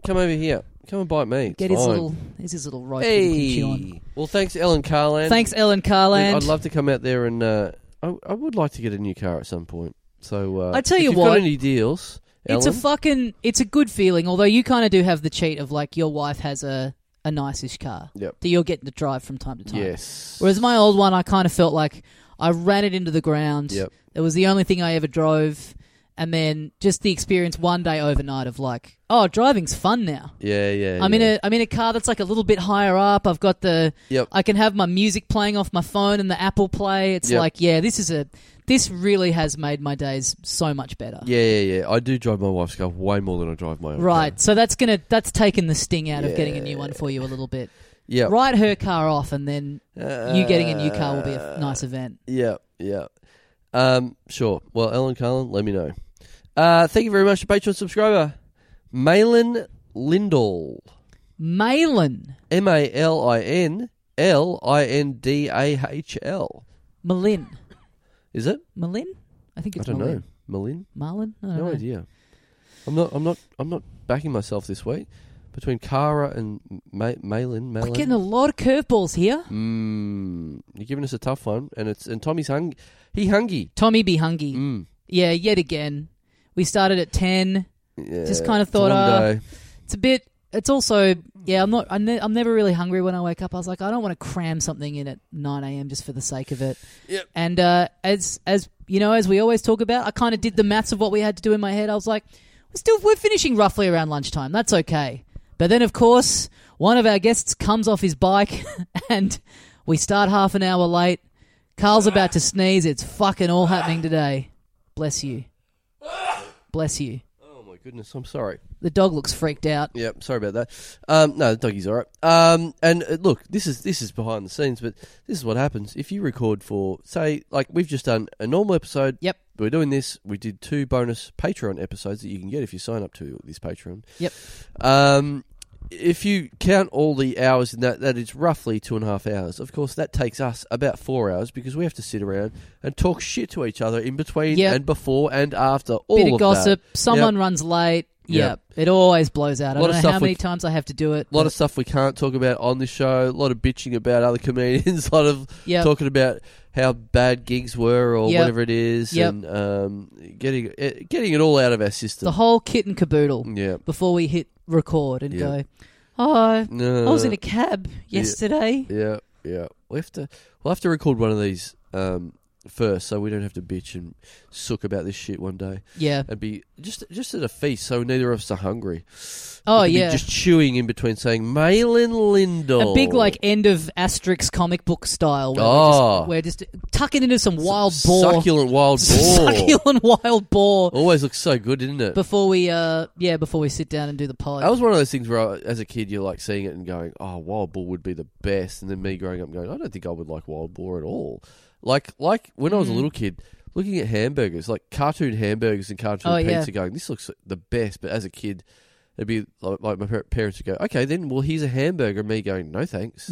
Come over here. Come and bite me. It's
Get his
fine.
little here's his little rope that he can chew on.
Hey. Well, thanks, Ellen Carland.
Thanks, Ellen Carland.
I'd love to come out there and uh, I, I would like to get a new car at some point. So uh,
I tell
if
you
you've
what,
got any deals?
It's a
Ellen,
fucking it's a good feeling, although you kind of do have the cheat of like your wife has a a niceish car
Yep.
that you're getting to drive from time to time.
yes.
Whereas my old one, I kind of felt like I ran it into the ground.
Yep.
It was the only thing I ever drove, and then just the experience one day overnight of like, oh, driving's fun now.
yeah, yeah.
I'm in
yeah.
a I'm in a car that's like a little bit higher up. I've got the
Yep.
I can have my music playing off my phone and the Apple Play. It's
Yep.
like, yeah, this is a this really has made my days so much better.
Yeah, yeah, yeah. I do drive my wife's car way more than I drive my own. car.
Right. So that's gonna that's taken the sting out of getting a
uh, Yeah.
new one for you a little bit.
Yeah.
Write her car off, and then
Uh,
you getting a new car will be a f- nice event.
Yeah, yeah. Um, sure. Well, Ellen Carlin, let me know. Uh, thank you very much to Patreon subscriber Malin Lindall.
Malin,
M A L I N L I N D A H L.
Malin,
Is it?
Malin. I think
I
it's
don't
Malin.
know. Malin?
Marlin. I don't
No
know.
idea. I'm not. I'm not. I'm not backing myself this week. Between Cara and Ma- Malin,
We're
Malin.
getting a lot of curveballs here.
Mm, you're giving us a tough one, and it's and Tommy's hung. He hungry.
Tommy be hungy.
Mm.
Yeah, yet again. We started at ten.
Yeah,
Just kinda
it's a
thought,
long
uh,
day.
It's a bit. It's also yeah. I'm not. I'm, ne- I'm never really hungry when I wake up. I was like, I don't want to cram something in at nine a.m. just for the sake of it.
Yep.
And uh, as as you know, as we always talk about, I kind of did the maths of what we had to do in my head. I was like, we're still we're finishing roughly around lunchtime. That's okay. But then, of course, one of our guests comes off his bike, and we start half an hour late. Carl's about to sneeze. It's fucking all happening today. Bless you. Bless you.
oh my goodness, I'm sorry.
The dog looks freaked out.
Yep, sorry about that. Um, no, the doggie's all right. Um, and uh, look, this is this is behind the scenes, but this is what happens if you record for say like we've just done a normal episode.
Yep.
we're doing this. We did two bonus Patreon episodes that you can get if you sign up to this Patreon.
Yep.
Um, if you count all the hours in that, that is roughly two and a half hours. Of course, that takes us about four hours because we have to sit around and talk shit to each other in between
Yep.
and before and after all
Bit of
of
gossip.
that.
Someone runs late. Yep.
Yep.
It always blows out. I
Lot
don't
of
know
stuff
how many
we-
times I have to do it.
A lot of stuff we can't talk about on the show. A lot of bitching about other comedians. A lot of
Yep.
talking about how bad gigs were or
Yep.
whatever it is,
Yep.
and um, getting eh, getting it all out of our system.
the whole kit and caboodle.
yeah.
before we hit record and
Yeah.
go, oh,
No.
I was in a cab yesterday.
yeah, yeah. We have to. We'll have to record one of these um, first, so we don't have to bitch and sook about this shit one day.
Yeah.
And be just just at a feast, so neither of us are hungry.
Oh,
We can be
yeah.
just Oh. chewing in between, saying Malin Lindell.
A big, like, end of Asterix comic book style where,
Oh.
we're, just, we're just tucking into some wild boar.
succulent wild boar. Oh.
Succulent wild boar
Always looks so good, didn't it?
before we, uh, yeah, before we sit down and do the pod.
that was one of those things where, I, as a kid, you're like seeing it and going, "Oh, wild boar would be the best," and then me growing up going, "I don't think I would like wild boar at all." Like, like when I
Mm.
was a little kid, looking at hamburgers, like cartoon hamburgers and cartoon
Oh, yeah.
pizza, going, "This looks the best." But as a kid, it'd be like, like my par- parents would go, "Okay, then, well, here's a hamburger." And me going, "No, thanks."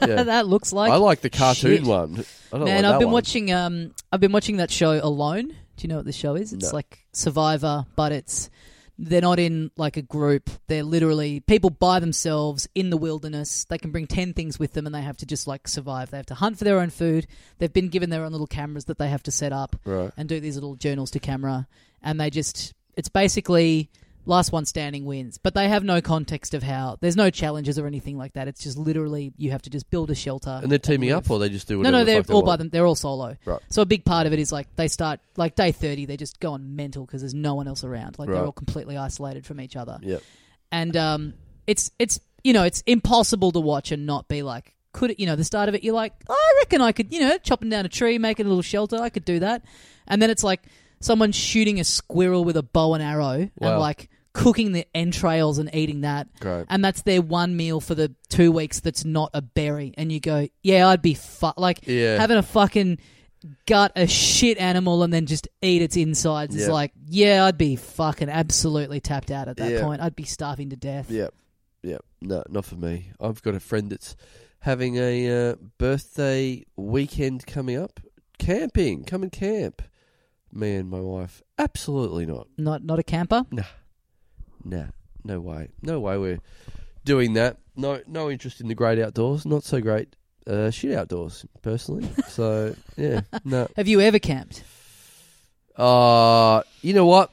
Yeah.
that looks like.
I like the cartoon
shit.
one. I don't
Man,
like
I've
that
been
one.
watching. Um, I've been watching that show Alone. Do you know what the show is? It's
No.
like Survivor, but it's they're not in like a group. They're literally people by themselves in the wilderness. They can bring ten things with them, and they have to just like survive. They have to hunt for their own food. They've been given their own little cameras that they have to set up
Right.
and do these little journals to camera. And they just it's basically last one standing wins. But they have no context of how. There's no challenges or anything like that. It's just literally you have to just build a shelter.
And they're teaming
live.
up, or they just do
No,
whatever
no,
the
they're
fuck they
all by
want?
them. They're all solo.
Right.
So a big part of it is like they start like day thirty, they just go on mental because there's no one else around. Like
Right.
they're all completely isolated from each other,
Yep.
and um, it's it's you know it's impossible to watch and not be like could it, you know the start of it you're like "Oh, I reckon I could you know chopping down a tree, making a little shelter, I could do that, and then it's like someone shooting a squirrel with a bow and arrow
Wow.
and like cooking the entrails and eating that
Great.
and that's their one meal for the two weeks that's not a berry and you go yeah i'd be fu-. like
Yeah.
having a fucking gut a shit animal and then just eat its insides is
Yeah.
like yeah i'd be fucking absolutely tapped out at that
Yeah.
point i'd be starving to death
Yep. Yep. No, not for me. I've got a friend that's having a uh, birthday weekend coming up. Camping. Come and camp. Me and my wife. Absolutely not.
not not a camper
Nah. No way. No way we're doing that. No no interest in the great outdoors. Not so great uh, shit outdoors, personally. So, yeah. No.
have you ever camped
Uh, you know what?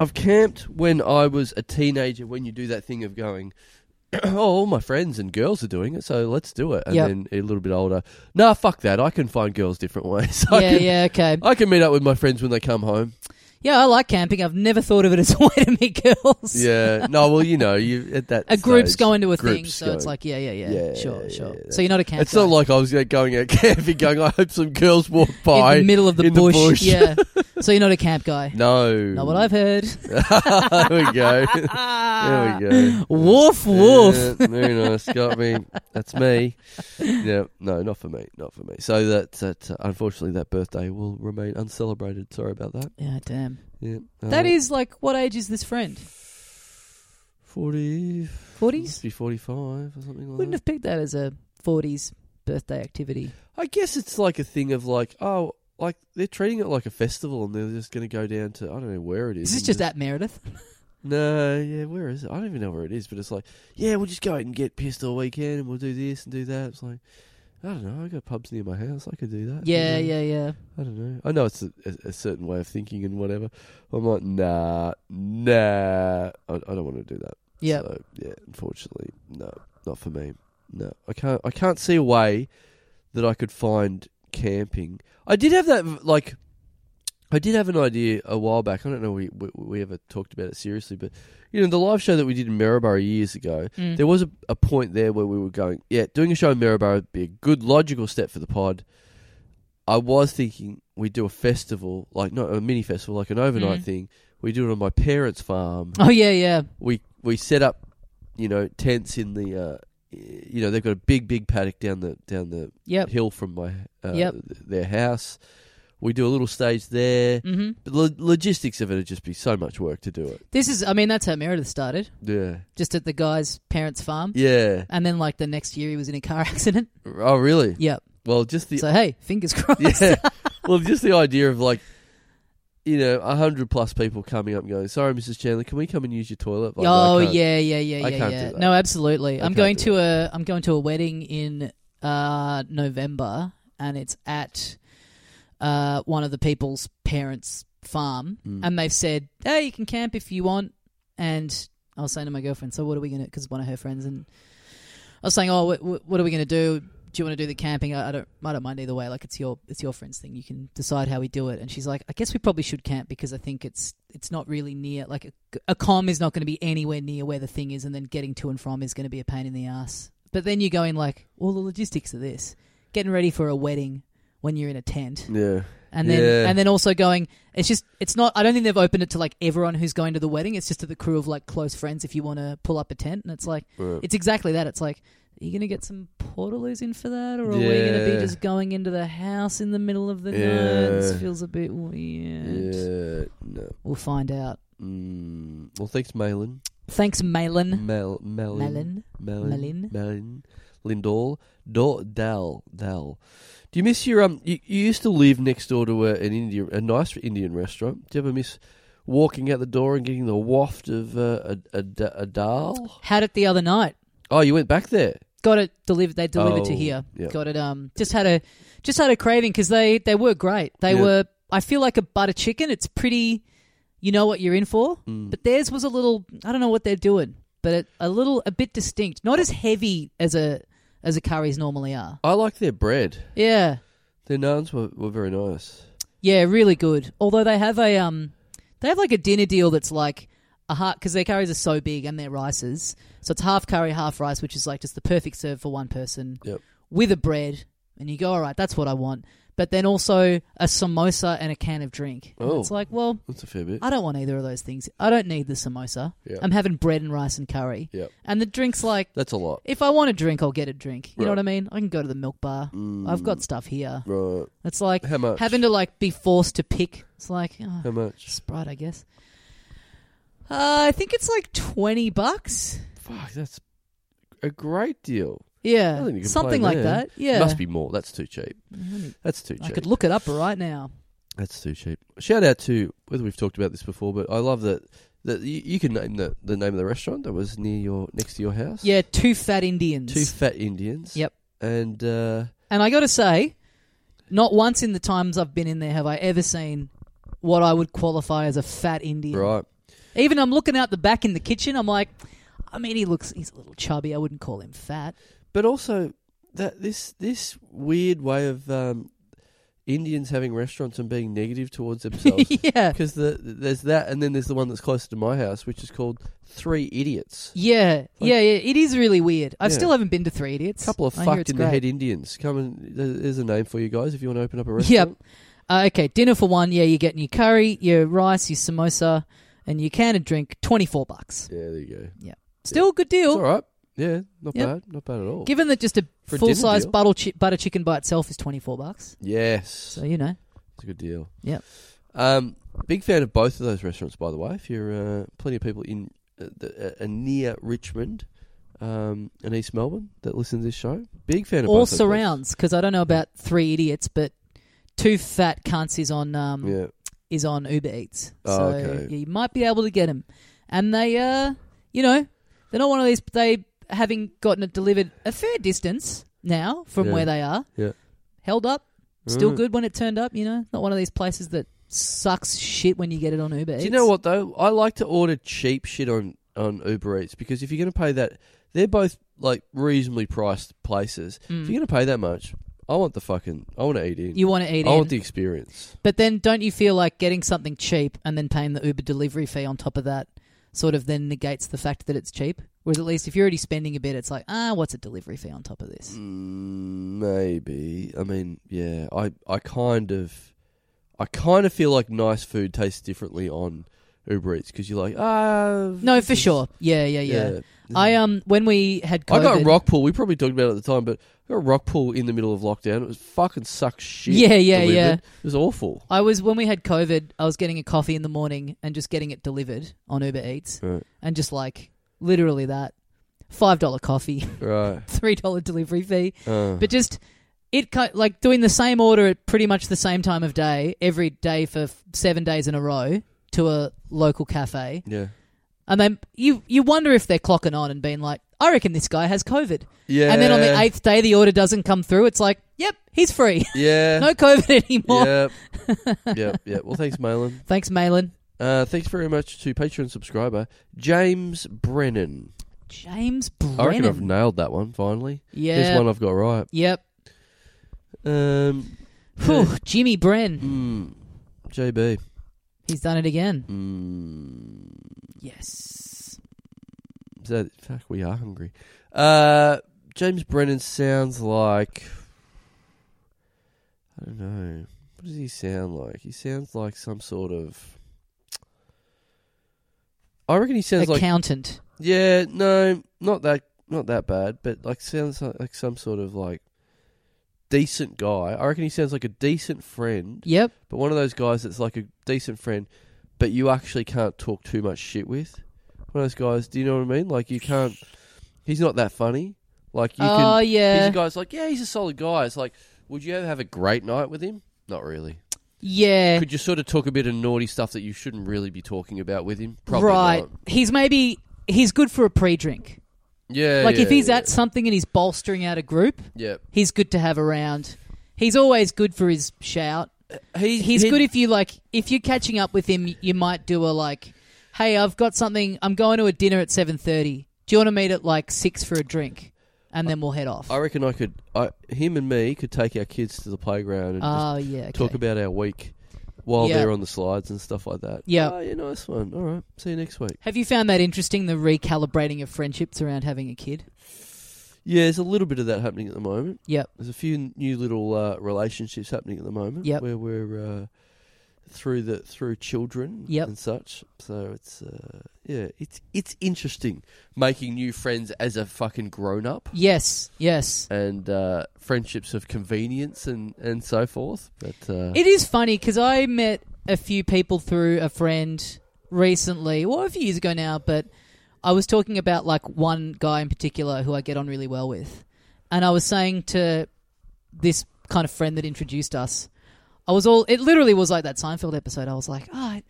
I've camped when I was a teenager. When you do that thing of going, oh, all my friends and girls are doing it, so let's do it. And
Yep.
then a little bit older, nah, fuck that. I can find girls different ways. I
yeah
can,
yeah okay
I can meet up with my friends when they come home.
yeah i like camping i've never thought of it as a way to meet girls
Yeah. no, well, you know, you at that
a group's
stage,
going to a thing
groups
so it's
going.
like yeah yeah yeah,
Yeah,
sure
yeah,
sure
yeah.
so you're not a camper
It's not like I was going out camping, going. I hope some girls walk by
in the middle of the,
in
bush.
The bush.
yeah so you're not a camp guy
No.
not what I've heard.
there we go. there we go.
Woof woof.
Yeah, very nice. Got me. That's me. Yeah, no, not for me. Not for me. So that that uh, unfortunately that birthday will remain uncelebrated. Sorry about that. Uh,
Yeah, damn.
Yeah,
That is like, what age is this friend?
forty.
40s?
Be forty-five or something like
Wouldn't
that.
have picked that as a 40s birthday activity.
I guess it's like a thing of like oh. Like they're treating it like a festival, and they're just going to go down to I don't know where it is.
Is this
and
just at Meredith?
No, yeah, where is it? I don't even know where it is, but it's like, yeah, we'll just go out and get pissed all weekend, and we'll do this and do that. It's like, I don't know. I got pubs near my house. I could do that.
Yeah,
I don't know.
yeah, yeah.
I don't know. I know it's a, a, a certain way of thinking and whatever. I'm like, nah, nah. I, I don't want to do that.
Yeah.
So, yeah. Unfortunately, no, not for me. No, I can't. I can't see a way that I could find camping. I did have that like. I did have an idea a while back. I don't know if we, we we ever talked about it seriously, but you know the live show that we did in Maryborough years ago,
Mm.
there was a, a point there where we were going, yeah, doing a show in Maryborough would be a good logical step for the pod. I was thinking we do a festival, like not a mini festival, like an overnight
Mm.
thing. We do it on my parents' farm.
Oh yeah, yeah.
We we set up, you know, tents in the, uh, you know, they've got a big big paddock down the down the
Yep.
hill from my uh,
Yep.
th- their house. We do a little stage there.
Mhm.
But lo- logistics of it would just be so much work to do it.
This is I mean that's how Meredith started.
Yeah,
Just at the guy's parents' farm.
yeah.
And then like the next year he was in a car accident.
Oh, really?
Yep.
Well, just the
So hey, fingers crossed.
yeah. well, just the idea of like, you know, a hundred plus people coming up and going, "Sorry, Mrs. Chandler, can we come and use your toilet?" Like,
oh
I can't-
yeah, yeah, yeah,
I
yeah,
can't
yeah.
do that.
No, absolutely.
I
I'm
can't
going
do
to a I'm going to a wedding in uh, November, and it's at uh, one of the people's parents' farm,
Mm.
and they've said, "Hey, you can camp if you want." And I was saying to my girlfriend, "So what are we gonna?" Because one of her friends, and I was saying, "Oh, what, what what are we gonna do?" Do you want to do the camping? I I don't. I don't mind either way. Like it's your it's your friend's thing. You can decide how we do it. And she's like, I guess we probably should camp because I think it's it's not really near. Like a, a com is not going to be anywhere near where the thing is, and then getting to and from is going to be a pain in the ass. But then you go in like, well, the logistics of this, getting ready for a wedding when you're in a tent,
yeah,
and then
Yeah.
and then also going. It's just it's not. I don't think they've opened it to like everyone who's going to the wedding. It's just to the crew of like close friends if you want to pull up a tent. And it's like
Right.
it's exactly that. It's like. Are you going to get some portaloos in for that, or are we going to
Yeah.
be just going into the house in the middle of the night?
Yeah.
This feels a bit weird.
yeah, no.
We'll find out.
Mm. Well, thanks, Malin.
Thanks, Malin.
Mel, Melin,
Malin.
Melin,
Malin.
Melin, Lindor, Do, Dal, Dal. Do you miss your um? You, you used to live next door to a, an Indian, a nice Indian restaurant. Do you ever miss walking out the door and getting the waft of uh, a, a da- a dal?
Had it the other night.
Oh, you went back there.
Got it delivered. They delivered to
Oh,
here.
yeah.
Got it. Um, just had a just had a craving because they they were great. They
Yeah.
were. I feel like a butter chicken. It's pretty. You know what you're in for.
Mm.
But theirs was a little. I don't know what they're doing, but it, a little a bit distinct. Not as heavy as a as a curries normally are.
I like their bread.
Yeah.
Their naans were, were very nice.
Yeah, really good. Although they have a um, they have like a dinner deal that's like a half because their curries are so big and their rices, so it's half curry, half rice, which is like just the perfect serve for one person.
Yep.
With a bread, and you go, all right, that's what I want. But then also a samosa and a can of drink. And
Oh.
It's like, well,
That's a fair bit.
I don't want either of those things. I don't need the samosa.
Yeah.
I'm having bread and rice and curry.
Yep.
And the drink's like,
That's a lot.
if I want a drink, I'll get a drink. You know
Right.
what I mean? I can go to the milk bar.
Mm.
I've got stuff here.
right.
It's like
How much?
having to like be forced to pick. It's like oh,
How much?
Sprite, I guess. Uh, I think it's like twenty bucks.
Fuck, that's a great deal. I
Yeah,
think you can
something
play
like
there.
that. Yeah,
Must be more. That's too cheap. That's too cheap.
I could look it up right now.
That's too cheap. Shout out to whether we've talked about this before, but I love that that you, you can name the, the name of the restaurant that was near your next to your house.
Yeah, two fat Indians.
two fat Indians.
Yep.
and uh,
and I got to say, not once in the times I've been in there have I ever seen what I would qualify as a fat Indian.
right,
Even I'm looking out the back in the kitchen. I'm like, I mean, he looks he's a little chubby. I wouldn't call him fat.
but also that this this weird way of um, Indians having restaurants and being negative towards themselves
yeah,
because the there's that, and then there's the one that's closer to my house, which is called Three Idiots.
Yeah, yeah, yeah. It is really weird. I
Yeah.
still haven't been to Three Idiots.
A couple of
I hear
fucked
it's
in the
great.
head Indians. Come and there- there's a name for you guys if you want to open up a
Yep.
restaurant.
Uh, okay, dinner for one. Yeah, you're getting your curry, your rice, your samosa, and you can and drink. Twenty four bucks.
Yeah, there you go.
Still a good
It's
deal.
all right. Yeah, not
Yep.
bad. Not bad at all.
Given that just a
For a
full size
dinner deal.
butter, chi- butter chicken by itself is twenty four bucks.
yes,
So you know,
it's a good deal.
Yep.
Um, big fan of both of those restaurants, by the way. If you're uh, plenty of people in uh, the, uh, uh, near Richmond um, and East Melbourne that listen to this show, big fan of
all
both those places.
surrounds because I don't know about Three Idiots, but two fat cunts is on um,
Yeah.
is on Uber Eats.
Oh,
so
okay.
yeah, you might be able to get them. And they, uh, you know, they're not one of these. They having gotten it delivered a fair distance. now from
Yeah.
where they are.
Yeah.
Held up. Still
Mm.
good when it turned up, you know? Not one of these places that sucks shit when you get it on Uber
Do you
Eats.
know what though? I like to order cheap shit on on Uber Eats because if you're going to pay that, they're both like reasonably priced places. If you're going to pay that much, I want the fucking I want to eat in.
Hmm. Mm. You want to eat
I
in.
want the experience.
But then don't you feel like getting something cheap and then paying the Uber delivery fee on top of that sort of then negates the fact that it's cheap? Whereas at least if you're already spending a bit, it's like, ah, what's a delivery fee on top of this?
Mm, maybe. I mean, yeah. I I kind of I kind of feel like nice food tastes differently on Uber Eats because you're like ah
No,
this
for
is-
sure. Yeah, yeah, yeah.
this is-
I um when we had COVID,
I got Rockpool. We probably talked about it at the time, but I got Rockpool in the middle of lockdown. It was fucking sucks shit.
Yeah, yeah, yeah.
It was awful.
I was when we had COVID, I was getting a coffee in the morning and just getting it delivered on Uber Eats
Right.
and just like literally that five dollar coffee,
Right.
three dollar delivery fee,
Uh,
but just it ki- like doing the same order at pretty much the same time of day every day for f- seven days in a row to a local cafe,
yeah.
and then you you wonder if they're clocking on and being like, I reckon this guy has COVID,
Yeah.
and then on the eighth day the order doesn't come through. It's like, yep, he's free,
Yeah.
no COVID anymore.
Yeah. yeah. Yeah. Well, thanks, Malin.
Thanks, Malin.
Uh, thanks very much to Patreon subscriber James Brennan.
James
I reckon I've
Brennan.
nailed that one finally. This
Yeah.
one I've got right.
Yep.
Um,
Phew, Jimmy Brenn.
mm, JB.
He's done it again.
Mm,
Yes.
is that, fuck, we are hungry. Uh, James Brennan sounds like. I don't know. What does he sound like? He sounds like some sort of. I reckon he sounds like
Accountant.
Yeah, no, not that, not that bad. But like, sounds like, like some sort of like decent guy. I reckon he sounds like a decent friend,
yep.
but one of those guys that's like a decent friend, but you actually can't talk too much shit with. One of those guys. Do you know what I mean? Like, you can't. He's not that funny. Like, you
Oh,
can. He's
yeah.
a guy's like, yeah, he's a solid guy. It's like, would you ever have a great night with him? Not really.
yeah.
Could you sort of talk a bit of naughty stuff that you shouldn't really be talking about with him? Probably
right.
not.
He's maybe. He's good for a pre drink.
Yeah.
Like if
yeah,
he's
yeah.
at something and he's bolstering out a group,
Yeah.
he's good to have around. He's always good for his shout.
He's,
He's
he'd-
good if you like. If you're catching up with him, you might do a like, "Hey, I've got something. I'm going to a dinner at 7:30. Do you want to meet at like six for a drink, and then we'll head off."
I reckon I could. I, him and me could take our kids to the playground and
Oh yeah.
just talk
okay.
about our week while
Yeah.
they're on the slides and stuff like that.
Yeah.
Oh, yeah, nice one. All right, see you next week.
Have you found that interesting, the recalibrating of friendships around having a kid?
Yeah, there's a little bit of that happening at the moment.
Yep.
There's a few n- new little uh, relationships happening at the moment.
Yep.
Where we're uh, through the through children.
Yep.
And such. So it's uh, yeah, it's it's interesting making new friends as a fucking grown up.
Yes, yes.
And uh, friendships of convenience and, and so forth, but uh,
It is funny because I met a few people through a friend recently, well, a few years ago now, but I was talking about like one guy in particular who I get on really well with. And I was saying to this kind of friend that introduced us, I was all, it literally was like that Seinfeld episode. I was like, oh, I,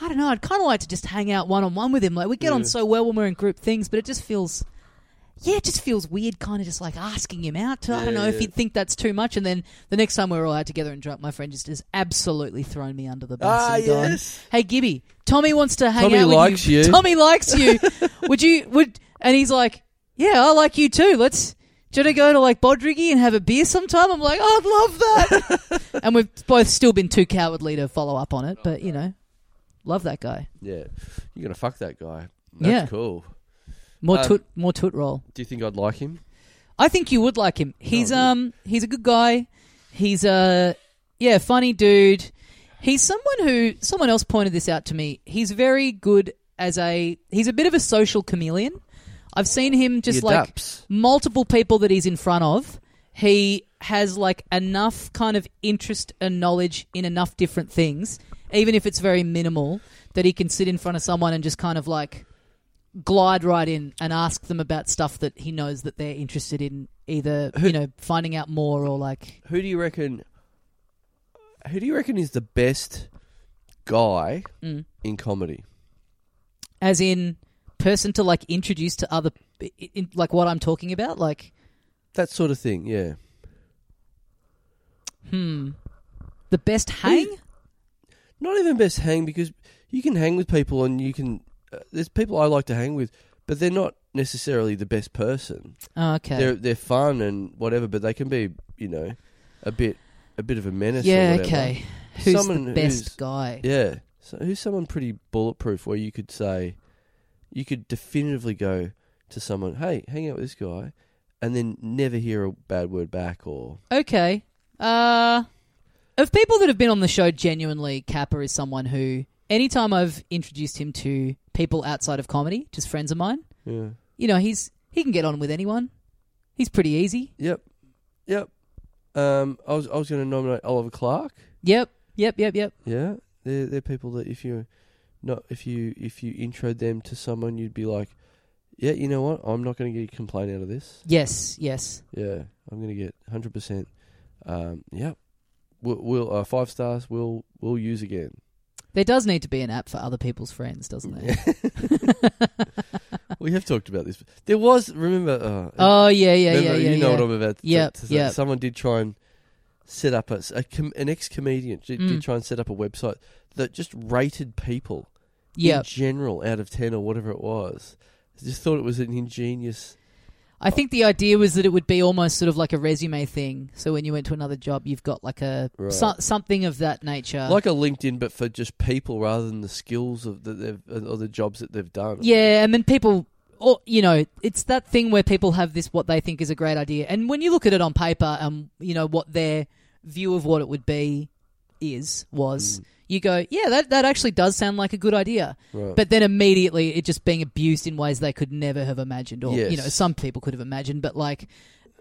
I don't know. I'd kind of like to just hang out one on one with him. Like, we get on
Yeah.
so well when we're in group things, but it just feels. Yeah, it just feels weird, kind of just like asking him out. I
Yeah,
don't know if
yeah.
he'd think that's too much. And then the next time we were all out together and drunk, my friend just has absolutely thrown me under the bus.
Ah,
and gone,
yes.
Hey, Gibby, Tommy wants to hang
Tommy
out with
likes you."
Tommy likes you. would you would? And he's like, Yeah, I like you too. Let's. Do you want to go to like Bodrigi and have a beer sometime? I'm like, "Oh, I'd love that. and we've both still been too cowardly to follow up on it, but you know, love that guy.
Yeah, you're gonna fuck that guy. That's
Yeah.
cool.
More
Um,
toot, more toot roll.
Do you think I'd like him?
I think you would like him. He's
Oh, yeah.
um he's a good guy. He's a yeah, funny dude. He's someone who someone else pointed this out to me. He's very good as a he's a bit of a social chameleon. I've seen him just
he
like
adapts.
multiple people that he's in front of. He has like enough kind of interest and knowledge in enough different things, even if it's very minimal, that he can sit in front of someone and just kind of like glide right in and ask them about stuff that he knows that they're interested in either you know finding out more or like
Who do you reckon? Who do you reckon is the best guy
Mm.
in comedy?
as in person to like introduce to other in, like what I'm talking about like
That sort of thing, yeah.
hmm, The best hang?
Not even best hang because you can hang with people and you can. Uh, there's people I like to hang with, but they're not necessarily the best person.
Oh, okay.
They're they're fun and whatever, but they can be you know a bit a bit of a menace. or
yeah,
whatever.
okay. Who's the
Someone
best
who's-
guy?
Yeah. So who's someone pretty bulletproof where you could say, you could definitively go to someone, hey, hang out with this guy, and then never hear a bad word back or
Okay. Uh, of people that have been on the show, genuinely, Kappa is someone who, anytime I've introduced him to people outside of comedy, just friends of mine,
yeah.
you know, he's he can get on with anyone. He's pretty easy.
Yep. Yep. Um, I was I was going to nominate Oliver Clark.
Yep. Yep. Yep. Yep.
Yeah, they're they're people that if you not if you if you intro them to someone, you'd be like, yeah, you know what, I'm not going to get a complaint out of this.
Yes. Yes.
Yeah, I'm going to get hundred percent. Um, yeah, we'll, we'll uh, five stars. We'll we'll use again.
There does need to be an app for other people's friends, doesn't there?
we have talked about this. There was remember. Uh,
oh yeah. Yeah.
remember,
yeah. Yeah.
you know
yeah.
what I'm about. to-
Yep,
to say.
yep.
Someone did try and set up a, a com- an ex comedian did,
Mm.
did try and set up a website that just rated people. in
Yep.
general out of 10 or whatever it was. I just thought it was an ingenious.
I think the idea was that it would be almost sort of like a resume thing. So when you went to another job, you've got like a
Right.
so- something of that nature.
like a LinkedIn, but for just people rather than the skills of that they've uh, or the jobs that they've done.
Yeah, and then people, or you know, it's that thing where people have this what they think is a great idea, and when you look at it on paper, um, you know what their view of what it would be is was.
Mm.
You go, yeah, that that actually does sound like a good idea,
Right.
but then immediately it just being abused in ways they could never have imagined, or you
Yes.
know, some people could have imagined, but like.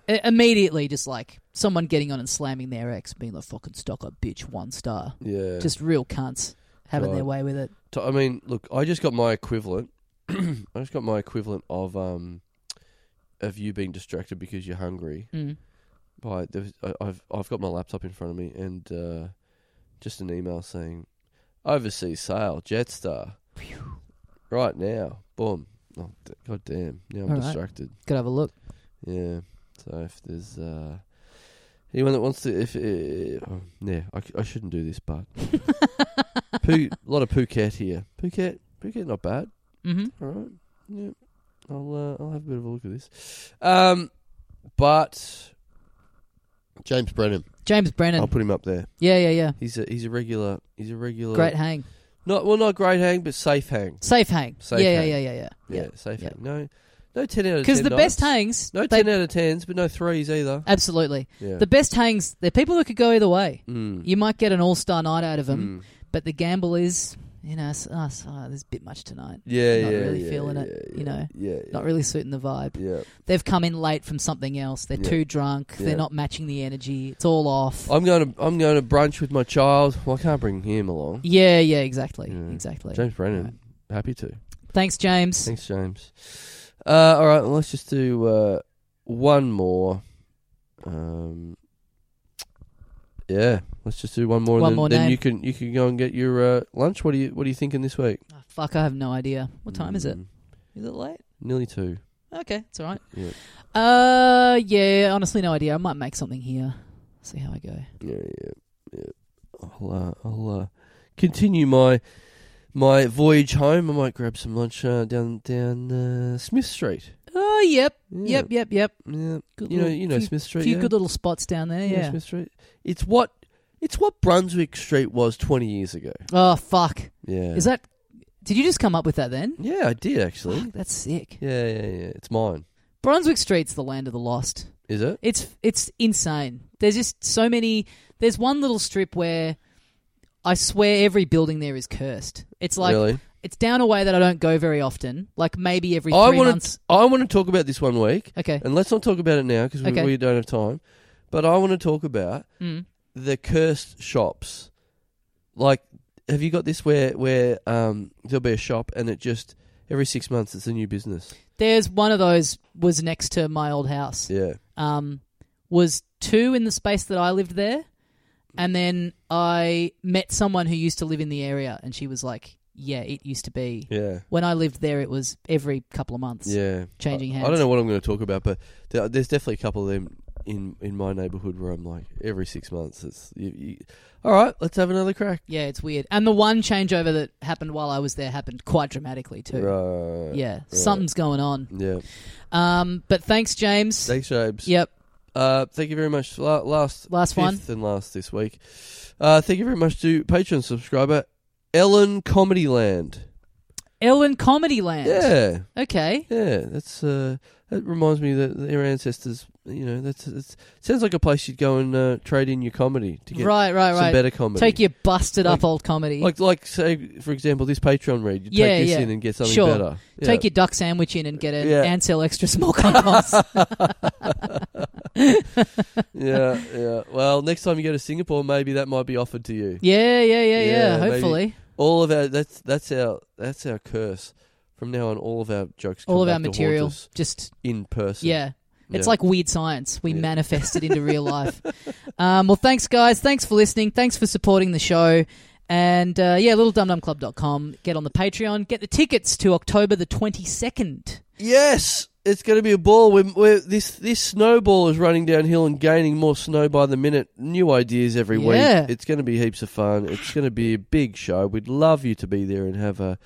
i- Immediately, just like someone getting on and slamming their ex, being like "fucking stock up, bitch," one star,
Yeah. Just,
just real cunts having their
God.
way with it.
I mean, look, I just got my equivalent. I just got my equivalent of um, of you being distracted because you're hungry.
Mm.
by there was, I, I've I've got my laptop in front of me and uh, just an email saying overseas sale Jetstar right now. Boom. Oh, d- God damn. Now I'm
All right.
distracted.
Could have a look.
Yeah. So if there's uh, anyone that wants to, if uh, oh, yeah, I, c- I shouldn't do this, but Phu- a lot of Phuket here. Phuket, Phuket, not bad.
Mm-hmm.
All right. Yep. I'll uh, I'll have a bit of a look at this. Um, but James Brennan,
James Brennan.
I'll put him up there.
Yeah, yeah, yeah.
He's a he's a regular. He's a regular.
Great hang.
Not well, not great hang, but safe hang.
Safe hang.
Safe
yeah,
hang.
yeah, yeah, yeah, yeah.
Yeah, safe
yeah.
hang. No, no ten out of ten.
Because the best
nights.
hangs,
No
they,
ten out of tens, but no threes either.
absolutely.
Yeah.
The best hangs, they're people who could go either way.
mm.
You might get an all star night out of them,
Mm.
but the gamble is, you know, s oh, s- oh, there's a bit much tonight.
Yeah,
not
yeah,
really
yeah,
feeling it,
yeah,
you know.
Yeah, yeah,
Not really suiting the vibe.
Yeah.
They've come in late from something else. They're
Yeah.
too drunk.
Yeah.
They're not matching the energy. It's all off.
I'm going to I'm going to brunch with my child. Well, I can't bring him along.
yeah, yeah, exactly.
Yeah.
Exactly.
James Brennan, happy to.
Thanks, James.
Thanks, James. Uh, all right, well, let's just do uh, one more. Um, yeah, let's just do one more. and
One
then,
more
then
name.
you can you can go and get your uh, lunch. What are you What are you thinking this week?
Oh, fuck, I have no idea. What time is it?
Mm,
Is it late?
Nearly two.
Okay, it's all right.
Yeah.
Uh, yeah. Honestly, no idea. I might make something here. See how I go.
Yeah, yeah, yeah. I'll uh, I'll uh, continue my my voyage home. I might grab some lunch uh, down down uh, Smith Street.
Oh, yep,
Yeah.
yep, yep, yep.
Yeah.
Good
You know,
little-
you know
few,
Smith Street.
few
yeah?
good little spots down there. Yeah.
Smith Street. It's what it's what Brunswick Street was twenty years ago.
Oh fuck!
Yeah.
Is that? Did you just come up with that then?
Yeah, I did actually.
Fuck, that's sick.
Yeah, yeah, yeah. It's mine.
Brunswick Street's the land of the lost.
Is it?
It's it's insane. There's just so many. There's one little strip where I swear every building there is cursed. It's like
really?
it's down a way that I don't go very often. Like maybe every
I
three
want
months.
to. I want to talk about this one week,
Okay.
and let's not talk about it now because we,
Okay.
we don't have time. But I want to talk about
Mm.
the cursed shops. Like, have you got this where where um there'll be a shop and it just every six months it's a new business.
There's one of those was next to my old house.
Yeah.
Um, was two in the space that I lived there, and then I met someone who used to live in the area, and she was like, yeah, it used to be.
Yeah.
When I lived there, it was every couple of months.
Yeah.
Changing
I-
hands.
I don't know what I'm going to talk about, but there, there's definitely a couple of them in in my neighbourhood where I'm like every six months. It's you, you, all right. Let's have another crack.
Yeah, it's weird. And the one changeover that happened while I was there happened quite dramatically too.
Right.
Yeah, something's going on.
Yeah.
Um, but thanks, James.
Thanks, James.
yep.
Uh, thank you very much. La- last,
Last
fifth
one.
and last this week. Uh, thank you very much to Patreon subscriber Ellen Comedy Land.
Ellen Comedy Land.
Yeah,
Okay.
yeah. That's uh, that reminds me that their ancestors. You know, that's, that's sounds like a place you'd go and uh, trade in your comedy to get
Right, right,
some
right.
better comedy. Oh,
Take your busted
Like-
up old comedy.
like like say for example this Patreon read. You
Yeah,
take this
yeah.
in and get something
Sure.
better. Yeah.
Take your duck sandwich in and get an
Yeah.
Ansel extra small compost.
yeah, yeah. Well, next time you go to Singapore, maybe that might be offered to you.
yeah, yeah, yeah, yeah,
Yeah, maybe.
Hopefully.
All of our that's that's our that's our curse. From now on, all of our jokes, come
All of
back
our
to haunt
material.
us
Just,
in person.
yeah. It's
Yeah.
like weird science. We
Yeah.
manifest it into real life. Um, well, thanks, guys. Thanks for listening. Thanks for supporting the show. And uh, yeah, littledumdumclub.com. Get on the Patreon. Get the tickets to October the 22nd.
yes, it's going to be a ball. We're, we're, this this snowball is running downhill and gaining more snow by the minute. New ideas every
Yeah.
week. It's going to be heaps of fun. It's going to be a big show. We'd love you to be there and have a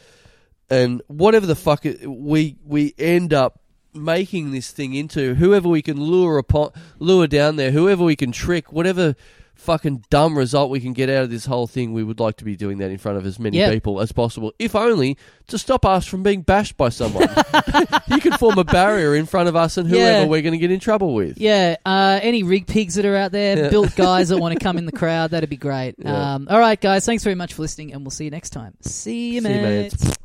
and whatever the fuck it, we we end up making this thing into whoever we can lure upon lure down there whoever we can trick whatever fucking dumb result we can get out of this whole thing we would like to be doing that in front of as many
Yeah.
people as possible if only to stop us from being bashed by someone you can form a barrier in front of us and whoever
Yeah.
we're going to get in trouble with
Yeah, uh, any rig pigs that are out there,
Yeah.
built guys that want to come in the crowd, that'd be great.
Yeah.
Um, all right, guys, thanks very much for listening, and we'll see you next time. See you,
See you,
mates.
mates.